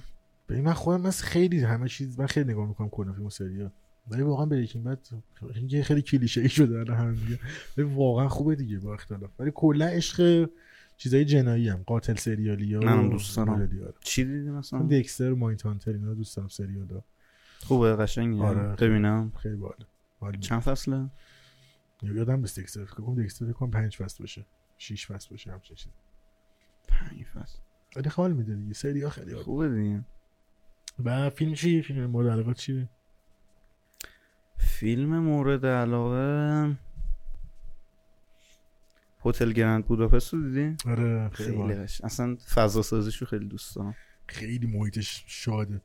ببین من خودم از خیلی همه چیز من خیلی نگاه میکنم کلا فیلم و سریال ولی واقعا بریکینگ بد یه خیلی کلیشه‌ای شده الان همه میگن ولی واقعا خوبه دیگه با اختلاف ولی کلا عشق چیزای جنایی هم قاتل سریالی ها منم دوست دارم. دارم چی دیدی مثلا من دکستر و مایند هانتر اینا رو دوست دارم سریالا خوبه قشنگه آره. ببینم خیلی باحال حال می‌ده. چند فصله یادم نیست دکستر فکر کنم دکستر فکر کنم 5 فصل باشه 6 فصل باشه همچین چیزی پنج فصل ولی حال میده دیگه سری ها خیلی حال خوبه دیگه و فیلم چی فیلم مورد علاقه چیه فیلم مورد علاقه هتل گرند بوداپست رو دیدی آره خیلی خیلی باحال. قشنگ. اصلا فضا سازیشو خیلی دوست دارم خیلی محیطش شاده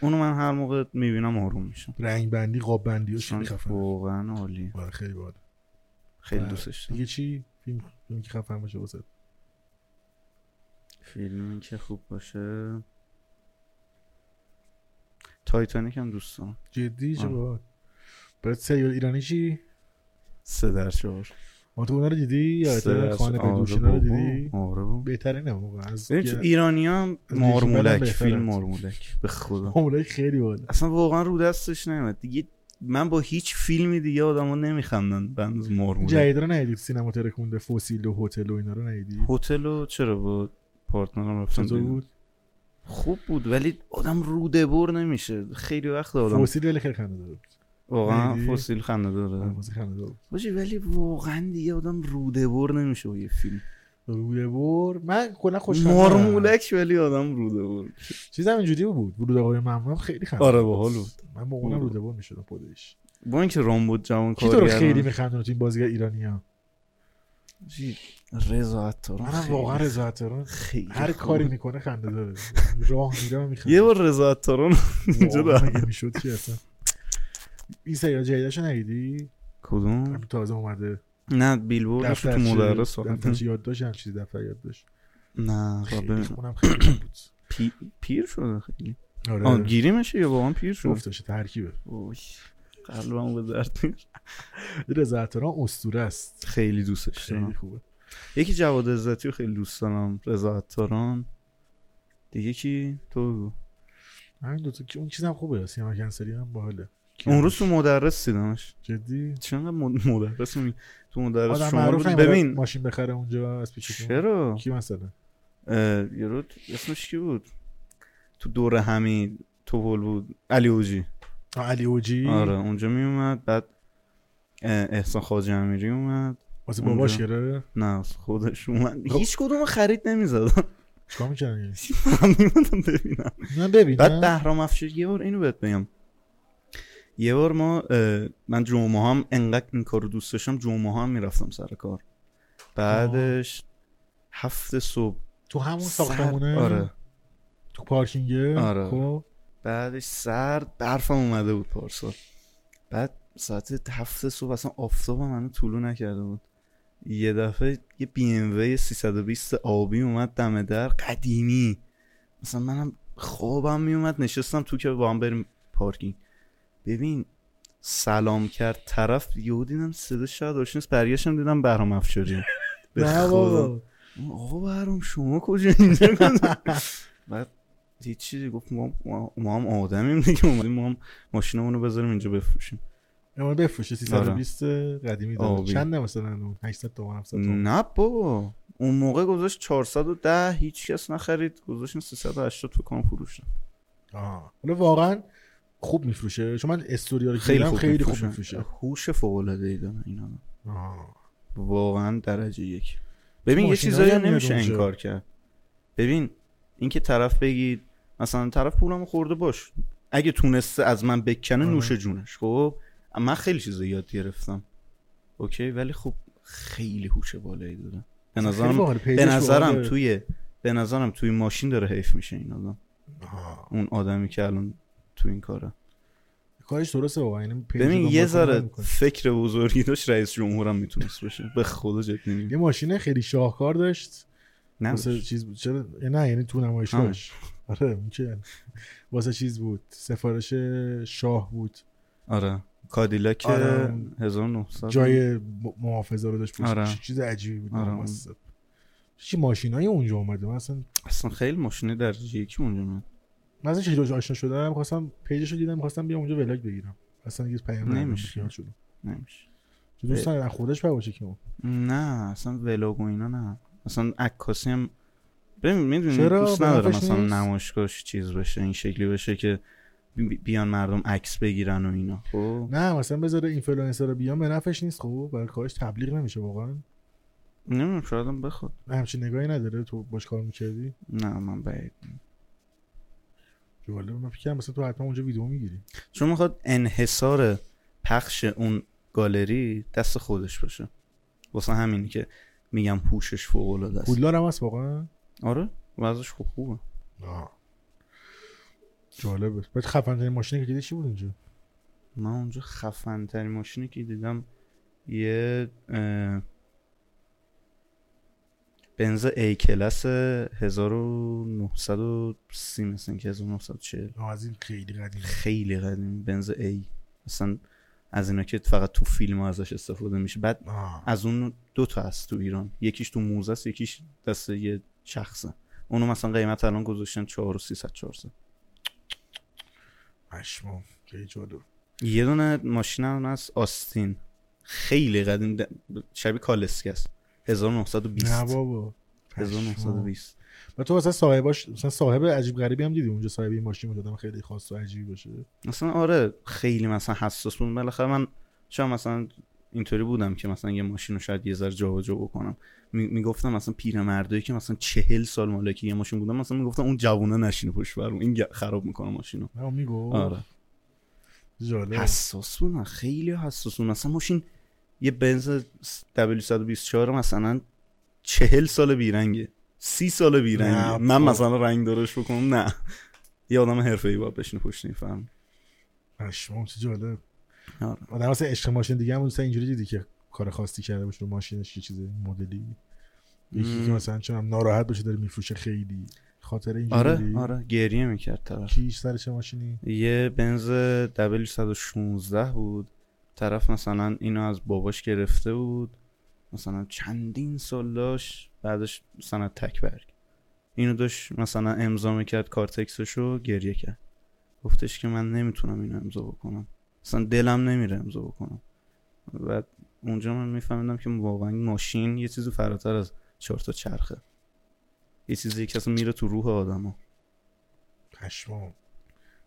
اونو من هر موقع میبینم آروم میشم رنگ بندی قاب بندی هاش خیلی چون خفنه واقعا عالی آره خیلی باحال خیلی بله. دوستش دارم دیگه چی فیلم فیلم که خفن باشه واسه فیلمی که خوب باشه تایتانیک هم دوست دارم جدی چه آه. باحال برات سریال ایرانی چی سه در چهار ما تو اونا رو دیدی یا سه تو در خانه چهار. آره بدوشینا رو بابا. دیدی آره بابا. بهترینه واقعا از ببین تو ایرانی هم ریشی بدم مارمولک بهتره. فیلم مارمولک به خدا معمولا خیلی باحال اصلا واقعا رو دستش نیومد دیگه من با هیچ فیلمی دیگه آدما نمیخندن بند از مارمولک جدید رو ندیدی سینما ترکونده فوسیل و هتل و اینا رو ندیدی هتل رو چرا با پارتنرم رفتم چطور دیدم. بود خوب بود ولی آدم روده بر نمیشه خیلی وقت آدم فوسیل ولی خیلی خنده داره واقعا دیدی؟ فسیل خنده داره فوسیل خنده داره باشه ولی واقعا دیگه آدم روده بر نمیشه با یه فیلم روی بر من کلا خوشم مارمولک ولی آدم روده بر چیزم اینجوری بود ورود آقای ممنون خیلی خنده آره باحال بود من با اونم روده بر میشدم خودش با اینکه رامبو جوان کی تو رو کاری خیلی میخندونه تو این بازیگر ایرانی ها رضا عطاران منم خیلی- واقعا رضایت دارم خیلی هر خوب. کاری میکنه خنده داره راه میره میخنده یه بار رضا عطاران اینجا دارم. مگه میشد چی اصلا این سریال جدیدش ندیدی کدوم همین تازه اومده نه بیلبوردش رو تو دفترچه- مدرس ساختن. دفترچه یاد داشت هم چیزی دفتر یاد داشت نه خب خیلی ببین. اونم خیلی خوب بود پی- پیر شده خیلی آه آره گیری میشه یا واقعا پیر شد گفتش ترکیبه اوه، قلبم به درد می‌خوره. رضایت دارم اسطوره است خیلی دوستش دارم خیلی خوبه یکی جواد عزتی رو خیلی دوست دارم رضا عطاران دیگه کی تو بگو. همین دو تا اون چیزم خوبه سینما کنسری هم باحاله اون روز تو مدرس دیدمش جدی چرا مد- مدرس می تو مدرس آدم شما رو معروف بود. نمیره ببین ماشین بخره اونجا از پیش تو. چرا کی مثلا اه، یارو اسمش کی بود تو دور همی توپل بود علی اوجی آه، علی اوجی آره اونجا می اومد بعد اه، احسان خواجه امیری اومد واسه باباش اونجا. گره نه خودش اومد خب. هیچ کدوم رو خرید نمیزدم چیکار میکنن یعنی من میمدم ببینم نه ببین بعد نه؟ بهرام افشار یه بار اینو بهت بگم یه بار ما اه، من جمعه هم انقدر این کارو دوست داشتم جمعه هم میرفتم سر کار بعدش هفت صبح تو همون سر- ساختمونه آره تو پارکینگه آره. خب بعدش سرد برفم اومده بود پارسال بعد ساعت هفت صبح اصلا آفتاب هم هنوز طلوع نکرده بود یه دفعه یه بی ام وی 320 آبی اومد دم در قدیمی مثلا منم خوابم میومد نشستم تو که با هم بریم پارکینگ ببین سلام کرد طرف یهو دیدم صدا شاید روشن نیست برگشتم دیدم بهرام افشاری به نه خدا. بابا آقا بهرام شما کجا اینجا بعد هیچ چیزی گفت ما, ما- ما هم آدمیم دیگه اومدیم ما هم ماشینمون رو بذاریم اینجا بفروشیم اما بفروشه 320 قدیمی داره آره. آبی. چند مثلا 800 تومن 700 تومن نه بابا اون موقع گذاشت 410 هیچ کس نخرید گذاشتن 380 تو کام فروشن آها. حالا واقعا خوب میفروشه چون من استوریا رو که خیلی دیدم خوب خیلی خوب می‌فروشن. میفروشه هوش فوق العاده ای دارن اینا آها. واقعا درجه یک ببین یه ماشینایی چیزایی رو هم میاد نمیشه اونجا. انکار کرد ببین اینکه طرف بگید مثلا طرف پولمو خورده باش اگه تونسته از من بکنه آره. نوش جونش خب من خیلی چیزا یاد گرفتم اوکی ولی خب خیلی هوش بالایی داره به خیلی نظرم باحال. پیجش به واقعا نظرم داره. توی به نظرم توی ماشین داره حیف میشه این آدم آها. اون آدمی که الان تو این کاره کارش درسته واقعا یعنی پیجش ببین دنبال یه کردن ذره می‌کنه. فکر بزرگی داشت رئیس جمهورم میتونست بشه به خدا جد نمیگم یه ماشین خیلی شاهکار داشت واسه نه چیز بود چرا یه نه یعنی تو نمایشگاهش آره اون که واسه چیز بود سفارش شاه بود آره کادیلاک آره. 1900 جای م- محافظه رو داشت پشت. آره. چه چیز عجیبی بود آره. آره. چی ماشینای اونجا اومده من اصلا اصلا خیلی ماشین درجه یکی اونجا من من اصلا چه آشنا شدم خواستم پیجش رو دیدم خواستم بیام اونجا ولاگ بگیرم اصلا یه پیام ندادم، نمیشه. بیخیال شدم نمیشه چه دوست دارم خودش باشه که اون نه اصلا ولاگ و اینا نه اصلا عکاسی هم ببین میدونی چرا؟ دوست نداره هدفش مثلا نیست؟ نمایشگاهش چیز بشه این شکلی بشه که بی- بیان مردم عکس بگیرن و اینا خب نه مثلا بذاره اینفلوئنسر رو بیام به نفعش نیست خب برای کارش تبلیغ نمیشه واقعا نمیدونم شاید هم بخواد همچین نگاهی نداره تو باش کار میکردی نه من بعید جالب من فکر کردم مثلا تو حتما اونجا ویدیو میگیری چون میخواد انحصار پخش اون گالری دست خودش باشه واسه همینی که میگم پوشش فوق العاده است پولدار هم هست واقعا آره وضعش خوب خوبه آه. جالبه بعد خفن‌ترین ماشینی که دیدی چی بود اونجا من اونجا خفن ترین ماشینی که دیدم یه اه، بنز A کلاس 1930 مثل که 1940 آه، از این خیلی قدیمه خیلی قدیم بنز A مثلا از اینا که فقط تو فیلم ها ازش استفاده میشه بعد آه. از اون دو تا هست تو ایران یکیش تو موزه است یکیش دست یه شخصه اونو مثلا قیمت الان گذاشتن 4 و 300 400 پشمام خیلی جالب یه دونه ماشین هم هست آستین خیلی قدیم د- شبیه کالسکی است نه 1920 بابا پشمام. 1920 و تو مثلا صاحباش مثلا صاحب عجیب غریبی هم دیدی اونجا صاحب این ماشین بود آدم خیلی خاص و عجیبی باشه مثلا آره خیلی مثلا حساس بود بالاخره من شاید مثلا اینطوری بودم که مثلا یه ماشین رو شاید یه ذره جابجا بکنم می- میگفتم مثلا پیرمردایی که مثلا چهل سال مالکی یه ماشین بودن مثلا میگفتم اون جوونه نشینه پشت برم این گ- خراب میکنه ماشینو نه میگو آره جالب حساس بودن خیلی حساس بودن مثلا ماشین یه بنز W124 مثلا چهل سال بیرنگه سی سال نه، بیرنگه من بابا. مثلا رنگ دارش بکنم نه یه آدم حرفه ای باید بشینه پشت این فهم پشمام چه جالب آره. آدم مثلا عشق ماشین دیگه هم اون مثلا اینجوری دیدی که کار خاصی کرده باشه رو ماشینش یه چیز این مدلی یکی مم. که مثلا چون ناراحت باشه داره میفروشه خیلی خاطر اینجوری آره دیدی؟ آره گریه میکرد طرف کیش سر چه ماشینی یه بنز W116 بود طرف مثلا اینو از باباش گرفته بود مثلا چندین سال داشت بعدش مثلا تک برگ اینو داشت مثلا امضا میکرد کارتکسشو گریه کرد گفتش که من نمیتونم اینو امضا بکنم مثلا دلم نمیره امضا بکنم و اونجا من میفهمیدم که واقعا این ماشین یه چیزی فراتر از چهار تا چرخه یه چیزی که اصلا میره تو روح آدمو پشمام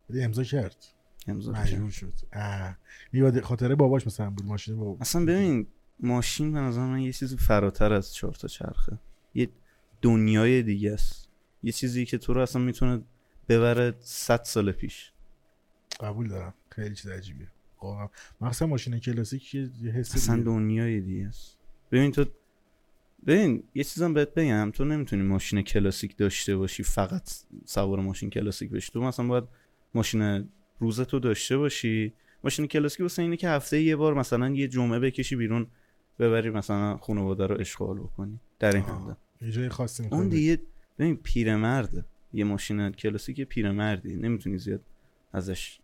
ولی امضا کرد امضا کرد. مجبور شد اه میباد خاطره باباش مثلا بود ماشین بابا اصلا ببین ماشین به نظر من یه چیزی فراتر از چهار تا چرخه یه دنیای دیگه است یه چیزی که تو رو اصلا میتونه ببره 100 سال پیش قبول دارم خیلی چیز عجیبیه واقعا مخصوصا ماشین کلاسیک یه یه حس اصلا دیگه. دنیای دیگه است ببین تو ببین یه چیزم بهت بگم تو نمیتونی ماشین کلاسیک داشته باشی فقط سوار ماشین کلاسیک بشی تو مثلا باید ماشین روز تو داشته باشی ماشین کلاسیک واسه اینه که هفته یه بار مثلا یه جمعه بکشی بیرون ببری مثلا خانواده رو اشغال بکنی در این حده آه. یه جای خاصی می‌کنه. اون دیگه ببین پیرمرد یه ماشین کلاسیک پیرمردی نمیتونی زیاد ازش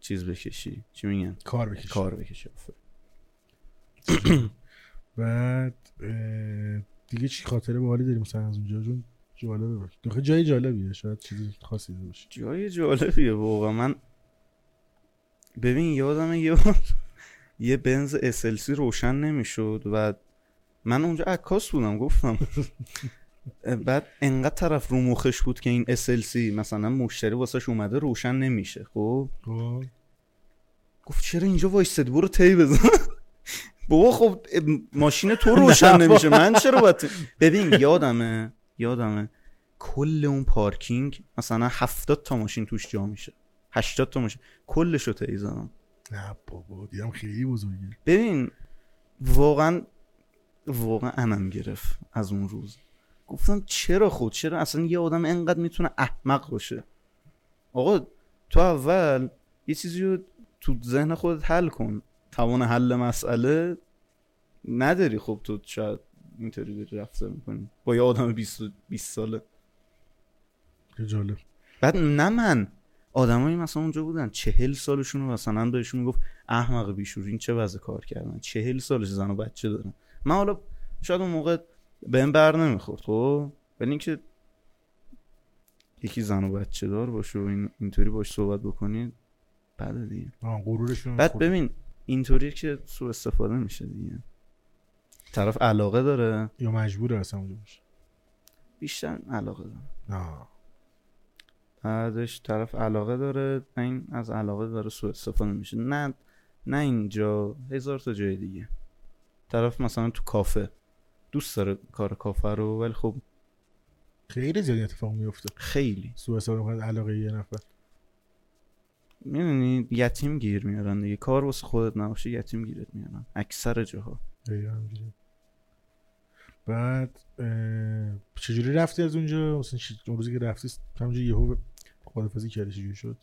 چیز بکشی چی میگن کار بکش کار بکشی آفرین. بعد اه، دیگه چی خاطره باحالی داریم مثلا از اونجا جون جالبه باشه آخه جای جالبیه شاید چیزی خاصی دیده باشی جای جالبیه واقعا من ببین یادم یه بار یه بنز SLC روشن نمیشد و من اونجا عکاس بودم گفتم بعد انقدر طرف رو مخش بود که این SLC مثلا مشتری واسش اومده روشن نمیشه خب خب گفت چرا اینجا وایستدی برو تی بزن بابا خب ماشین تو روشن نمیشه من چرا باید تی- ببین یادمه یادمه کل اون پارکینگ مثلا هفتاد تا ماشین توش جا میشه هشتاد تا ماشین کلش رو تی زدم نه بابا دیدم خیلی بزرگی ببین واقعا واقعا انم گرفت از اون روز گفتم چرا خود چرا اصلا یه آدم انقدر میتونه احمق باشه آقا تو اول یه چیزی رو تو ذهن خودت حل کن توان حل مسئله نداری خب تو شاید اینطوری داری رفتار میکنی با یه آدم 20 و- 20 ساله چه جالب بعد نه من آدمایی مثلا اونجا بودن چهل سالشون رو مثلا بهشون میگفت احمق بیشور این چه وضع کار کردن چهل سالش زن و بچه دارن من حالا شاید اون موقع به این بر نمیخورد خب ولی اینکه یکی زن و بچه دار باشه و این اینطوری باش صحبت بکنی بده دیگه آه غرورشون بعد ببین اینطوری که سوء استفاده میشه دیگه طرف علاقه داره یا مجبوره اصلا اونجا باشه بیشتر علاقه داره نه بعدش طرف علاقه داره این از علاقه داره سوء استفاده میشه نه نه اینجا هزار تا جای دیگه طرف مثلا تو کافه دوست داره کار کافه رو ولی خب خیلی زیاد این اتفاق میفته خیلی سوء استفاده میکنن از علاقه یه نفر میدونی یتیم گیر میارن دیگه کار واسه خودت نباشه یتیم گیرت میارن اکثر جاها خیلی همینجوری. بعد اه، چجوری رفتی از اونجا مثلا چی- اون روزی که رفتی همونجا یهو خدافظی کردی چجوری شد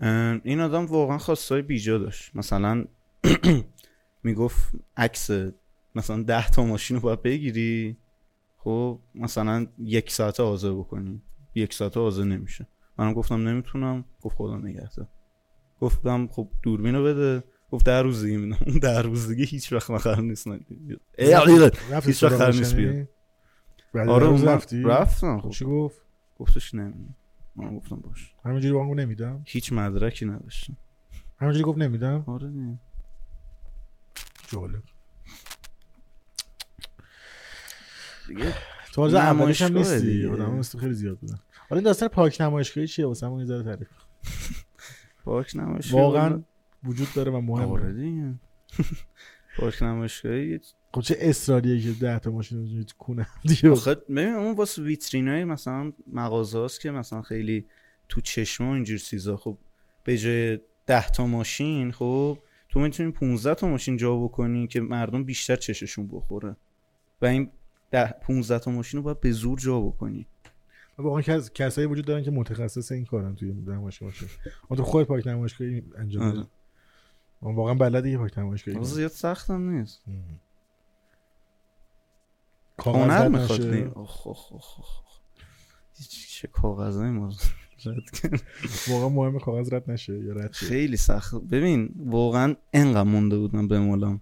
اه، این آدم واقعا خواستای بیجا داشت مثلا میگفت عکس مثلا ده تا ماشین رو باید بگیری خب مثلا یک ساعت آزه بکنی یک ساعت آزه نمیشه منم گفتم نمیتونم گفت خدا نگهدار گفتم خب دوربین رو بده گفت در روز دیگه میدم اون در روز دیگه هیچ وقت نخرم نیست نه. ای عقیقه. رفتی هیچ وقت سراغش هر نیست یعنی؟ بیاد. بعد آره آره اون من رفتی رفتم خب چی گفت گفتش نمیدونم من گفتم باش همینجوری بانگو نمیدم هیچ مدرکی نداشتم همینجوری گفت نمیدم آره دیگه. جالب دیگه تو از اولیش هم نمایشگاه نیستی دیگه. آدم مثل خیلی زیاد بودن حالا این داستان پارک نمایشگاهی چیه واسه همون یه ذره تعریف کن. پاک نباشه واقعا وجود داره و مهمه آره دیگه پارک نمایشگاهی خب چه اصراریه که ده تا ماشین اونجوری تو کونه هم دیگه آخه ببین اون واسه ویترینای مثلا مغازه هاست که مثلا خیلی تو چشمه و اینجور چیزا خب به جای 10 تا ماشین خب تو میتونی 15 تا ماشین جا بکنی که مردم بیشتر چششون بخوره و این 10 15 تا ماشین رو باید به زور جا بکنی واقعا کس... کسایی وجود دارن که متخصص این کارن توی نمایشگاه باشه اون تو خود پارک نمایشگاهی انجام آره. بده اون واقعا بلده یه پارک نمایشگاهی آخه کنه. زیاد سختم نیست مم. هنر زد میخواد نشه. دیگه. آخ آخ آخ آخ آخ. چه کاغذای ما رد کرد. واقعا مهمه کاغذ رد نشه یا رد شه خیلی سخت ببین واقعا انقدر مونده بودم به مولم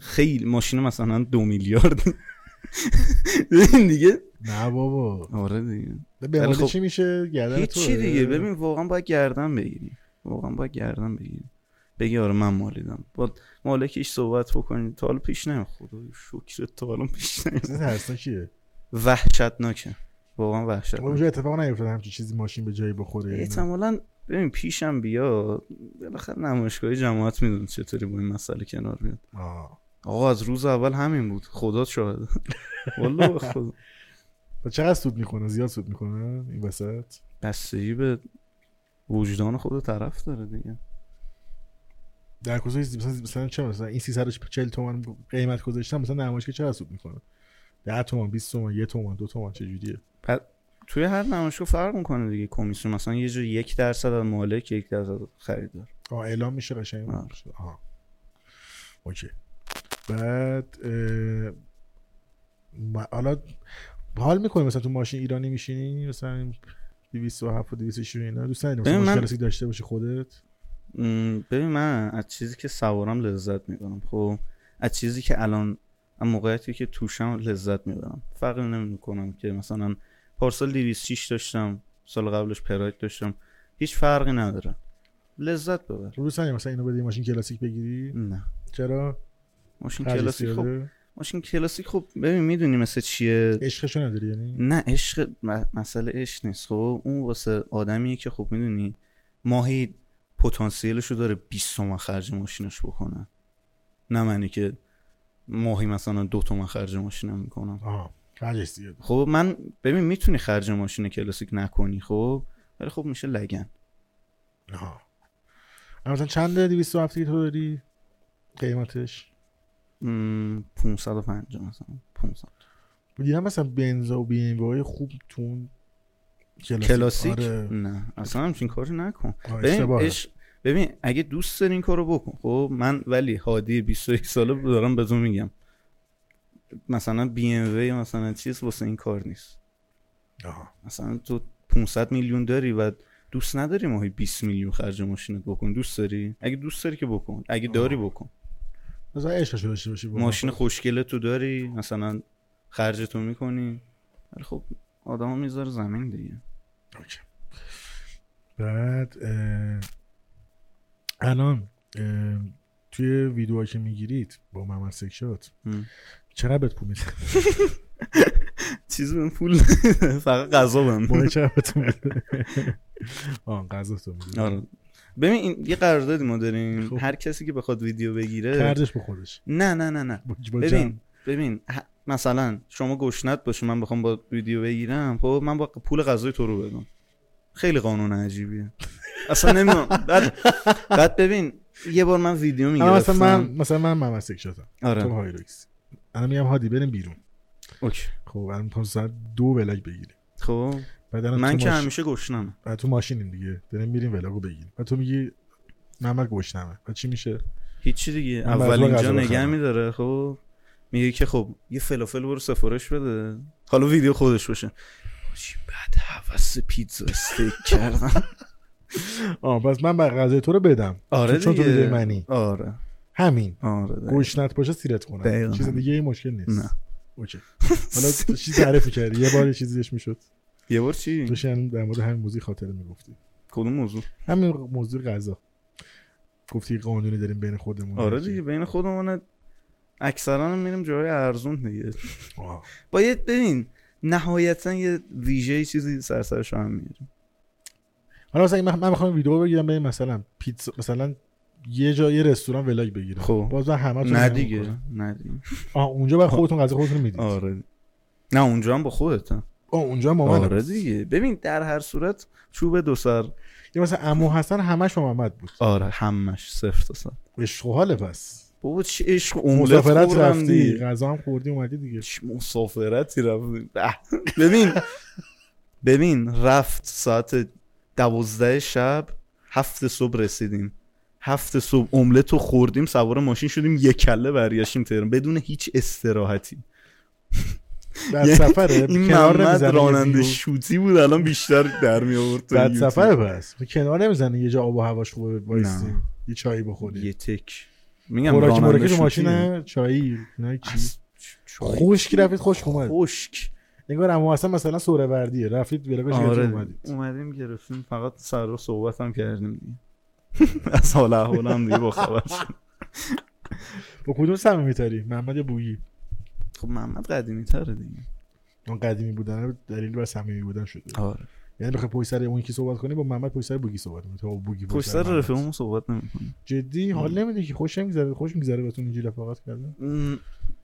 خیلی ماشین مثلا دو میلیارد ببین دیگه نه بابا آره دیگه به ولی خب... خب- چی میشه گردن تو هیچی دیگه ببین واقعا باید گردن بگیری واقعا باید گردن بگیری بگی آره من مالیدم با مالکش صحبت بکنی تا حالا پیش نیم خدا شکر تا حالا پیش نیم چیز ترسناکیه وحشتناکه واقعا ما وحشتناک اونجا اتفاق نیفتاد همچین چیزی ماشین به جایی بخوره یا نه. احتمالا ببین پیشم بیا بالاخره نمایشگاه جماعت میدون چطوری با این مسئله کنار بیاد آه. آقا از روز اول همین بود خدا شاهد والله به خدا و چقدر سود میکنه زیاد سود میکنه این وسط بستگی به وجدان خود طرف داره دیگه در کجا مثلا مثلا چه مثلا این 340 تومن قیمت گذاشتن مثلا نمایشگاه چقدر سود میکنه 10 تومن 20 تومن 1 تومن 2 تومن چه جوریه توی هر نمایشگاه فرق میکنه دیگه کمیسیون مثلا یه جا یک درصد از مالک یک درصد خریدار آه اعلام میشه قشنگ آره. آها اوکی بعد اه، م- حالا حال میکنی مثلا تو ماشین ایرانی میشینی مثلا 207 و 206 و اینا دوست نداری مثلا ببین من- ماشین کلاسیک داشته باشی خودت م، ببین من از چیزی که سوارم لذت میبرم خب از چیزی که الان از موقعیتی که توشم لذت میبرم فرق نمیکنم که مثلا پارسال 206 داشتم سال قبلش پراید داشتم هیچ فرقی نداره لذت ببر رو خب دوست نداری مثلا اینو بده یه ماشین کلاسیک بگیری نه چرا ماشین خرجش کلاسیک خب زیاده؟ ماشین کلاسیک خب ببین میدونی مثل چیه عشقشو نداری یعنی نه عشق م- مسئله عشق نیست خب اون واسه آدمیه که خب میدونی ماهی پتانسیلش رو داره 20 تومن خرج ماشینش بکنه نه منی که ماهی مثلا دو تومن خرج ماشینم میکنم آها خرجش زیاده خب من ببین میتونی خرج ماشین کلاسیک نکنی خب ولی خب میشه لگن آها اما مثلا چند 207 که تو داری قیمتش م، 550 مثلا 500 دیدم مثلا بنزا و بی ام خوب تون کلاسیک, کلاسیک آره. نه اصلا همچین کاری نکن آه، ببین اشتباهه. عشق- ببین اگه دوست داری این کارو بکن خب من ولی هادی 21 ساله دارم بهتون میگم مثلا بی ام وی مثلا چیز واسه این کار نیست آها. مثلا تو 500 میلیون داری و دوست نداری ماهی 20 میلیون خرج ماشینت بکن دوست داری اگه دوست داری که بکن اگه داری بکن مثلا عشقشو داشته باشی با ماشین خوشگله تو داری مثلا خرجتو میکنی ولی خب آدم میذاره زمین دیگه اوکی. بعد اه، الان اه، توی ویدیوهایی که میگیرید با محمد سکشات هم. چقدر بهت پول میده چیز بهم پول فقط غذا بهم ماهی چقدر بهتون میده آن غذا تو میده آره ببین این یه قراردادی ما داریم خب. هر کسی که بخواد ویدیو بگیره کردش به خودش نه نه نه نه با- با جمع. ببین ببین ه- مثلا شما گشنت باشی من بخوام با ویدیو بگیرم خب من با پول غذای تو رو بدم خیلی قانون عجیبیه اصلا نمیدونم بعد بعد ببین یه بار من ویدیو اما میگرفتم مثلا من مثلا من محمد سکشاتم تو آره هایروکس الان میگم هادی بریم بیرون اوکی خب الان میخوام ساعت دو ولاگ بگیریم خب بعد الان من تو که ماشین- همیشه گشنم بعد تو ماشینیم دیگه داریم میریم ولاگو بگیریم و تو میگی محمد گشنمه و چی میشه هیچی دیگه من اول مجبورم اینجا غذا نگه بخرم. میداره خب میگه که خب یه فلافل برو سفارش بده حالا ویدیو خودش باشه چی بعد حوث پیتزا استیک کردم آه پس من بر غذای تو رو بدم آره چون تو دیگه. میدونی منی آره همین آره دقیقا. گشنت باشه سیرت دقیقاً کنم چیز همین. دیگه ای مشکل نیست نه. اوکی حالا تو چی تعریف کردی یه بار یه چیزی بهش میشد یه بار چی داشتی الان در مورد همین موضوع خاطره میگفتی کدوم موضوع همین موضوع غذا گفتی قانونی داریم بین خودمون آره دیگه بین خودمون اکثرا هم میریم جای ارزون دیگه آه. باید ببین نهایتا یه ویژه چیزی سر سرش رو هم میاریم حالا مثلا من- من میخوام ویدیو بگیرم بریم مثلا پیتزا مثلا یه جا یه رستوران ولاگ بگیرم خب. باز من همه نه دیگه نه دیگه آه اونجا بعد خودتون غذا خودتون میدید آه. آره نه اونجا هم با خودت اونجا هم مامانه آره دیگه ببین در هر صورت چوب دو سر یه مثلا عمو حسن همش با محمد بود آره همش صفر تا سر عشق و حاله پس بابا چه عشق املت مسافرت خوردم رفتی دیگه غذا هم خوردی اومدی دیگه چه مسافرتی رفتی به. ببین ببین رفت ساعت دوازده شب هفت صبح رسیدیم هفت صبح املت رو خوردیم سوار ماشین شدیم یک کله برگشتیم تهران بدون هیچ استراحتی در یعنی سفره این کنار محمد نمیزنه یه راننده ویو. شوتی بود الان بیشتر در می آورد تو در یوتیوب. سفره پس تو کنار نمیزنه یه جا آب و هواش خوبه وایسی نه. یه چایی بخوری یه تک میگم مراکی راننده مراکی تو شوتی ماشینه چایی نه چی از- خشک رفت خوش اومد خشک نگار عمو حسن مثلا سوره وردیه رفتید بلاگش آره. آره اومدید اومدیم گرفتیم فقط سر و صحبت هم کردیم دیگه از حال احوال هم دیگه باخبر شدیم. با کدوم صمیم میتری محمد یا بویی خب محمد قدیمی تره دیگه اون قدیمی بودن دلیل بر صمیمی بودن شده آره یعنی بخوای پشت سر اون یکی صحبت کنی با محمد پشت سر بوگی صحبت می‌کنی. تو با بوگی پشت سر محمد. رفیقمون صحبت نمی‌کنیم جدی حال نمیده که خوش نمیگذره خوش میگذره بهتون اینجوری رفاقت کردن م،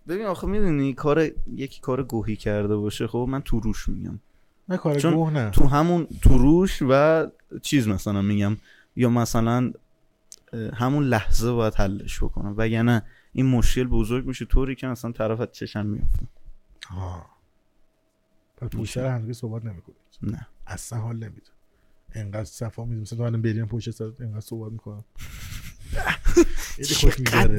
ببین آخه میدونی کار یکی کار گوهی کرده باشه خب من تو روش میگم نه کار چون گوه نه تو همون تو روش و چیز مثلا میگم یا مثلا اه، همون لحظه باید حلش بکنم وگرنه این مشکل بزرگ میشه طوری که اصلا طرف از چشم میفته آه. پس پشت سر همدیگه صحبت نمیکنید نه اصلا حال نمیده انقدر صفا میدونم مثلا تو الان بریم پشت سر انقدر صحبت میکنم خیلی خوش چقدر میگذره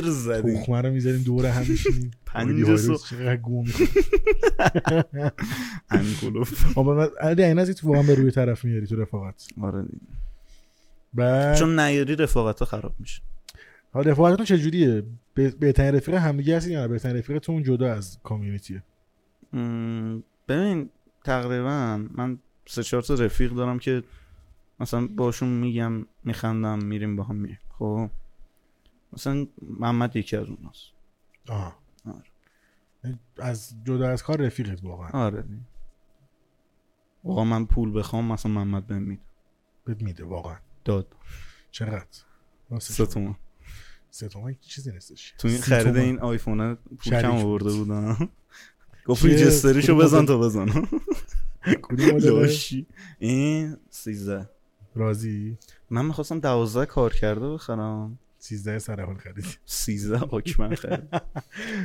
زر زدی تخمه رو میذاریم دور هم میشینیم پنج سو- چقدر گو انگلوف آبا من علی این از تو واقعا به روی طرف میاری تو رفاقت آره دیگه. بعد چون نیاری رفاقت خراب میشه حالا رفاقتتون چجوریه به- بهترین رفیق همدیگه هستین یا نه بهترین رفیقتون جدا از کامیونیتیه م، ببین تقریبا من سه چهار تا رفیق دارم که مثلا باشون میگم میخندم میریم با هم میریم خب مثلا محمد یکی از اوناست آه. آره. از جدا از کار رفیقت واقعا آره دیگه. واقعا من پول بخوام مثلا محمد بهم میده بهت میده واقعا داد چقدر راستش سه تومن سه تومن چیزی نیستش تو این سی خرید تومن. این آیفون ها پول شریک کم بود. آورده بودم گفت چیه؟ ریجستریشو کدوم بزن تا بزن کدوم مدل لاشی این سیزده رازی من میخواستم دوازده کار کرده بخرم 13 سرحال خرید سیزده آکمن خرید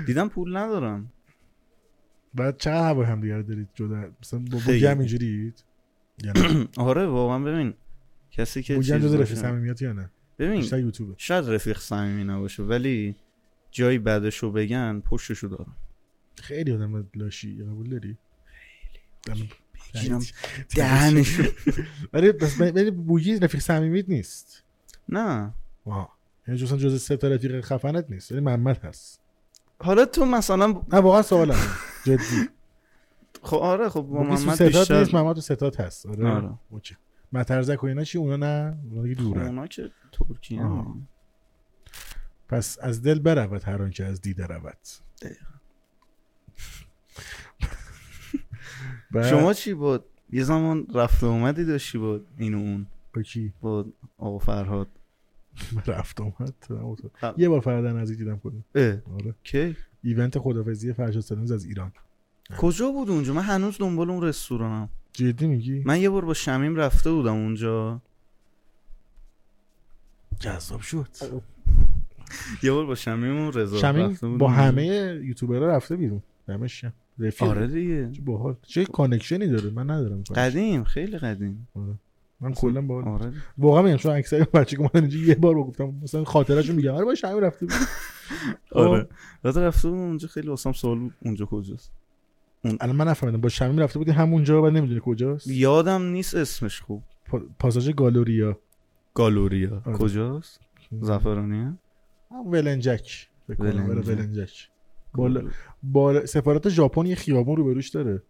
دیدم پول ندارم بعد چقدر هوای هم دیگه دارید جدا مثلا با خیلی. بوگی هم اینجورید یا نه آره واقعا ببین کسی که بوگی هم چیز جز رفیق باشه. صمیمیت یا نه ببین بیشتر یوتیوبه شاید رفیق صمیمی نباشه ولی جایی بعدشو بگن پشتشو دارم خیلی آدم لاشی قبول داری دم- اینم دمت- دهنشو ولی بس ولی بوگی رفیق صمیمیت نیست نه واه یعنی جز جز سه تا رفیق خفنت نیست ولی محمد هست حالا تو مثلا نه واقعا سوالم جدی خب آره خب با بوگی تو محمد ستات بیشتر نیست محمد تو ستات هست آره آره. اوکی مترزک و اینا چی اونا نه اونا دیگه خب دوره اونا که ترکیه آه. هم. پس از دل برود هر آنچه از دیده رود دقیقاً. بعد شما چی بود یه زمان رفت و اومدی داشتی بود این و اون با کی با آقا فرهاد رفت و آمد تو هم اتاق. خب. یه بار فردا نزدیک دیدم کنیم اه آره کی ایونت خدافزی فرشاد سلامز از ایران کجا بود اونجا من هنوز دنبال اون رستورانم جدی میگی من یه بار با شمیم رفته بودم اونجا جذاب شد یه بار با شمیم و رضا شمیم رفته بودم با اونجا. همه یوتیوبرها رفته بیرون دمش گرم. رفیق آره دیگه چه باحال چه کانکشنی داره من ندارم کانکشن. قدیم خیلی قدیم من کلا باحال آره واقعا میگم چون اکثر بچه که اومدن اینجا یه بار با گفتم مثلا خاطرشو میگم آره با شمیم رفته بود آره بعد رفته بودم اونجا خیلی واسم سوال بود اونجا کجاست الان من نفهمیدم با شمیم رفته بودی همونجا و نمیدونی کجاست یادم نیست اسمش خوب پا- پاساژ گالوریا گالوریا آره. کجاست زعفرانی هم ولنجک فکر کنم ولنجک. آره، ولنجک بالا بالا سفارت ژاپن یه خیابون رو بروش داره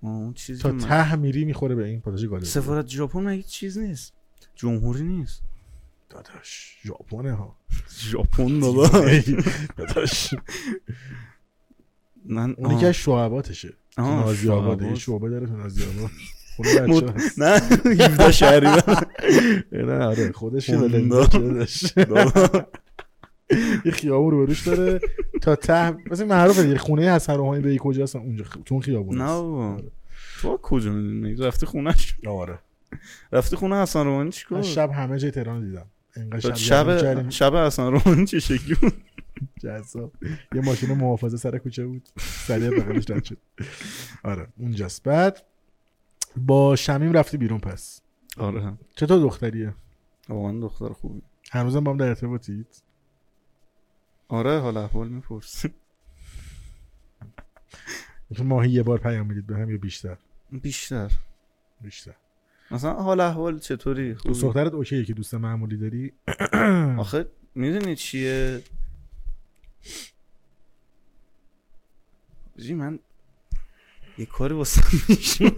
اون چیزی تا که من- ته میری میخوره به این پاساژ گالوریا سفارت ژاپن مگه چیز نیست جمهوری نیست داداش ژاپنه ها ژاپن داداش من اون یکی از شعباتشه تو آه، نازی آباده یه شعبات. شعبه داره تو نازی آباد خونه بچه مد- هست نه 17 شهریور نه آره خودش یه خونه. ولنجک داداش. یه خیابون رو بروش داره تا ته مثل معروفه دیگه خونه حسن روحانی به کجا هستن اونجا خ- تو اون خیابون نه هست. بابا. آره. تو کجا میدونی رفتی خونش آره رفتی خونه حسن روحانی من چیکار شب همه جای تهران رو دیدم انقدر شب جمع شب کردیم. شب حسن روحانی چه شکلی بود جذاب یه ماشین محافظه سر کوچه بود سریع بغلش رد شد آره اونجاست بعد با شمیم رفتی بیرون پس آره چطور دختریه واقعا دختر خوبی هنوزم با هم در ارتباطید آره حالا احوال میپرسی ماهی یه بار پیام میدید به هم یا بیشتر بیشتر بیشتر مثلا حال احوال چطوری تو خوبی؟ دخترت اوکیه که دوست معمولی داری آخه میدونی چیه جی من یه کاری واسه میشه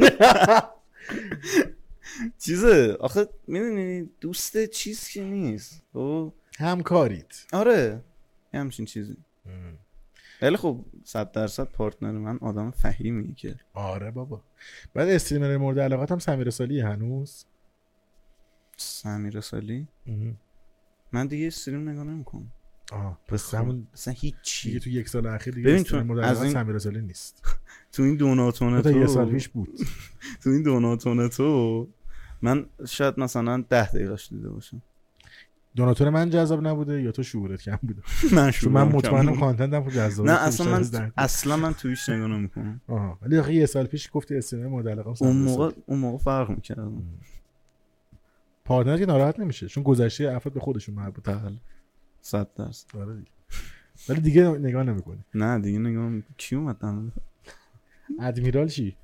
چیزه آخه میدونی دوست چیز که نیست او همکارید آره یه همچین چیزی ولی خب صد درصد پارتنر من آدم فهیمی که آره بابا بعد استریمر مورد علاقت هم سمیر سالی هنوز سمیر سالی من دیگه استریم نگاه نمیکنم آه پس همون اصلا دیگه هیچی تو یک سال اخیر دیگه ببین استریمر تو- مورد از علاقت این- سمیر سالی نیست تو این دوناتونه تا تو یه سال پیش بود تو این دوناتون تو من شاید مثلا ده دقیقش دیده باشم دوناتور من جذاب نبوده یا تو شعورت کم بوده من چون من مطمئنم کانتنتم جذاب نه اصلا من اصلا من تویش نگاه نمیکنم آها ولی آخه یه سال پیش گفتی استریمر مورد علاقه اون موقع اون موقع فرق میکردم پارتنر که ناراحت نمیشه چون گذشته افراد به خودشون مربوطه بله صد درصد آره دیگه. ولی دیگه نگاه نمیکنه نه دیگه نگاه نمی- کی اومد دم؟ ادمیرال چی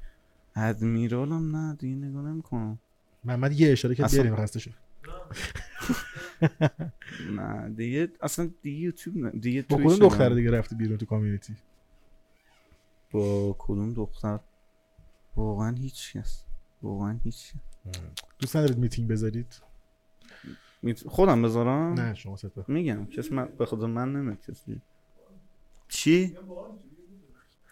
ادمیرالم نه دیگه نگاه نمیکنم محمد یه اشاره کرد اصلا- بریم خسته شد نه دیگه اصلا دیگه یوتیوب نه دیگه با توییچ کدوم نه. دختر دیگه رفتی بیرون تو کامیونیتی با کدوم دختر واقعا هیچ کس واقعا هیچ کس. دوست ندارید میتینگ بذارید میت- خودم بذارم نه شما ستا میگم کس من به خود من نمه کسی چی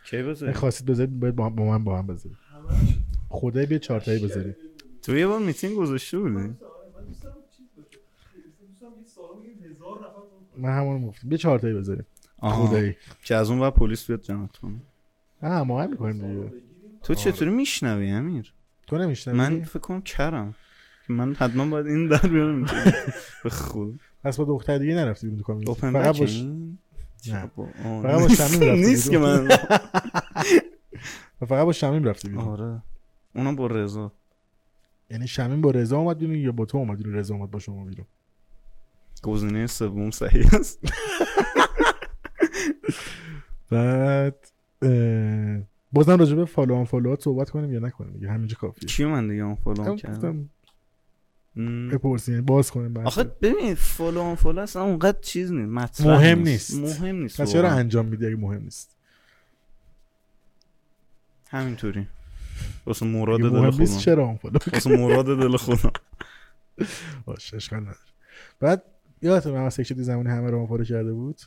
کی بذاری خواستید بذارید باید با, هم- با من با هم بذارید خدای بیا چارتایی بذارید تو یه بار میتینگ گذاشته بودی من همون رو گفتم بیا چارتایی بذاریم آها. خدایی که از اون و پلیس بیاد جمعت کنه نه ما هم میکنیم دیگه تو چطوری میشنوی امیر تو نمیشنوی من من فکر کنم کرم که من حتما باید این در بیارم به خود پس با دختر دیگه نرفتی بیرون تو کامیونیتی اوپن فقط بک با ش- این؟ نه. چه با- آه، فقط با نیست- شمیم رفتی نیست که من فقط با شمیم رفتی بیرون آره اونم با رضا یعنی شمیم با رضا اومد بیرون یا با تو اومد بیرون رضا اومد با شما بیرون گزینه سوم صحیح است بعد اه، بازم راجع به فالو آن فالوات صحبت کنیم یا نکنیم دیگه همینجا کافیه کی من دیگه اون فالو من کردم گفتم مم. بپرسین یعنی باز کنیم بحث آخه ببین فالو آن فالو اصلا اونقدر چیز نیست مطرح مهم نیست. مهم نیست پس چرا واقعا. انجام میدی اگه مهم نیست همینطوری واسه مراد اگه دل مهم خودم نیست چرا آن فالو واسه مراد دل خودم باش اشکال نداره بعد یادت من واسه یکی زمان همه رو آن فالو کرده بود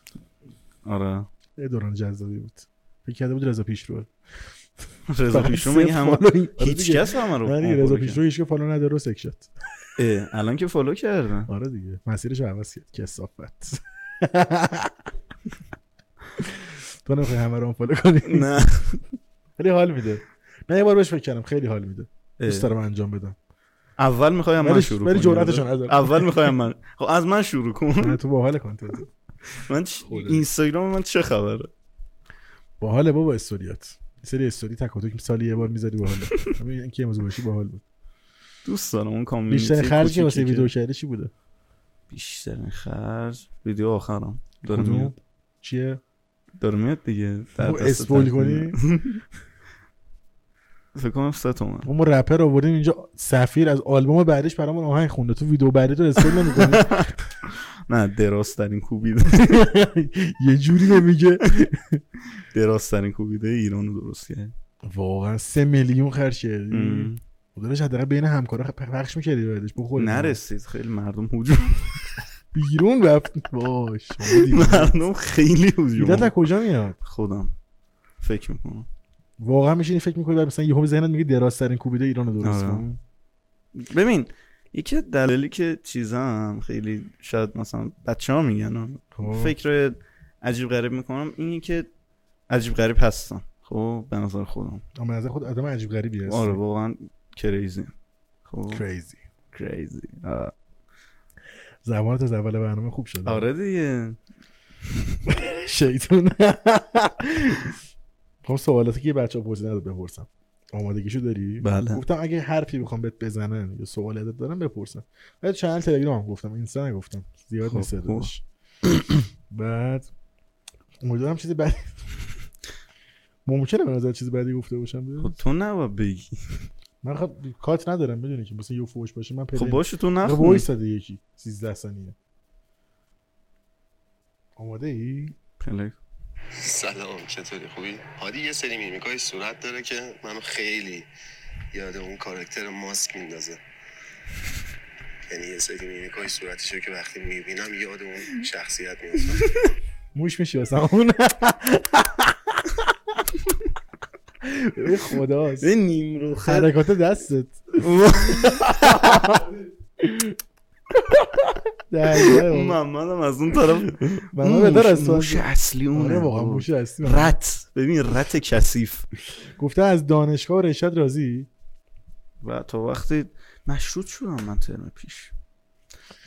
آره یه دوران جذابی بود فکر کرده بود رضا پیشرو رضا فقط پیشرو صفر میگه همه فالو این- آره هیچ دیگه. کس همه رو نه دیگه فالو رضا کرد. پیشرو هیچ که فالو نداره سک شد اه، الان که فالو کردن آره دیگه مسیرش عوض کرد کسافت تو نمیخوای همه رو آن فالو کنی نه خیلی حال میده من یه بار بهش فکر کردم خیلی حال میده دوست اه، دارم انجام بدم اول میخوایم من ولی- شروع ولی کنی. جرأتشو ندارم. اول میخوایم من خب از من شروع کن نه تو باحال کانتنت من چ- اینستاگرام من چه خبره باحال بابا استوریات یه سری استوری تک و تک سالی یه بار میذاری باحال همین اینکه امروز باشی باحال بود دوست دارم اون کامیونیتی بیشتر خرج که واسه کوچیکی ویدیو که- کردی چی بوده بیشترین خرج ویدیو آخرم داره کدوم؟ میاد چیه داره میاد دیگه در ما دست اسپول تکمیل. خب، کنی فکر کنم سه تومن ما- ما رپر آوردیم اینجا سفیر از آلبوم بعدش برامون آهنگ خونده تو ویدیو بعدی تو اسپول نمی‌کنی نه دراسترین کوبیده یه جوری نمیگه دراسترین کوبیده ایران رو درست کرد واقعا سه میلیون خرج کردی خودش حداقل بین همکارا خ- پخش می‌کردی بعدش بخوری نرسید خیلی مردم هجوم بیرون رفت باش شما دیدی. مردم خیلی ایدت هجوم از کجا میاد خودم فکر میکنم واقعا میشینی فکر میکنی بعد مثلا یهو ذهنت میگه درازترین کوبیده ایران رو درست آره. کن ببین یکی از دلایلی که چیزم خیلی شاید مثلا بچه ها میگن خب. فکر عجیب غریب میکنم اینی که عجیب غریب هستم خب به نظر خودم اما نظر خود آدم عجیب غریبی هست آره واقعا کریزی خب آره. کریزی کریزی آه. زبانت از اول برنامه خوب شده آره دیگه شیطون خب سوالاتی که بچه ها پرسیدن رو بپرسم آمادگیشو داری؟ بله. گفتم اگه حرفی بخوام بهت بزنن یا سوال ازت دارم بپرسم بعد چنل تلگرام هم گفتم اینستا نگفتم زیاد خب، نیست خب. عددش. بعد امیدوارم چیز بعدی ممکنه به نظر چیز بعدی گفته باشم بهت؟ خب تو نباید بگی من خب کات ندارم میدونی که مثلا یه فوش باشه من پلی خب باشه تو آخه نخون وایس داده یکی 13 ثانیه آماده ای پلک. سلام چطوری خوبی؟ هادی یه سری میمیکای صورت داره که منو خیلی یاد اون کاراکتر ماسک میندازه یعنی یه سری میمیکای صورتشو که وقتی میبینم یاد اون شخصیت میفتم موش میشی واسه اون ببین خداست این نیم رو حرکات دستت دقیقاً. محمدم از اون طرف من بدار از موش- تو موش اصلی اونه آره واقعا موش هستی رت ببین رت کثیف گفته از دانشگاه و رشد راضی و تا وقتی مشروط شدم من ترم پیش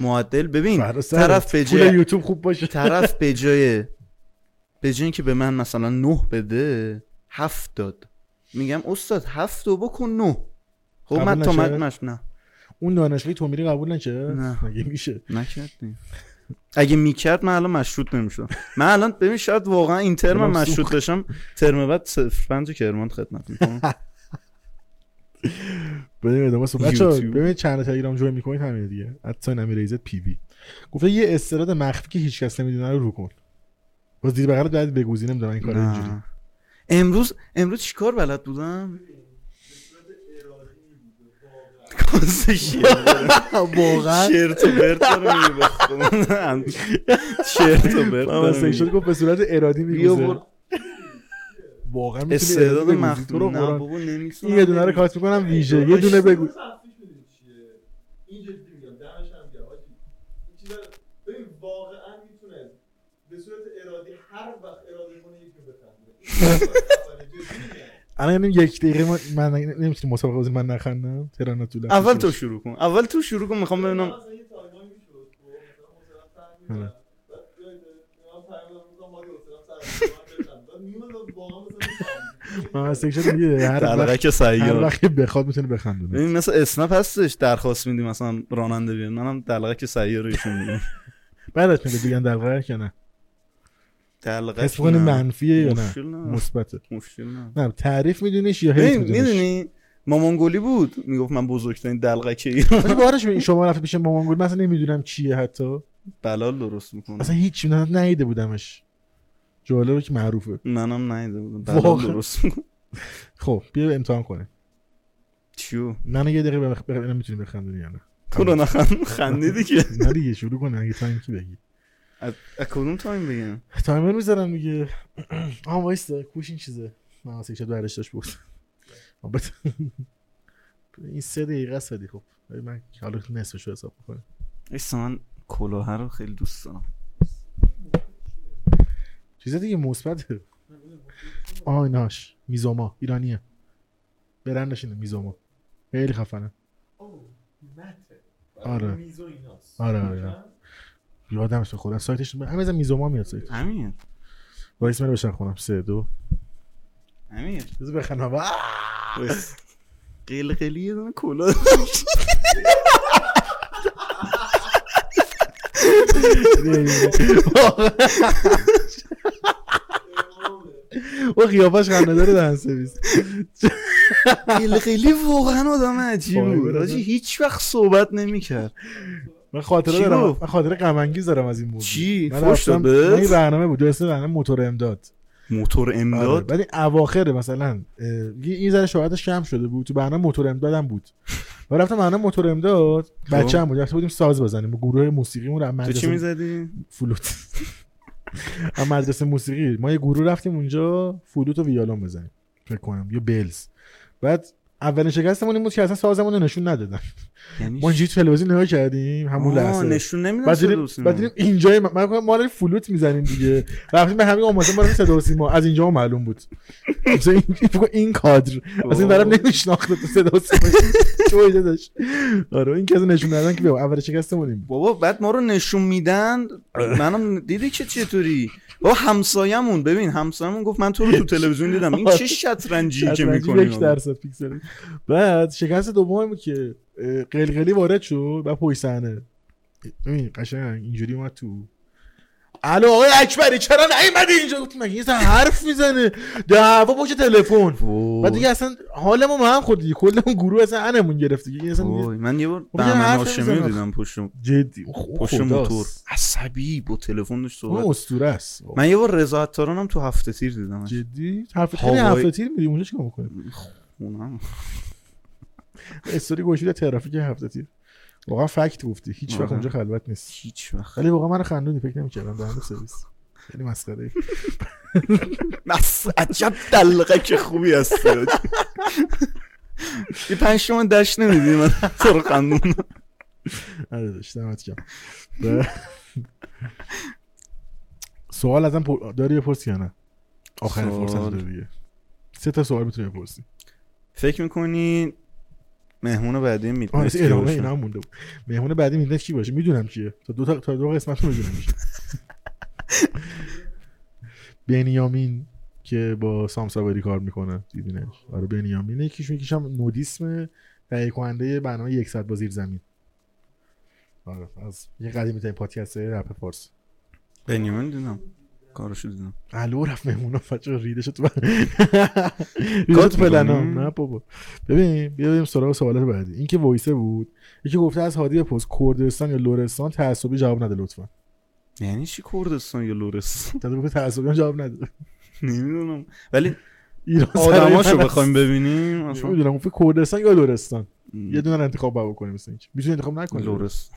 معدل ببین فردا سرت. طرف به پول جای یوتیوب خوب باشه طرف به جای به جای اینکه به من مثلا نه بده هفت داد میگم استاد هفت و بکن نه خب قبول من تا نشد؟ من مش نه اون دانشگاهی تو میری قبول نکرد نه. مگه میشه نکردیم اگه میکرد من الان مشروط نمیشدم من الان ببین شاید واقعا این ترم ترمم مشروط داشتم ترم بعد صفر پنج کرمان خدمت میکنم بریم ادامه صحبت بچه‌ها، یوتیوب. ببینید چند تلگرام جوین میکنید همین دیگه حتی نمی ریزت پی وی گفته یه استراد مخفی که هیچ کس نمیدونه رو رو کن باز دیر بغلت باید بگوزی نمیدونم این کار اینجوری نه. امروز امروز چیکار بلد بودم کاسه شیر. واقعا چرت و پرت داره میگه به خودم. چرت و پرت من داره واسه میگه. شد گفت به صورت ارادی بیا میگوزه برو. واقعا می‌تونی استعداد ارادی بگوزی. تو مخدوم رو نه قرآن. بابا نمی‌تونم این یه دونه رو بگم. کات میکنم ویژه یه دونه بگو تخفیف میدونی چیه این جدی میگم دمش هم گرم حاجی. این چیزا ببین واقعا میتونه به صورت ارادی هر وقت اراده کنه یکی رو بخنده این اولین جدی میگم. الان یعنی یک دقیقه ما- من نمیتونی مسابقه بازی من نخندم ترانه طول اول تو شروع کن اول تو شروع کن میخوام ببینم مثلا یه تایمایی میشد خب، مثلا حوصله‌ام سر می‌رفت. بعد جایی که من پیام می‌دادم، ما دیگه حوصله‌ام سر رفت. من بخندم. بعد می‌اومدم واقعا مثلا می‌خندیدم. من از سیکشن میگه هر وقت دلغک هر سیار وقت که بخواد میتونه بخندونه این مثل اسنپ هستش درخواست میدی مثلا راننده بیاد منم دلغک سیار ایشون میگم بعدش میگه بگن دلغک یا نه دلغک حس می‌کنی نه. منفیه یا نه مشکل نه مثبته مشکل نه نه تعریف میدونیش یا هیت ببین، میدونیش میدونی مامانگولی بود میگفت من بزرگترین دلغک ایران ولی بارش این شما رفته پیش مامانگول من اصلا نمیدونم چیه حتی بلال درست میکنه اصلا هیچ نه نیده بودمش جالبه که معروفه منم نیده بودم بلال واقعا؟ درست میکنه خب بیا امتحان کنه چیو نه نه یه دقیقه بخ... بخ... میتونی بخندونی یا نه تو رو نخند خندیدی که نه دیگه شروع کن اگه تایم کی بگی از از کدوم تایم بگم تایمر میذارم دیگه آم وایستا کوش این چیزه من واسه یک شد برش داشت بود آه، بت- این سه دقیقه است ولی خب ولی من حالا نصفش رو حساب میکنم ایسا من کلاه رو خیلی دوست دارم چیز دیگه مثبته آه ایناش میزوما ایرانیه برندش اینه میزوما خیلی خفنه آره. میزو ایناست. آره، آره. یادم شد خودم سایتش همه از میزوما میاد سایت امیر وایس من بشن خونم سه دو امیر بذار بخنم آه! بس. قیل قیلی یه دونه کلاه او قیافش خنده داره دهن سرویس خیلی خیلی واقعا آدم عجیب وای، بود برادر. حاجی هیچ وقت صحبت نمیکرد من خاطره چی دارم گفت؟ من خاطره غم انگیز دارم از این موضوع چی؟ من فحش رفتم- داد بهت؟ نه، این برنامه بود جلسه برنامه موتور امداد موتور آره امداد ولی اواخر مثلا اه، یه- این ذره شهادتش کم شده بود تو برنامه موتور امدادم بود و رفتم برنامه موتور امداد بچه‌م بود رفته بودیم ساز بزنیم با گروه موسیقیمون رو از خب. تو چی مدرسه میزدی؟ فلوت از مدرسه موسیقی ما یه گروه رفتیم اونجا فلوت و ویالون بزنیم فکر کنم یا بلز بعد اولین شکستمون این بود که اصلا سازمون رو نشون ندادن یعنی ما اینجوری تو تلویزیون نگاه کردیم همون آه، لحظه نشون بعد دیدیم نمیدن بعد دیدیم اینجا ما من گفتم ما داریم فلوت میزنیم دیگه رفتیم به همین آمازون برای صدا و سیما از اینجا معلوم بود مثلا این فکر کنم این کادر از این طرف نمیشناخته تو صدا و سیما چه وجه داشت آره این که از نشون دادن که بیا اول شکستمون این بود بابا بعد ما رو نشون میدن منم دیدی که چطوری بابا همسایمون ببین همسایمون گفت من تو رو تو تلویزیون دیدم این آره. چه شطرنجی که شطرنج یک میکنی درصد پیکسل بعد شکست دوم این بود که اه، قلقلی وارد شد و پشت صحنه ببین قشنگ اینجوری اومد تو الو آقای اکبری چرا نیومدی اینجا گفتیم مگه یه زن حرف میزنه دعوا پشت تلفن و دیگه اصلا حال ما هم خود دیگه کل اون گروه اصلا انمون گرفت دیگه این اصلا دیگه وای من یه بار بابا یه بهمن حرف هاشمی نمیزنه. رو دیدم پشت جدی خب، پشت خداست. موتور عصبی با تلفن داشت اون صحبت اسطوره است من یه بار رضا عطاران هم تو هفته تیر دیدم جدی حرف خیلی هوای- هفته تیر میدیم اونجا چیکار میکنه اونم استوری گوشید ترافیک هفته تیر واقعا فکت گفتی هیچ وقت آره. اونجا خلوت نیست هیچ وقت ولی واقعا من خندونی فکر نمی‌کردم دهن سرویس خیلی مسخره بس عجب دلقه که خوبی هستی یه پنج تومن دشت نمیدی من تو رو خندون آره داشت دمت گرم. و- سوال ازم پر... داری بپرسی یا نه آخرین سوال. فرصت داری دیگه سه تا سوال میتونی بپرسی فکر میکنی مهمون بعدی آه میتونست راستی آره، ادامه اینا هم مونده بود مهمون بعدی میدونی کی باشه میدونم کیه تا دو تا, تا دو قسمت رو میدونم کیه. بنیامین که با سامساواری کار میکنه دیدینش آره بنیامین یکیش یکیش هم نودیسم تهیه کننده برنامه یک ساعت با زیر زمین آره از یه قدیمی ترین پادکست رپ فارس بنیامین دیدم کارشو دیدم الو رفت مهمونا فجر ریده شد تو ریده شد تو پلنا می‌کنی؟ نه بابا ببین بیا بریم سراغ سوالات بعدی این که وایسه بود یکی گفته از هادی پست کردستان یا لرستان تعصبی جواب نده لطفا یعنی چی کردستان یا لورستان تا گفته تعصبی هم جواب نده نمیدونم ولی ایران آدماشو بخوایم ببینیم اصلا میدونم گفته کردستان یا لرستان م، یه دونه رو انتخاب باید بکنیم مثلا اینکه میتونی انتخاب نکنی لورستان